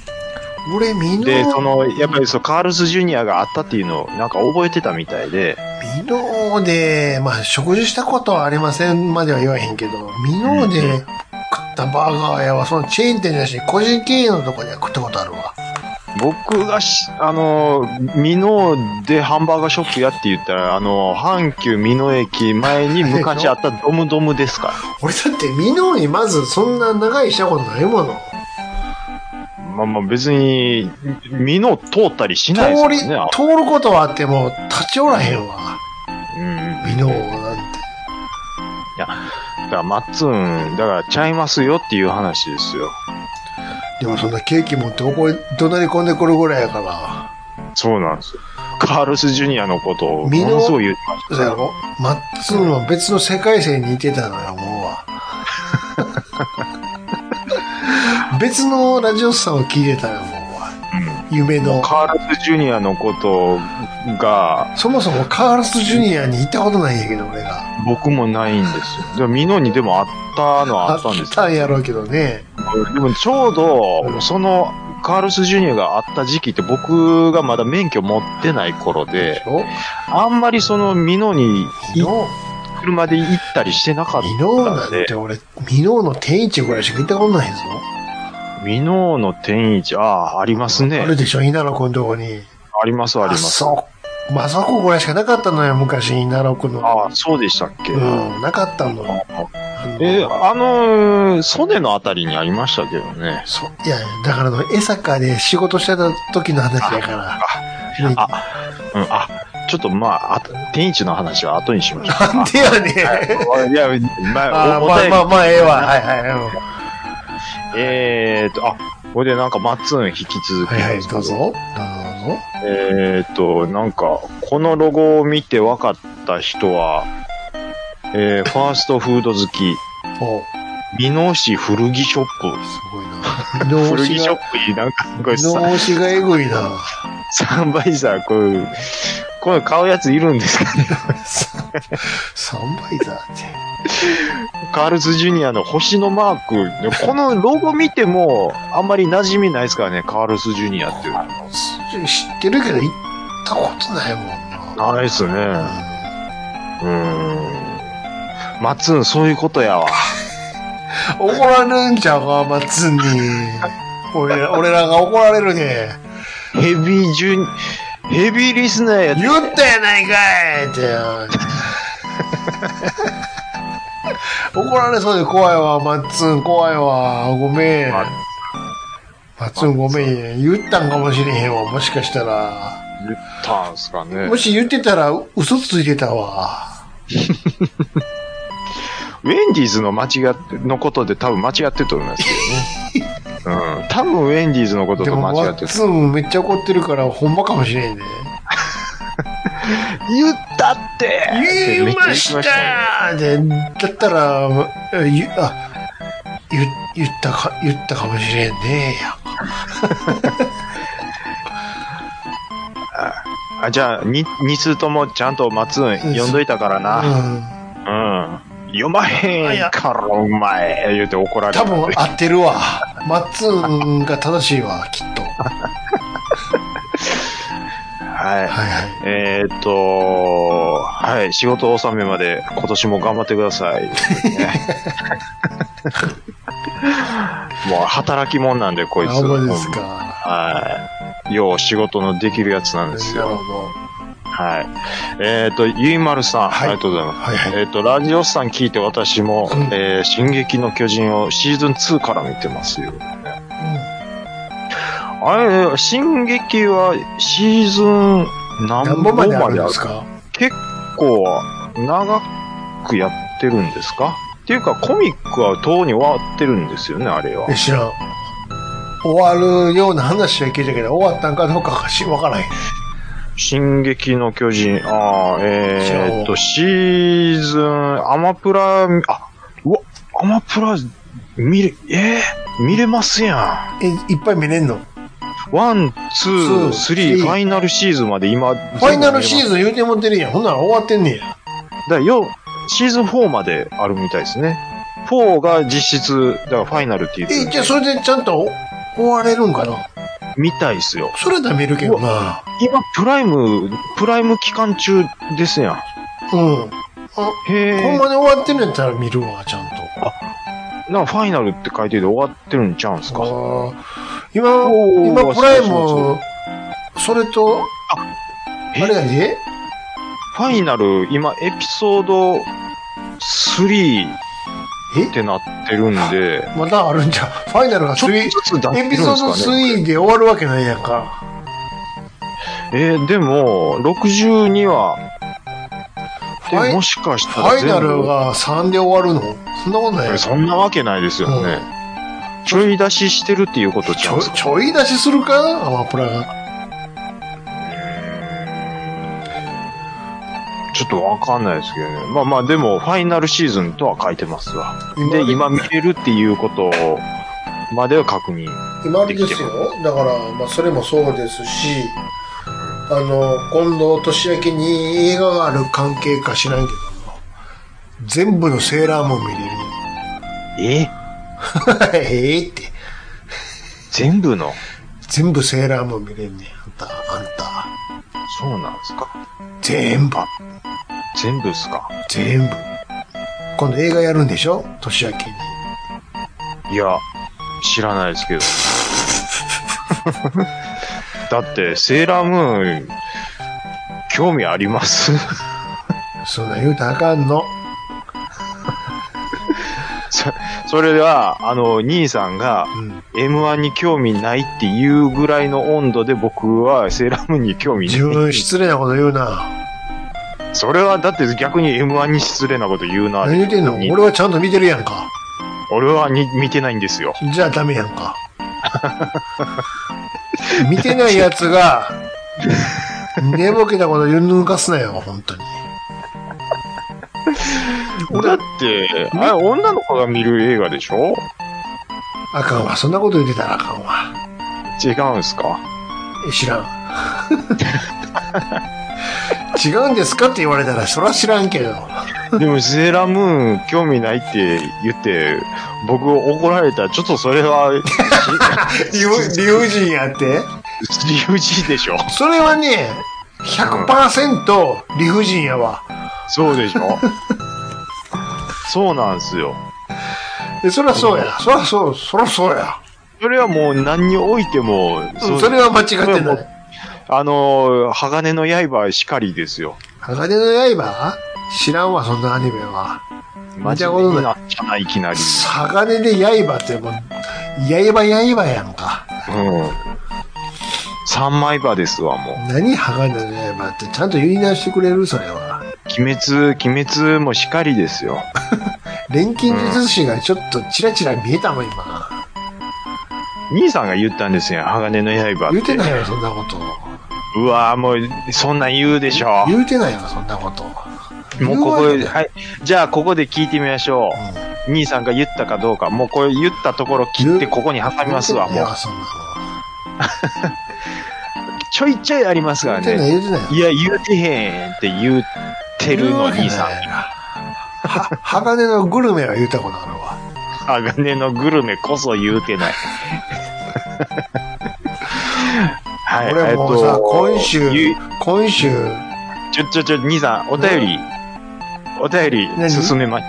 A: 俺ミノ
B: で、そ
A: ー、
B: の、やっぱりそう、カールスジュニアがあったっていうのを、なんか覚えてたみたいで、
A: ミノーで、まあ食事したことはありませんまでは言わへんけど、ミノーで食ったバーガー屋はそのチェーン店だし、個人経営のとこでは食ったことあるわ。
B: 僕がし、あの、美濃でハンバーガーショップやって言ったら、あの、阪急美濃駅前に昔 あったドムドムですか。
A: 俺だってミノーにまずそんな長いしたことないもの。
B: まあまあ別に、美濃通ったりしないです
A: 通
B: よ
A: り、
B: ね。あ
A: 通ることはあっても立ち寄らへんわ。
B: うん。
A: ミノーなんて。
B: だから、マッツン、だから、ちゃいますよっていう話ですよ。
A: でもそんなケーキ持って怒り、怒鳴り込んでくるぐらいやから。
B: そうなんですよ。カールスジュニアのことを、も
A: 美濃
B: のすごい言ってま
A: そ
B: し
A: や
B: た。
A: ろマッツンは別の世界線にいてたのよ、もう わ。別のラジオさんを聞いてたよ、もうわ。夢
B: うん。も
A: の
B: う。カールスジュニアのことが、
A: そもそもカールスジュニアに行ったことないんやけど、俺が。
B: 僕もないんですよ。でも、美濃にでもあったのはあったんですけど
A: あやろうけどね。
B: でもちょうど、その、カールス・ジュニアがあった時期って僕がまだ免許持ってない頃で
A: で、しょ
B: あんまりその、ミノに
A: ミ
B: い
A: ノ
B: 車で行ったりしてなかっ
A: ー、ミノー
B: た
A: なん
B: んで
A: て、俺、ミノーの天一ぐらいしか行ったことないぞ。
B: ミノの天一、ああ、ありますね。
A: あ
B: あ
A: るでしょ、稲野くんとこに。
B: ります、あります。あ
A: そう。まあ、そこぐらいしかなかったのよ、昔、稲野くんの。
B: あ、そうでしたっけ。
A: うん、なかったのよ。あの
B: え、あの、ソネのあたりにありましたけどね。
A: そう。いや、だからあの、江坂で仕事してた時の話だから。ね
B: あ、うん、あ、ちょっとまあ、あと天一の話は後にしましょう
A: なん
B: か。
A: でやねん。
B: いや、ま
A: あ
B: あ、
A: ー
B: おお
A: まあ
B: 便り
A: まあまあ、ええわ。はいはい。うん
B: えーと、あ、これでなんか、マッツン引き続き
A: はい
B: な
A: は
B: ん
A: い、
B: ですけど
A: どうぞ。どうぞどうぞ。
B: えーっと、なんか、このロゴを見て分かった人は、えー、ファーストフード好き、
A: おう
B: 美濃市古着ショップ。
A: すごいな。脳
B: 古
A: 死
B: 着ショッ
A: が、
B: プになんかすごいさ、
A: 脳死がえぐいな。
B: 3倍さ、こういう、こういう買うやついるんですかね。
A: サンバイザーって。
B: カールズジュニアの星のマーク、このロゴ見ても、あんまり馴染みないですからね、カールズジュニアっていう。
A: 知ってるけど行ったことないもんな。
B: ないっすね。うーん。マッツン、そういうことやわ。
A: 怒られるんちゃうか、松に。俺ら俺らが怒られるで。
B: ヘビージュニ、ヘビーリスナーや
A: 言ったやないかいって。怒られそうで怖いわ、マッツン、怖いわ、ごめん。
B: ま
A: マッツン、ごめん。言ったんかもしれへんわ、もしかしたら。
B: 言ったんすかね
A: も。し言ってたら、嘘ついてたわ。
B: ウェンディーズの間違って、のことで多分間違ってると思いますけどね。うん。多分ウェンディーズのこと
A: で
B: と
A: も、
B: 間
A: マ
B: 違っ
A: ッ
B: てる。
A: ツンめっちゃ怒ってるから、ほんまかもしれんね。
B: 言ったって
A: 言いまし
B: めっちゃ
A: たで、だったら、えゆあ、ゆ言ったか、言ったかもしれんね
B: 言いましたよあ、じゃあ、に、二通ともちゃんと松ツン読んどいたから
A: や。
B: な。
A: うん。
B: うん。読まへんから、お前。言うて怒られ
A: 多
B: る。
A: 分合ってるわ。マッツンが正しいわ、きっと。は
B: はい
A: い。はい。
B: えーっと、はい、仕事納めまで今年も頑張ってくださ い。ねもう働き者なんで、こいつ。
A: あ、ほんまですか。
B: はい。よう仕事のできるやつなんです
A: なる
B: よ。
A: ほど。
B: はい。えーっと、ゆいまるさん、
A: はい
B: ありがとうございます。
A: はいはい。
B: えーっと、ラジオさん聞いて私も、
A: うん
B: えー進撃の巨人をシーズン2から見てますよ。あれ、進撃はシーズン何
A: 何
B: 本ま
A: 本ま
B: で
A: で
B: あ
A: あ
B: るん
A: るん
B: で
A: ですす
B: か
A: か
B: 結構長くやってるんですかっていうかコミックはとうに終わってるんですよね、あれは
A: え、。知らん。終わるような話は聞いたけど、終わったんかどうかがし、わからへん。
B: 進撃の巨人、ああ、えー、っ
A: そ
B: と、
A: う
B: シーズン、アマプラ、あ、うわ、アマプラ、見れ、えー、見れますや
A: え、いっぱい見れんの
B: ん。ワン、ツ
A: そ
B: ー、
A: う
B: スリー、
A: スリー
B: ファイナルシーズンまで今、
A: ファイナルシー
B: ズン
A: ズン言うてもってるやん。ほんなら終わってんねや。。
B: だからよシーズン4まであるみたいですね。4が実質、だからファイナルって言
A: え、
B: っ
A: じ
B: て
A: ゃあそれでちゃんと終われるんかな
B: みたいですよ。
A: それだ見るけどな。
B: 今、プライム、プライム期間中ですやん。
A: うん。
B: へ
A: ほん
B: え。
A: まに終わってんのやったら見るわ、ちゃんと。
B: なんかファイナルって書いてて終わってるんちゃうんすか
A: あー今、
B: おー
A: 今、プライ
B: そうそ
A: ム、それと、あ
B: え
A: れやで
B: ファイナル、今、エピソード3ってなってるんで、
A: まだあるんじゃん。ファイナルが
B: ちょっと
A: 3
B: ず、つ出してるん
A: エ
B: で
A: ピ
B: す
A: ソード
B: かね。
A: 3で終わるわけないやんか。
B: えーでも、62話、
A: ファ
B: で
A: イ
B: もしかし
A: フ
B: たら
A: ァイ
B: 全部
A: ナルが3で終わるのそんなことないや
B: え
A: ん
B: そんなわけないですよね。ちょい出ししてるっていうことち
A: ち
B: ゃうん
A: ょ
B: すか
A: ちょい出しするかアマプラが。
B: ちょっとわかんないですけどね。まあまあ、でも、ファイナルシーズンとは書いてますわ。で、今見れるっていうことまでは確認。
A: 今あれですよ。だから、まあ、それもそうですし、あの、今度年明けに映画がある関係か知らんけども、全部のセーラームーン見れる。
B: え
A: ええって。
B: 全部の
A: 全部セーラームーン見れんねん。あんた、あんた。
B: そうなんですか
A: 全部、
B: 全部っすか
A: 全部。今度映画やるんでしょ年明けに。
B: いや、知らない ですけど。だって、セーラームーン、興味あります
A: そんなん言うたらあかんの。
B: そそれでは、あの、兄さんが、
A: うん。
B: M1 に興味ないっていうぐらいの温度で僕はセーラームーンに興味ない。
A: 自分失礼なこと言うな。
B: それはだって逆に M1 に失礼なこと言うな。
A: 何言ってんの
B: に
A: 俺はちゃんと見てるやんか。
B: 俺はに見てないんですよ。
A: じゃあダメやんか。 見てないやつが、寝ぼけたこと言う抜かすなよ、本当に。
B: だって、あれ女の子が見る映画でしょ
A: あかんわ、そんなこと言ってたらあかんわ。
B: 違うんすか
A: え知らん。 違うんですかって言われたら、そら知らんけど。
B: でも、セーラームーン興味ないって言って、僕怒られたら、ちょっとそれは、
A: 理 不尽やって
B: 理不尽でしょ。
A: それはね、100%理不尽やわ。
B: そうでしょ。そうなんですよ。
A: でそらそうや。そらそう、そらそうや。
B: それはもう何においても、
A: うんそれは間違って
B: それは
A: な
B: もう
A: い。
B: あの、鋼の刃しかりですよ。
A: 鋼の刃知らんわ、そんなアニメは。
B: マジでいいなっちゃない、いきなり。
A: 鋼で刃ってもう、刃刃やんか。
B: うん。三枚刃ですわ、もう。
A: 何鋼の刃ってちゃんと言い直してくれるそれは。
B: 鬼滅、鬼滅もしかりですよ。
A: 錬金術師がちょっとチラチラ見えたもん、今。
B: 兄さんが言ったんですよ、鋼の刃って。
A: 言うてないよ、そんなこと。
B: うわぁ、もう、そんなん言うでしょ。
A: 言うてないよ、そんなこと。
B: もうここ、
A: 言うわけ
B: はい。じゃあ、ここで聞いてみましょう。兄さんが言ったかどうか、もうこれ言ったところ切って、
A: 言う
B: ここに挟みますわ、
A: い
B: もう。
A: や、そんなこと。
B: ちょいちょいありますから
A: 言うてない、
B: ね。
A: 言うてないよ。
B: いや、言うてへんって言ってるの、兄さん。
A: は、鋼のグルメは言うたことあるわ。
B: 鋼のグルメこそ言うて ない。はい、
A: 俺もう
B: え
A: さ
B: っ、と
A: 今週
B: ゆ、
A: 今週、
B: ちょ、ちょ、ちょ、兄さん、お便り、お便り
A: 何
B: 進めましょ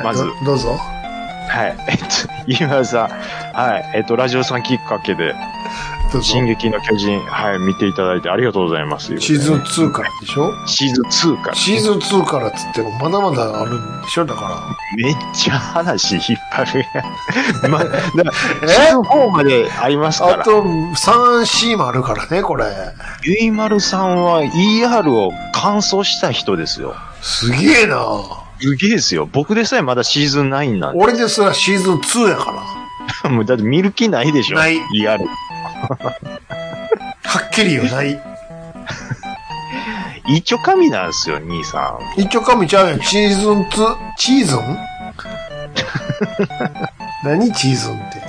B: う。まず、
A: どどうぞ。
B: はい。えっと、今さん、はい。えっと、ラジオさんきっかけで、
A: どうぞ。
B: 進撃の巨人、はい、見ていただいてありがとうございます。
A: シーズン2からでしょ
B: シーズン2から。
A: シーズン2からっつってもまだまだあるんでしょだか
B: めっちゃ話引っ張るやん。ま、だから
A: え。
B: シーズン4までありますから
A: あ
B: ら。
A: と 3C もあるからね、これ。
B: ゆいまるさんは ER を完走した人ですよ。
A: すげえな
B: すげえですよ。僕でさえまだシーズン9なん
A: 俺ですらシーズン2やから。
B: で。もうだって見る気ないでしょ。
A: ない
B: ER。
A: はっきり言うない。
B: 一応神なんですよ、兄さん。
A: 一応神ちゃうやん。シーズン2、チーズン 何チーズンって。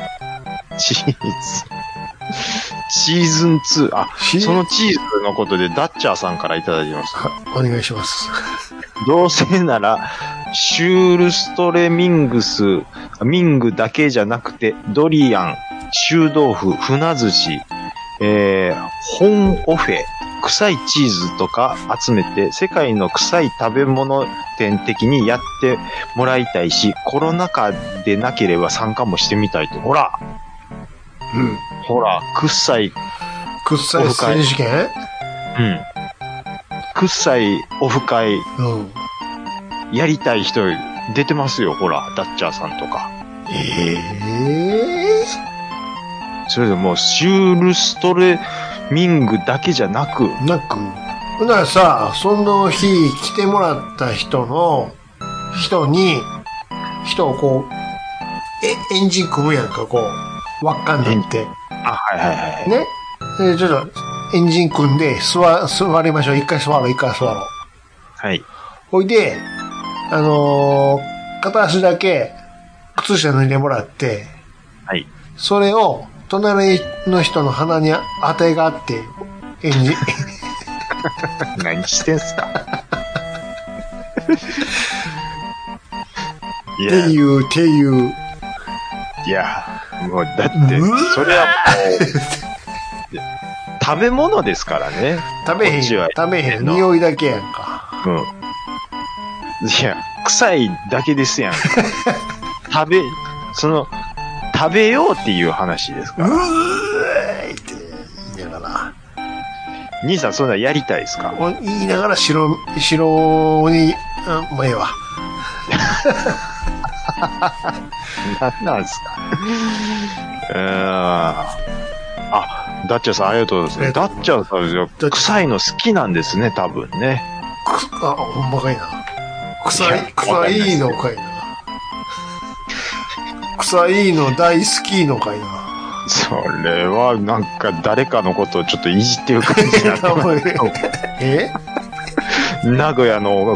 B: チーズ。シーズン2。あ、
A: シーズ
B: そ
A: ン
B: のチーズのことでダッチャーさんからいただきました。
A: はお願いします。
B: どうせなら、シュールストレミングス、ミングだけじゃなくて、ドリアン、臭豆腐、船寿司、えー、本オフェ、臭いチーズとか集めて、世界の臭い食べ物店的にやってもらいたいし、コロナ禍でなければ参加もしてみたいと。ほら
A: うん。
B: ほら、臭い
A: くっさい選手権
B: うん。くっさいオフ会
A: うん。
B: やりたい人出てますよ、ほら、ダッチャーさんとか。
A: ええ
B: それでもう、シュールストレミングだけじゃなく、
A: ー、なんか、ほんならさ、その日来てもらった人の、人に、人をこう、え、エンジン組むやんか、こう、輪っかになって。
B: あ、はいはいはい。
A: ね。で、ちょっと、エンジン組んで、座、座りましょう。一回座ろう、一回座ろう。
B: はい。
A: ほいで、あのー片足だけ、靴下脱いでもらって、
B: はい。
A: それを、隣の人の鼻に当てがあって、エンジ ン、
B: 何してんすかい
A: って
B: や、い
A: いう、っていう。
B: や、もう、だって、それはもう、食べ物ですからね。
A: 食べへ
B: こ
A: ん
B: っちは
A: 食べへん。
B: の
A: 匂いだけやんか。
B: うん。いや、臭いだけですや ん。食べ、その、食べようっていう話です
A: う
B: か
A: ー
B: ら。
A: いって言いなが、。
B: 兄さん、そんなんやりたいですから
A: お言いながら白、白に、あ、もうええわ。
B: なんなんですか。 うーん。あ、ダッチャーさん、ありがとうございます。ダッチャーさんじゃ、臭いの好きなんですね、多分ね。
A: く、あ、ほんまかいな。臭
B: い
A: い、
B: や
A: 臭いのかいな。臭いの大好きのかいな。
B: それは、なんか、誰かのことをちょっといじってる感じになってま
A: え
B: す。名古屋の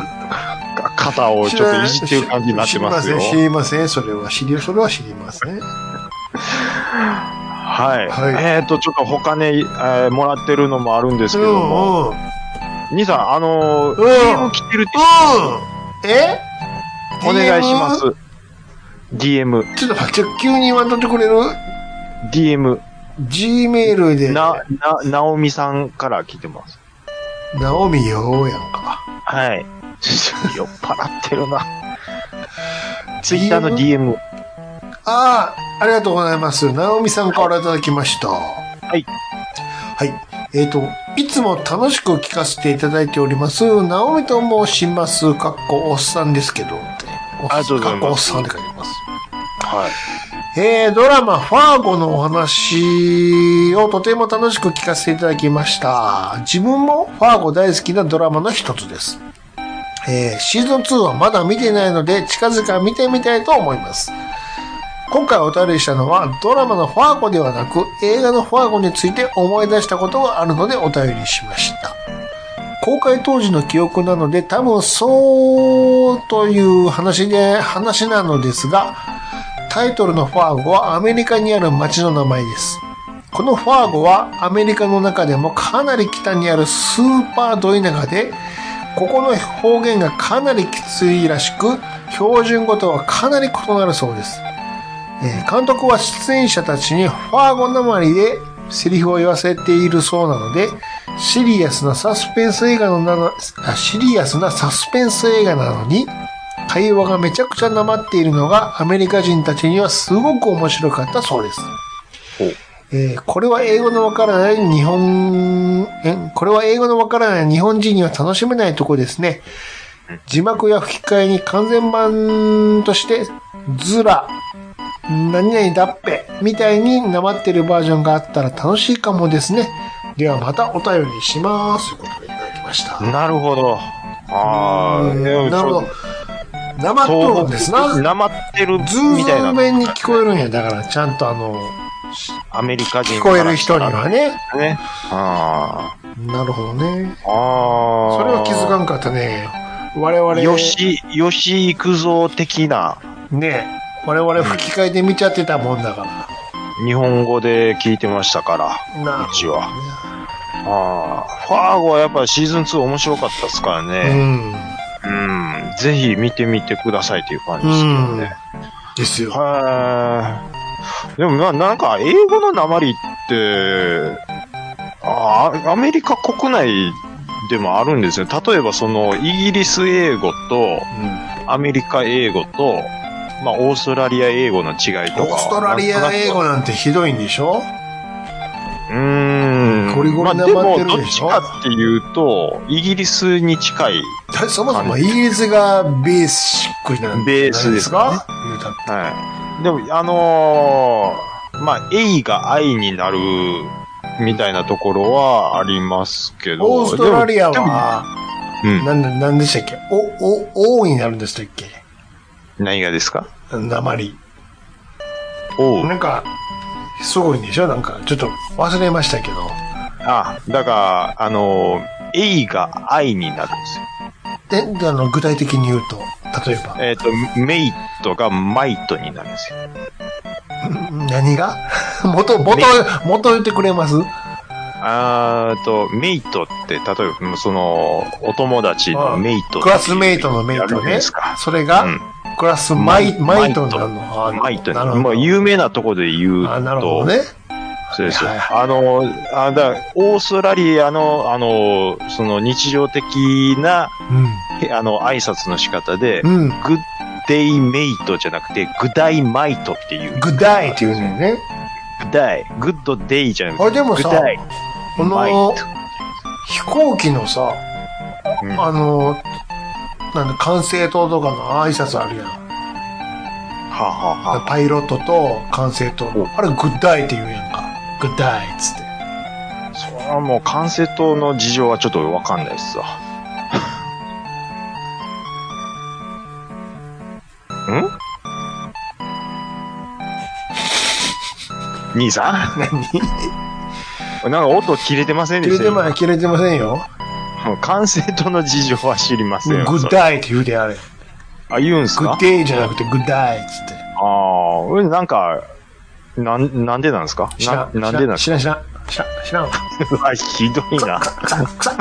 B: か肩をちょっといじってる感じになってますよ。
A: 知りません、知りません。それは知り、それは知りません。
B: はい。
A: はい
B: えっ、と、ちょっと他ね、えーもらってるのもあるんですけども、
A: うん。
B: 兄さん、あのー、
A: うん
B: DM 来てるって
A: うん。え
B: お願いします
A: DM。
B: DM、
A: ちょっと待って、急に言わんとってくれる
B: DM、
A: ?G メールで、
B: な、な、なおみさんから来てます。
A: ナオミようやんか。
B: はい。酔っ払ってるな。ツイッターの DM。。
A: ああ、ありがとうございます。ナオミさんからいただきました。はいはい。えっ、と、いつも楽しく聞かせていただいております。ナオミと申します。かっこおっさんですけど。っておっ
B: ありがとうござい
A: か
B: ます
A: っこおっさんって書いてます。
B: はい。
A: えー、ドラマ、ファーゴのお話をとても楽しく聞かせていただきました。自分もファーゴ大好きなドラマの一つです。えー、シーズン2はまだ見てないので、近々見てみたいと思います。今回お便りしたのは、ドラマのファーゴではなく、映画のファーゴについて思い出したことがあるのでお便りしました。公開当時の記憶なので、多分そうという話で、話なのですが、タイトルのファーゴはアメリカにある町の名前です。このファーゴはアメリカの中でもかなり北にあるスーパード田舎で、ここの方言がかなりきついらしく、標準語とはかなり異なるそうです。えー監督は出演者たちにファーゴなまりでセリフを言わせているそうなので、シリアスなサスペンス映画のなの、あシリアスなサスペンス映画なのに、会話がめちゃくちゃなまっているのがアメリカ人たちにはすごく面白かったそうです。えーこれは英語のわからない日本、えこれは英語のわからない日本人には楽しめないとこですね。字幕や吹き替えに完全版として、ズラ、何々だっぺ、みたいになまってるバージョンがあったら楽しいかもですね。ではまたお便りします。ということでいただきました。
B: なるほど。ああ、
A: うんなるほど。なまっとるんですな。
B: なまってる
A: ズー
B: みたい
A: ム
B: な。
A: 面に聞こえるんや。だから、ちゃんとあの、
B: アメリカ人
A: 聞こえる人には
B: ね。
A: ね。
B: あ
A: なるほどね。
B: あ。ああ。
A: それは気づかんかったね。我々、
B: よし、よし幾三的な
A: ね、我々吹き替えで見ちゃってたもんだか
B: 日本語で聞いてましたから、
A: ら。な
B: うちは。ああ。ファーゴはやっぱシーズン2面白かったですから
A: う
B: ね。
A: ん。
B: うん。ぜひ見てみてくださいという感じですけどね。
A: ですよ。
B: はい。でもな、なんか、英語の鉛って、ああアメリカ国内でもあるんですね。例えば、その、イギリス英語と、アメリカ英語と、まあ、オーストラリア英語の違いとか。
A: オーストラリア英語
B: の
A: なんてひどいんでしょ
B: うーん。
A: ゴリゴリ
B: まあ
A: なまっ
B: で
A: て
B: も、
A: る
B: ど
A: で
B: っ
A: し
B: ち
A: ょ
B: かっていうと、イギリスに近い。
A: だそもそもイギリスがベーシックなん
B: ベースですかね
A: 言うたら
B: はい。でも、あのーまあ、A が I になるみたいなところはありますけど。
A: オーストラリア
B: でも、
A: は、
B: でもうん
A: なんだ、なんでしたっけお、お、王になるんでしたっけ
B: 何がですか
A: 鉛。
B: おう。
A: なんか、すごいんでしょなんか、ちょっと忘れましたけど。
B: あ、だから、あのー A が I になるんですよ。
A: で、あの、具体的に言うと、例えば、
B: えっ、と、メイトがマイトになるんですよ。
A: ん何が 元、元
B: ね、
A: 元言ってくれます
B: あーと、メイトって、例えば、その、お友達のメイト。
A: クラスメイトのメイ
B: やる
A: ト
B: じゃない
A: ね
B: ですか。
A: それが、
B: うん
A: クラスマイ、マ
B: マ
A: イ
B: イ
A: ト
B: ト
A: になるの。あ
B: マイトに
A: なる
B: ま
A: ほ
B: あ、
A: ど。
B: 有名なところで言うと。
A: あ、なるほどね。
B: そうですよ。
A: はい
B: あの、あだオーストラリアの、あの、その日常的な、へあの、挨拶の仕方で、
A: うん。うん。
B: グッデイメイトじゃなくて、グダイマイトっていう。
A: グダイって言うんだよね。
B: グダイ。グッドデイじゃなく
A: あ
B: て、
A: れでも
B: グ
A: さ、
B: ダイ。
A: こ
B: マイ
A: の
B: ト。
A: 飛行機のさ、
B: うん
A: あの、なんだ、管制塔とかの挨拶あるやん。
B: ははは。
A: パイロットと管制と
B: お、
A: あれグッダイって言うやんか。グッダイっつって。
B: それはもう、関西島の事情はちょっとわかんないっすわ。ん兄さ
A: 何
B: ん。なんか音切れてませんで
A: 切れ
B: した
A: てま、切れてませんよ。
B: 今もう管制塔の事情は知りま
A: グ
B: せんよ。
A: ッ
B: それ
A: ダイって言うであれ。
B: あ、言うんす
A: グ
B: か
A: ッデイじゃなくてグッダイっつって。
B: ああ、うんなんか、なん、なんでなんですか
A: 知らん。
B: ななんでなんです
A: 知らん、知らん。知らん、知らん。
B: かうわひどいな。
A: 臭っ、臭っ、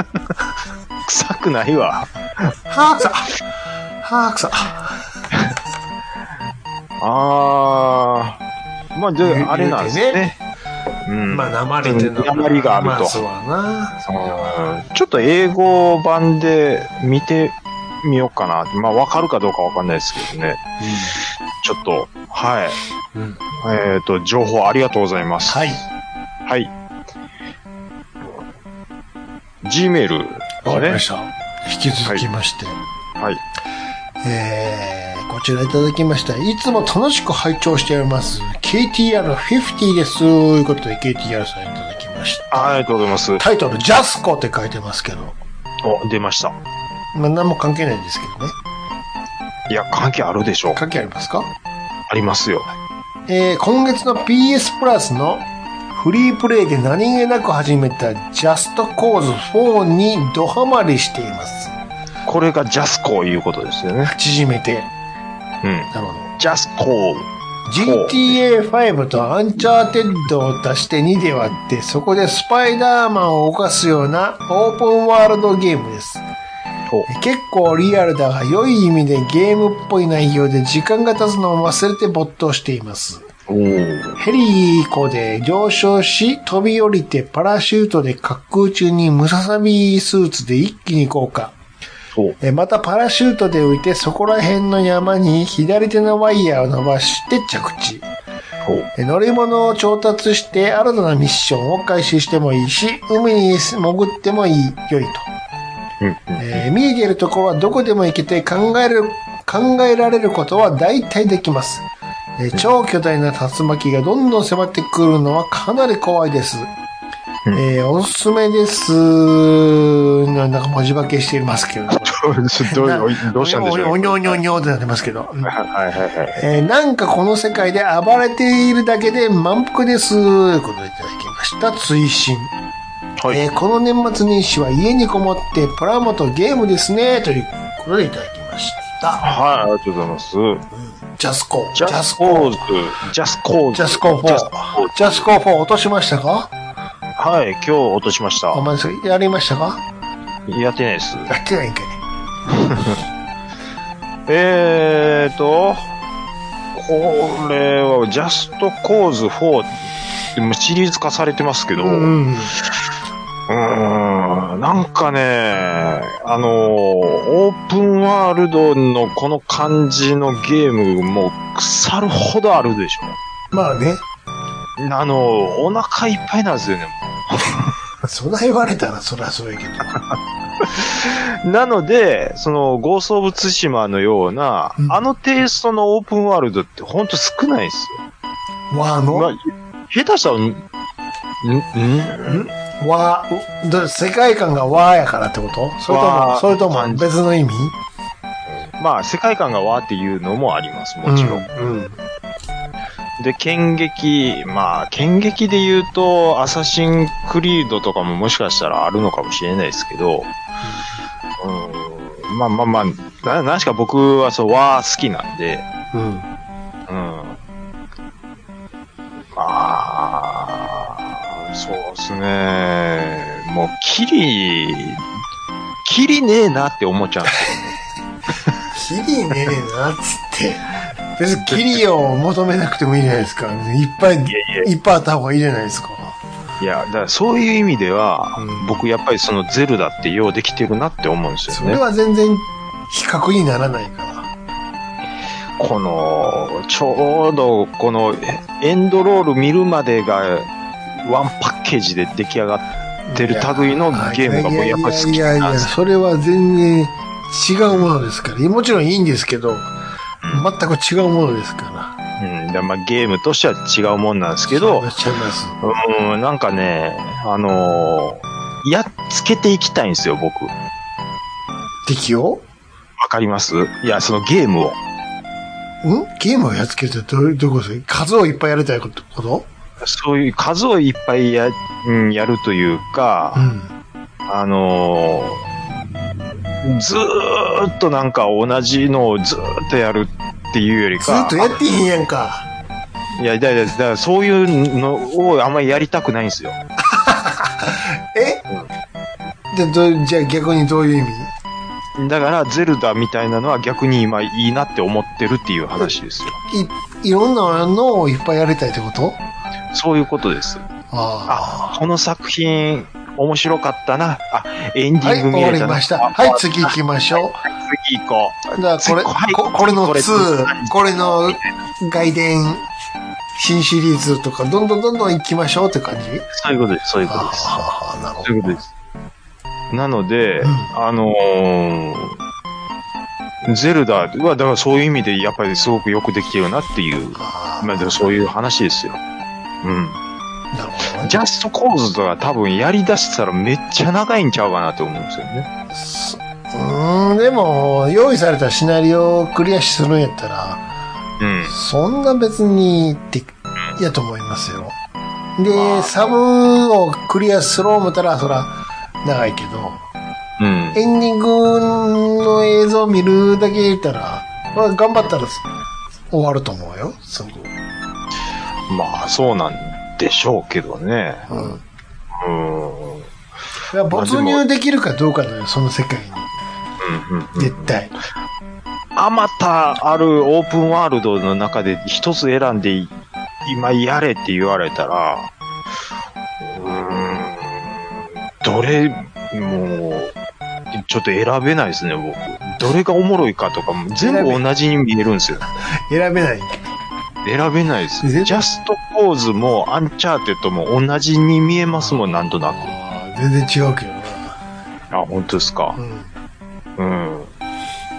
B: 臭くないわ。
A: はぁ、臭っ。はぁ、臭っ。
B: ああ、まあ、じ
A: 言う
B: ゃあ、あれなんです
A: 言う
B: ね。
A: てね
B: うん。
A: まあ、訛りっての
B: 訛りがあると
A: まあ、そうだな。
B: うんちょっと英語版で見てみようかな。まあ、わかるかどうかわかんないですけどね。ちょっと、はい。
A: うん
B: えっ、と、情報ありがとうございます。
A: はい。
B: はい。Gmail で
A: わ
B: す
A: かり
B: ね
A: まし。た。引き続きまして。
B: はい。
A: えー、こちらいただきました。いつも楽しく拝聴しております。KTR50 です。ということで KTR さんいただきました。
B: あありがとうございます。
A: タイトル、ジャスコって書いてますけど。
B: お、出ました。
A: まあ、何も関係ないんですけどね。
B: いや、関係あるでしょう。
A: 関係ありますか
B: ありますよ。
A: えー、今月の PS プラスのフリープレイで何気なく始めたジャストコーズ4にドハマりしています。
B: これがジャスコいうことですよね。
A: 縮めて。
B: うん。
A: なるほど。
B: ジャスコ
A: GTA5 とアンチャーテッドを足して2で割って、そこでスパイダーマンを犯すようなオープンワールドゲームです。結構リアルだが良い意味でゲームっぽい内容で時間が経つのを忘れて没頭しています。
B: おおー
A: ヘリコで上昇し、飛び降りてパラシュートで滑空中にムササビスーツで一気に降下。
B: お
A: えまたパラシュートで浮いてそこら辺の山に左手のワイヤーを伸ばして着地。
B: お
A: え乗り物を調達して新たなミッションを開始してもいいし、海に潜ってもいい、良いと。
B: うんうん。
A: えー見えているところはどこでも行けて考える、考えられることは大体できます。えー超巨大な竜巻がどんどん迫ってくるのはかなり怖いです。
B: うん
A: えーおすすめです。なんだか文字化けしていますけれども。
B: どういうどうしたんでしょう
A: おにょおにょおにょってなってますけど。うん
B: はいはいはい。
A: えーなんかこの世界で暴れているだけで満腹です。ということでいただきました。追伸。
B: はい
A: えーこの年末年始は家にこもってプラモとゲームですね。ということでいただきました。
B: はい、ありがとうございます。
A: ジャスコ。
B: ジャスコーズ。ジャスコーズ。
A: ジャスコ4。
B: ジャスコーズ
A: ジャスコ4落としましたか
B: はい、今日落としました
A: あ、。まさやりましたか
B: やってないです。
A: やってないんかい。
B: えーと、これはジャストコーズ4ってもうシリーズ化されてますけど、うーん、
A: ん。
B: なんかね、あのー、オープンワールドのこの感じのゲームも腐るほどあるでし
A: まあね。
B: ょ。あのー、お腹いっぱいなんですよね。
A: そんな言われたらそりゃそうやけど。
B: なので、その、ゴースト・オブ・ツシマのような、
A: うん
B: あのテイストのオープンワールドってほんと少ないんです
A: 和
B: よ。まあ
A: の、
B: 下手したら、ん、ん、ん
A: 和、ど世界観が和やからってことそれとも、
B: 和
A: それとも別の意味
B: まあ、世界観がわーっていうのもあります、もちろん。
A: うん。うん
B: で、剣劇、まあ、剣劇で言うと、アサシンクリードとかももしかしたらあるのかもしれないですけど、うん、まあまあまあ、な、なんしか僕はそう、わー好きなんで、う
A: うん。
B: ん。まあ、そうですね。もう、キリ、キリねえなって思っ ちゃうんです
A: キリねえな、っつって。別にキリを求めなくてもいいじゃないですか。いっぱい、い
B: い
A: っぱいあった方がいいじゃないですか。
B: いや、だからそういう意味では、
A: うん
B: 僕やっぱりそのゼルダってようできてるなって思うんです
A: そ
B: よ
A: れ
B: ね。
A: は全然比較にならないから。
B: この、ちょうどこのえエンドロール見るまでがワンパッケージで出来上がってる類のゲームがもうやっぱり好
A: い
B: き
A: やいやい
B: なん
A: やい
B: です
A: や、
B: よ。
A: それは全然違うものですから。もちろんいいんですけど、全く違うものですから。
B: うん、だからまあゲームとしては違うもんなんですけ
A: そう
B: ど
A: な、っちゃいます。
B: うん、なんかね、あのーやっつけていきたいんですよ、僕。わ
A: 敵を
B: かりますいや、そのゲームを。
A: んゲームをやっつけるってどういうどういうことですか数をいっぱいやりたいことこと
B: そういう数をいっぱいや,、うん、やるという
A: う
B: か、
A: ん。
B: あのーずーっとなんか同じのをずーっとやるっていうより
A: ず
B: か、
A: っとやってへんやんか。
B: いや、だだだからそういうのをあんまりやりたくないんですよ。
A: えでどじゃあ逆にどういう意味
B: だから、ゼルダみたいなのは逆に今いいなって思ってるっていう話ですよ。
A: いいろんなのをいっぱいやりたいってこと
B: そういうことです。
A: あ
B: あ、この作品、面白かったな。あ、エンデ
A: あ。は
B: ィング
A: い、終
B: 見
A: わ
B: え
A: り
B: たな。
A: ました。
B: あ
A: はい、次行きましょ
B: 次行こう。
A: う。だからこ
B: はい
A: れ、ここれの
B: これ
A: 2、これの外伝、新シリーズとか、どんどんどんどん行きましょうって感じ
B: そういうことです。そういうこと
A: あ
B: です。
A: あ、なるほ
B: そういうことです。なので、
A: うん
B: あのーゼルダは、だからそういう意味で、やっぱりすごくよくできてるなっていう、
A: あ
B: まあでもそういう話ですよ。うん。
A: あ、なるほどね。
B: ジャストコーズとか多分やり出したらめっちゃ長いんちゃうかなと思うんですよね。
A: そうーん、でも、用意されたシナリオをクリアするんやったら、
B: うん。
A: そんな別にって、やと思いますよ。
B: ま
A: で、
B: あ
A: サブをクリアする思ったら、そら、長いけど、
B: うん。
A: エンディングの映像を見るだけ言ったら、これ頑張ったら終わると思うよ、すぐ。
B: まあそうなんでしょうけどね。
A: うん。
B: うん。うん。
A: いや没入できるかどうかだよ、その世界に。
B: うん。
A: 絶対。
B: あまたあるオープンワールドの中で一つ選んでい今やれって言われたら、うーん、どれ、もう、ちょっと選べないですね、僕。どれがおもろいかとかも全部同じに見えるんですよ。
A: 選べない。
B: 選べないです。
A: え
B: ジャストコーズもアンチャーテッドも同じに見えますもん、なんとなく。
A: あー全然違うけどな。
B: あ、本当ですか
A: う。ん。
B: うん。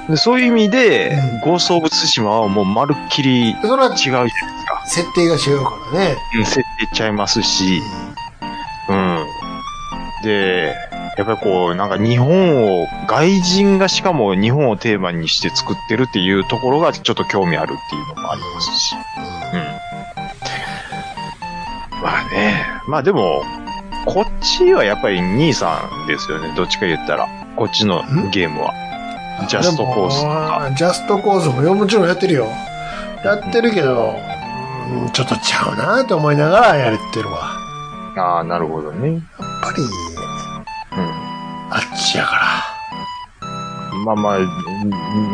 B: でそういう意味で、ゴースト・オブ・ツシマはもうまるっきり違う
A: それは
B: じゃないですか。
A: 設定が違うからね。
B: うん設定ちゃいますし、うん。で、やっぱりこう、なんか日本を、外人がしかも日本をテーマにして作ってるっていうところがちょっと興味あるっていうのもありますし。うん。まあね。まあでも、こっちはやっぱり兄さんですよね。どっちか言ったら。こっちの
A: ん
B: ゲームは。ジャストコースとか。
A: でもジャストコースもよもちろんやってるよ。やってるけど、うんちょっとちゃうなと思いながらやれてるわ。
B: ああ、なるほどね。
A: やっぱり、
B: うん。
A: あっちやから。
B: まあまあ、ん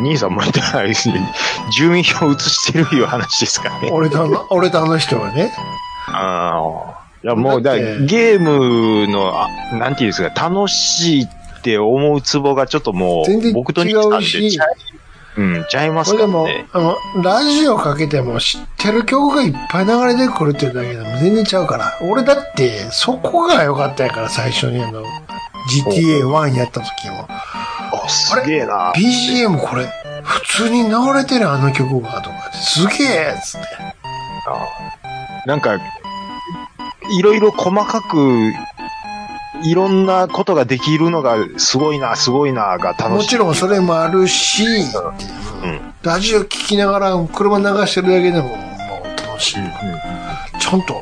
B: 兄さんも言ったら、順位表を移してるいう話ですからね。
A: 俺とあ の、俺とあの人はね。
B: ああ。いや、もう、だ
A: だっ
B: か
A: て
B: らゲームの、あなんていうんですか、楽しいって思うツボがちょっとも
A: 全然
B: う、僕と兄さんで
A: 違うし
B: ちゃい、うん、ちゃいま
A: こ
B: す
A: れ
B: か
A: で
B: ら
A: も
B: ね。、
A: あの、ラジオかけても知ってる曲がいっぱい流れてくるっていうだけでも全然ちゃうから。俺だって、そこが良かったやから、最初にあの、GTA1 やった時も。
B: あ、すげえな。
A: BGM これ、普通に流れてるあの曲が、とかって、すげえっつって。
B: なんか、いろいろ細かく、いろんなことができるのが、すごいな、すごいな、が楽しい。
A: もちろんそれもあるし、
B: ん
A: ラジオ聴きながら車流してるだけでも、もう楽しい。
B: うん。うん
A: ちゃんと、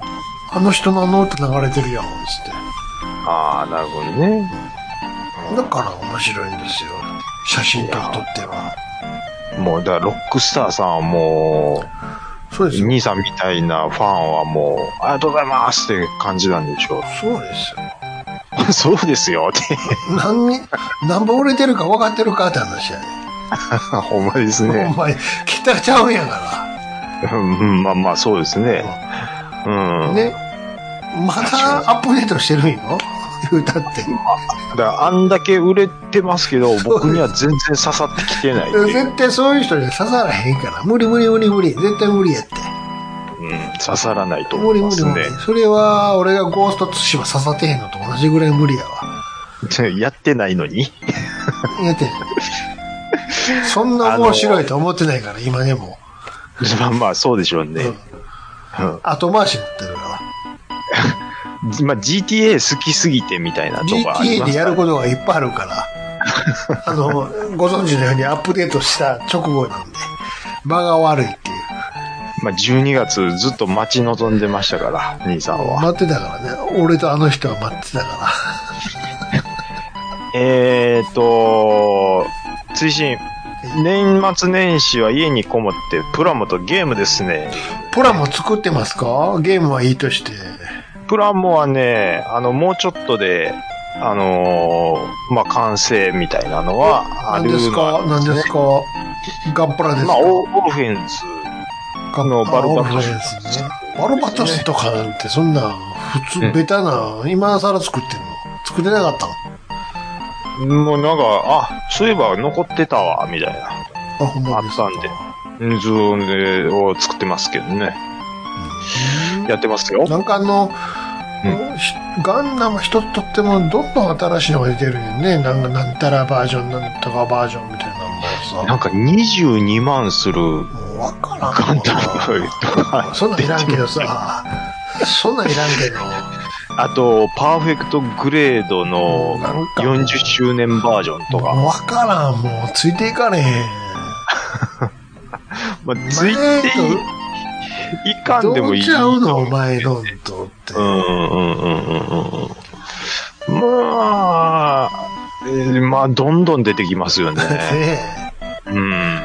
A: あの人のあの音流れてるやん、つって。
B: ああ、なるほどね。
A: だから面白いんですよ。写真とか撮っては。
B: もう、だから、ロックスターさんはもう、
A: そうですよ。
B: 兄さんみたいなファンはもう、ありがとうございますって感じなんでしょ
A: そうですよ。
B: う。 そうですよって。
A: 何に、何本売れてるか分かってるかって話やね。
B: ほんまです
A: お
B: ね。
A: 前、桁ちゃうんやか
B: うんまあまあ、そうですね。うん。
A: ら。ね。またアップデートしてるんよ。言うた っ
B: だ
A: て。
B: から、あんだけ売れてますけど、
A: そう
B: 僕には全然刺さってきてないっていう。
A: 絶対そういう人には刺さらへんから。無理無理無理無理。絶対無理やって。
B: うん、刺さらないと思
A: 無
B: い
A: 理
B: ま
A: 無理
B: す
A: 無
B: ね
A: 理。それは、俺がゴーストツシマ刺さってへんのと同じぐらい無理やわ。
B: やってないのに。
A: やって。そんな面白いと思ってないから、今でも。
B: まあまあ、そうでしょうね。
A: うん後回しになってるから。
B: まあ、GTA 好きすぎてみたいなとこあり
A: GTA
B: ま
A: ですや
B: か
A: ることがいっぱいある から、あの、ご存知のようにアップデートした直後なんで、間が悪いっていう。
B: まあ、12月ずっと待ち望んでましたから、兄さんは。
A: 待ってたからね。俺とあの人は待ってたか
B: えーっと、追伸年末年始は家にこもってプラモとゲームですね。
A: ら。ポラも作ってますかゲームはいいとして。
B: プラモはね、あの、もうちょっとで、あのーまあ、完成みたいなのはあ
A: 何
B: る
A: ですか何ですかガンプラです
B: ま
A: か
B: あ、オオルフェンズ。
A: ガン
B: のバルバトス
A: あオルフェンスね。バルバトスとかなんてそんな普
B: うん
A: 通、ベタな、今更作ってんの作ってなかったの
B: もうなんか、あ、そういえば残ってたわ、みたいな。
A: あ、ほんまですか
B: あったんで図を作ってますけどね。やってますよ。
A: なんかあの、
B: う
A: ひガンダム一つとってもどんどん新しいのが出てるよね。なんかなんたらバージョン、なんとかバージョンみたいなの
B: な
A: も
B: んか22万する
A: さ、もうわからん
B: ガンダ
A: も
B: ムとか
A: う、そんなんいらんけどさ、そんなんいらんけど、
B: あと、パーフェクトグレードの
A: なんか
B: 40周年バージョンとか、
A: もうわからん、もうついていかれへん。
B: まあ、ついてい
A: 前と
B: いかんでもいい。
A: どうちゃうの、お前のんとって。
B: うんうんうんうんうんうん。まあ、えーまあ、どんどん出てきますよね。
A: ね
B: うん。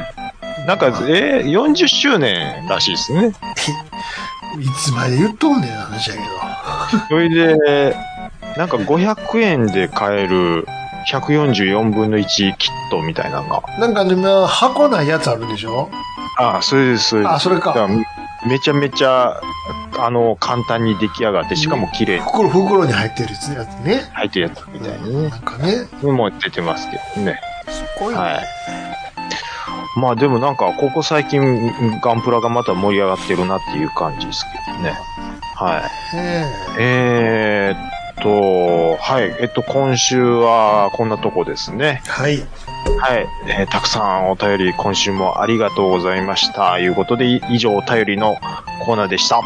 B: なんか、えー、40周年らしいですね。
A: えいつまで言っとんねん話やけど。
B: それで、なんか500円で買える144分の1キットみたいなのが。
A: なんかでも、箱ないやつあるでしょ
B: ああ、それです、それです
A: あ、それ
B: だから
A: か。
B: めちゃめちゃ、あの、簡単に出来上がって、しかも綺麗に
A: 袋、袋に入ってるやつね。
B: 入ってるやつみたいにね。
A: なんかね、
B: もう出てますけどね。
A: すごいね。
B: はい。まあでもなんか、ここ最近、ガンプラがまた盛り上がってるなっていう感じですけどね。はい。
A: ね
B: えーっと、はい。えっと、今週はこんなとこですね。
A: えはい。
B: はい、えーたくさんお便り、今週もありがとうございました。いうことで、い以上お便りのコーナーでした。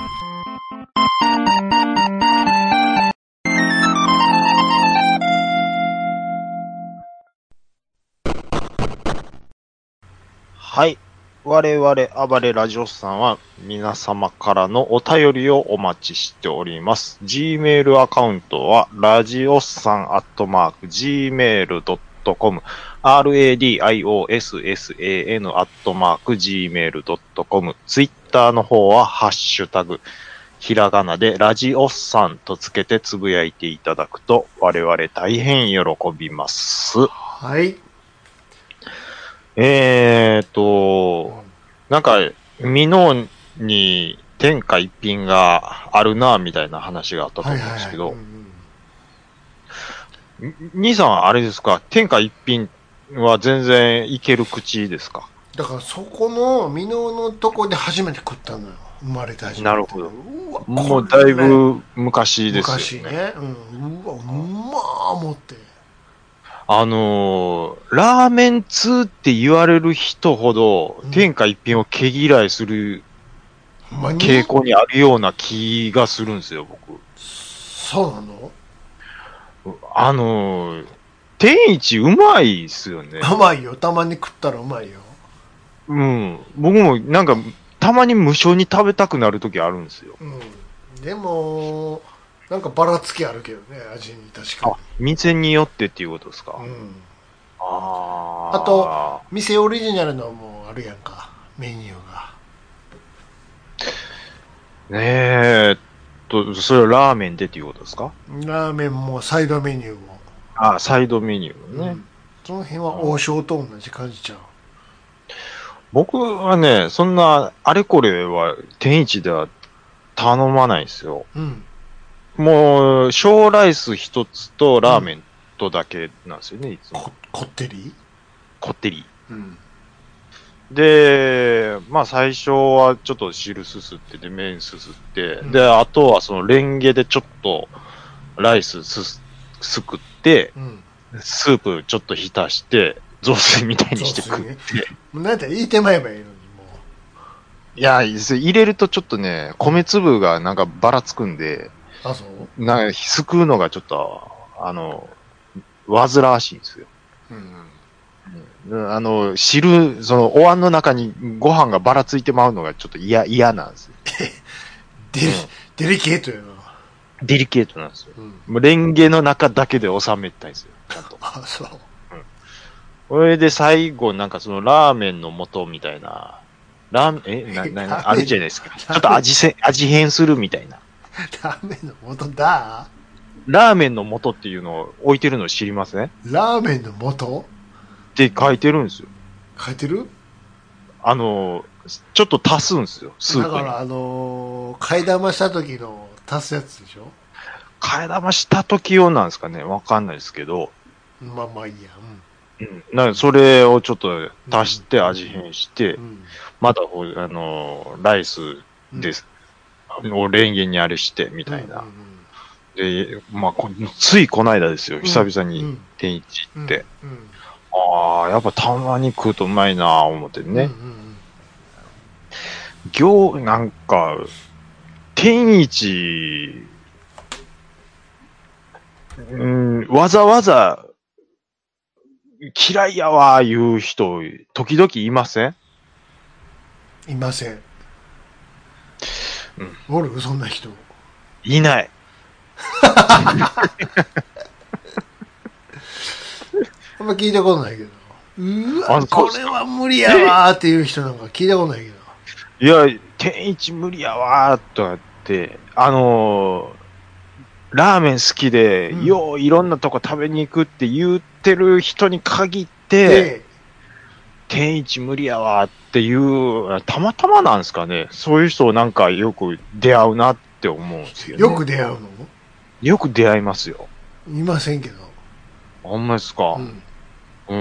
B: はい。我々、暴れラジオスさんは、皆様からのお便りをお待ちしております。Gmail アカウントは、ラジオスさんアットマーク、gmail.com、radiossan アットマーク gmail.com ツイッターの方はハッシュタグひらがなでラジオッサンとつけてつぶやいていただくと我々大変喜びます。
A: はい。
B: えーと、なんか、ミノに天下一品があるなみたいな話があったと思
A: は
B: う
A: い
B: ん
A: は
B: で
A: いは
B: す
A: い。
B: け
A: う
B: ど、
A: ん
B: に兄さんあれですか、天下一品は全然いける口ですか
A: だからそこの、美濃のとこで初めて食ったのよ。生まれた初めて
B: なるほど
A: うわ
B: もうだいぶ昔ですよね。
A: 昔ね。うん。うわ、うまー思って。
B: あのーラーメン通って言われる人ほど
A: うん、
B: 天下一品を毛嫌いする
A: ほんまに
B: 傾向にあるような気がするんですよ、僕。
A: そうなの
B: あのー天一うまいっすよね。
A: うまいよ。たまに食ったらうまいよ。
B: うん。僕もなんか、たまに無償に食べたくなるときあるんですよ。
A: うん。でも、なんかばらつきあるけどね、味に確
B: あ
A: か、
B: 店によってっていうことですか。
A: に。うん。
B: あ
A: あと、店オリジナルのもあるやんか、メニューが。
B: ねえ、と、それはラーメンでっていうことですか
A: ラーメンもサイドメニューも。
B: あ、サイドメニューね。
A: うんその辺は王将と同じ感じちゃう。
B: 僕はね、そんな、あれこれは、天一では頼まないんですよ。
A: うん。
B: もう、小ライス一つとラーメンとだけなんですよね、いつも。
A: こ、こってり
B: こってり。
A: うん。
B: で、まあ最初はちょっと汁すすってで、麺すすって、
A: うん
B: で、あとはそのレンゲでちょっとライスすす、すくって、
A: うん。
B: スープちょっと浸して、雑炊みたいにして
A: 雑
B: くっ
A: 炊ね
B: て。
A: もうなんて言いてまえばいいのに、も
B: いや、入れるとちょっとね、米粒がなんかばらつくんで、
A: う。あ、そう
B: な、すくうのがちょっと、あの、煩わしいんですよ。
A: うん。
B: うんあの、汁、その、お椀の中にご飯がばらついてまうのがちょっと嫌、嫌なんですよ。
A: デリ、デリケートやな。
B: デリケートなんですよ。
A: うん。
B: もうレンゲの中だけで収めたいんですよ。ちゃんと。
A: あ、そう。
B: それで最後、なんかそのラーメンの素みたいな、ラーメン、え、な、な、なあるじゃないですか。ちょっと味せ、味変するみたいな。
A: ラーメンの元だ
B: ラーメンの素っていうのを置いてるの知りませんっ
A: ラーメンの元
B: て書いてるんですよ。
A: 書いてる
B: あの、ちょっと足すんですよ、スー
A: だ
B: プ
A: か
B: に。
A: ら、あのー、替え玉した時の足すやつでしょ
B: 替え玉した時用なんですかねわかんないですけど。
A: まあまあいいや。
B: うん。なんかそれをちょっと足して味変して、
A: うん。うん
B: またこう、あの、ライスです。をレンゲにあれして、み
A: うん
B: たいな
A: うん。うん
B: で、まあ、こついこの間ですよ、久々
A: うんう
B: に
A: ん
B: 天一
A: う
B: 行
A: ん。
B: って。
A: うん。
B: ああ、やっぱたまに食うとうまいなぁ、思ってね。
A: うんうん
B: 行、なんか、天一、うん、わざわざ、嫌いやわ、言う人、時々いません
A: うん。いません
B: うん。
A: おるそんな人。
B: いない。
A: あんま聞いたことないけど。う
B: あ
A: わ、
B: そう
A: こ
B: です
A: れは無理やわーっていう人なんか聞いたことないけど。
B: いや、天一無理やわ、とかって、あのーラーメン好きで、
A: うん
B: よういろんなとこ食べに行くって言ってる人に限って、
A: で、
B: 天一無理やわっていう、たまたまなんですかね。そういう人をなんかよく出会うなって思うんですよ、ね。
A: よく出会うの
B: よく出会いますよ。
A: いませんけど。
B: あんまですか
A: う。ん。
B: う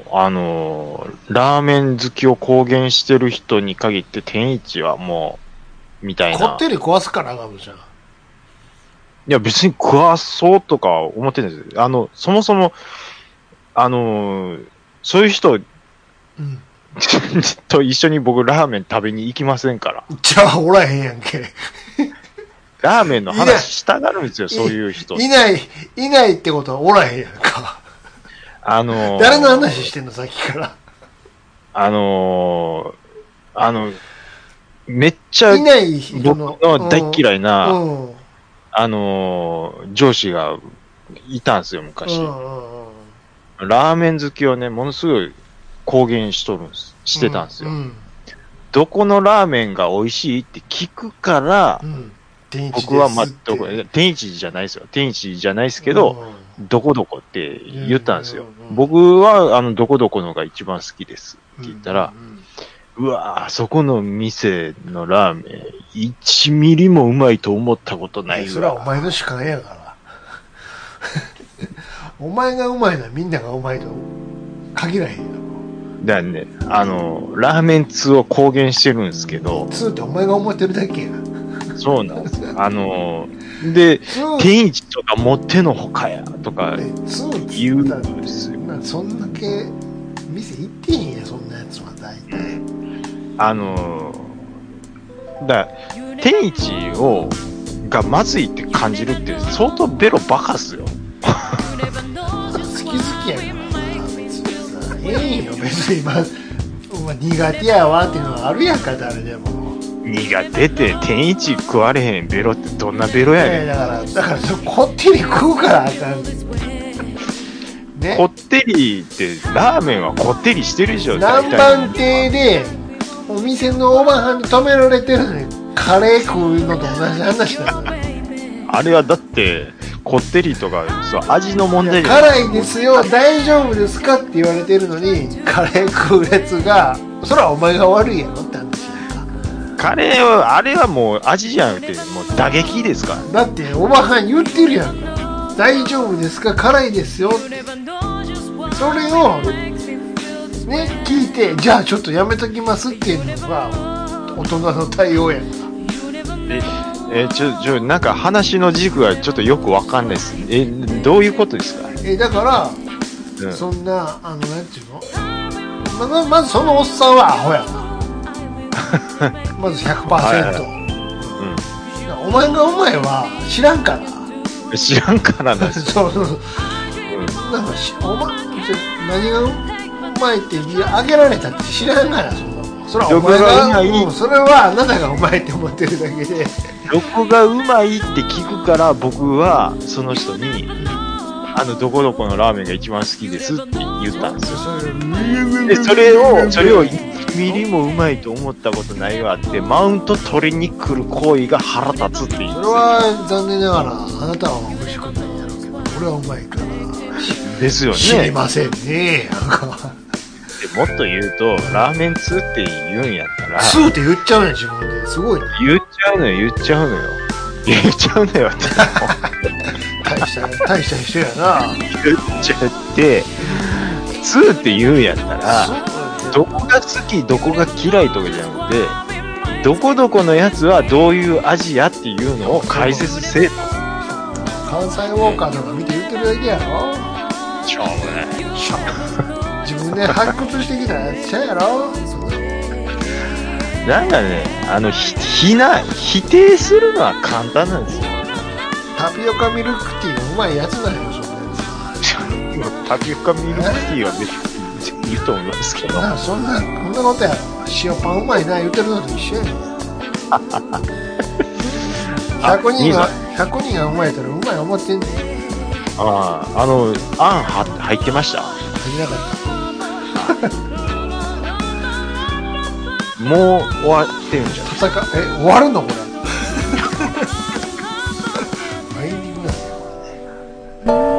B: ん。あのー、ラーメン好きを公言してる人に限って天一はもう、みたい
A: こ
B: な
A: っ。てり壊すからあかんのじゃん。
B: いや別に食わそうとか思ってないです。あの、そもそも、あのーそういう人
A: うん。
B: と一緒に僕ラーメン食べに行きませんから。
A: じゃあ、おらへんやんけ。
B: ラーメンの
A: いない
B: 話したがるんですよ、そういう人。
A: いない、いないってことはおらへんやんか。
B: あのー
A: 誰の話してんの、さっきから。
B: あのーあの、めっちゃ
A: いない人
B: 僕
A: の。
B: の大
A: い
B: 嫌いな、
A: うん。うん。
B: あのー上司がいたんですよ、昔、
A: うんうん
B: ラーメン好きをね、ものすごい公言しとるんです、してたんですよ。
A: うん。
B: どこのラーメンが美味しいって聞くから、
A: うん。天一です
B: 僕はまあ、
A: って
B: どこ、いや天一じゃないですよ。天一じゃないですけど、、どこどこって言ったんですよ
A: うんうんうん。
B: 僕は、あの、どこどこのが一番好きです
A: うん
B: って言ったら、、
A: うん
B: うわぁ、そこの店のラーメン、1ミリもうまいと思ったことない
A: それは
B: わ。
A: お前の主観やから。 お前がうまいのはみんながうまいと限らへんやろ。
B: だからね、あの、ラーメン通を公言してるんですけど、
A: ツーってお前が思ってるだけや。
B: そうなんですよ。あの、で、
A: ツーって
B: 天一とか持ってのほかや、とか
A: ツーって
B: 言
A: 言
B: う
A: うたら
B: んですよ。
A: まあそんだけ店行ってへんやそんなやつは大体
B: あの、だから天一を、がまずいって感じるって相当ベロバカっすよ。
A: 好き好きやかさ別にさ
D: 好き好きやからら
A: ええんよ別にまあお前苦手やわっていうのはあるやんか誰でも
B: 苦手って天一食われへんベロってどんなベロやねん
A: ええだからだからそこってり食うからあかん
B: こ
A: ね
B: ってりって、ラーメンはこってりしてるでしょ、
A: 南蛮亭でお店のおばはんに止められてるのにカレー食うのと同じ話なのよ
B: あれはだって、こってりとか、そう味の問題じゃない。
A: 辛いですよ大丈夫ですかって言われてるのにカレー食うやつがそらお前が悪いやろって話やんか
B: カレーは、あれはもう味じゃなくて、もう打撃ですから。
A: だっておばはん言ってるやん大丈夫ですか辛いですよそれをね聞いてじゃあちょっとやめときますっていうのが大人の対応やんか
B: え、えちょ、ちょ、なんか話の軸がちょっとよくわかんないです。え、どういうことですか、
A: えだから
B: うん
A: そんなあのなんていうのまままずそのおっさんはアホやわ まず100%、
B: はい
A: お前がお前は知らんから
B: うん、知 らんからなんです。
A: そうそうそ
B: う
A: う
B: ん
A: なんかしお前ちょ何が前ってあげられたって知らんがなそんなもんそれはお
B: 欲
A: 前が
B: がいない
A: うんそれはあなたがうまいって思ってるだけで
B: 録がうまいって聞くから僕はその人にあのどこどこのラーメンが一番好きですって言ったんですよでそれをそれを1ミリもうまいと思ったことないわってマウント取りに来る行為が腹立つって言うん
A: そ
B: で
A: れ
B: すよ
A: は残念ながらあなたは美味しくないんだろうけど俺はうまいから
B: ですよ
A: 知り
B: ね
A: ませんねなんか
B: でもっと言うとラーメン通って言うんやったら
A: スーって言っちゃうね自分ですごいね
B: 言っちゃうのよ言っちゃうのよ言っちゃうのよって
A: 大した大した人やな
B: 言っちゃって通って言うんやったらどこが好き、どこが嫌いとかじゃなくて、どこどこのやつはどういう味やっていうのを解説せえと。
A: 関西ウォーカーとか見て言ってるだけやろ
B: しょうもない。
A: 自分で発掘してきたやつちゃうやろ
B: なんかね、あの、ひ、ひな、否定するのは簡単なんですよ。
A: タピオカミルクティーがうまいやつなんよそんなやつ
B: タピオカミルクティーは別にいいと思いますけど。
A: なあそんなこんなことやろ塩パンうまいな言ってるのと一緒 やねん100
B: いい
A: 人
B: ぞ
A: が100人がうまいからうまい思ってんねん入
B: ああ、あの、あんは入ってました
A: りなかった
B: もう終わってるんじゃない
A: 戦え終わるのこ れマインディングなんだよこ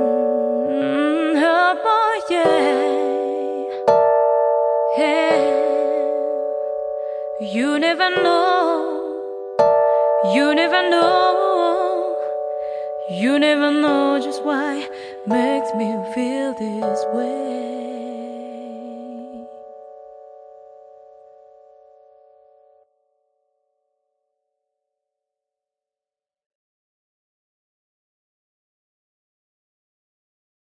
D: Mm, oh boy, yeah. Hey, you never know, you never know, you never know just why makes me feel this way.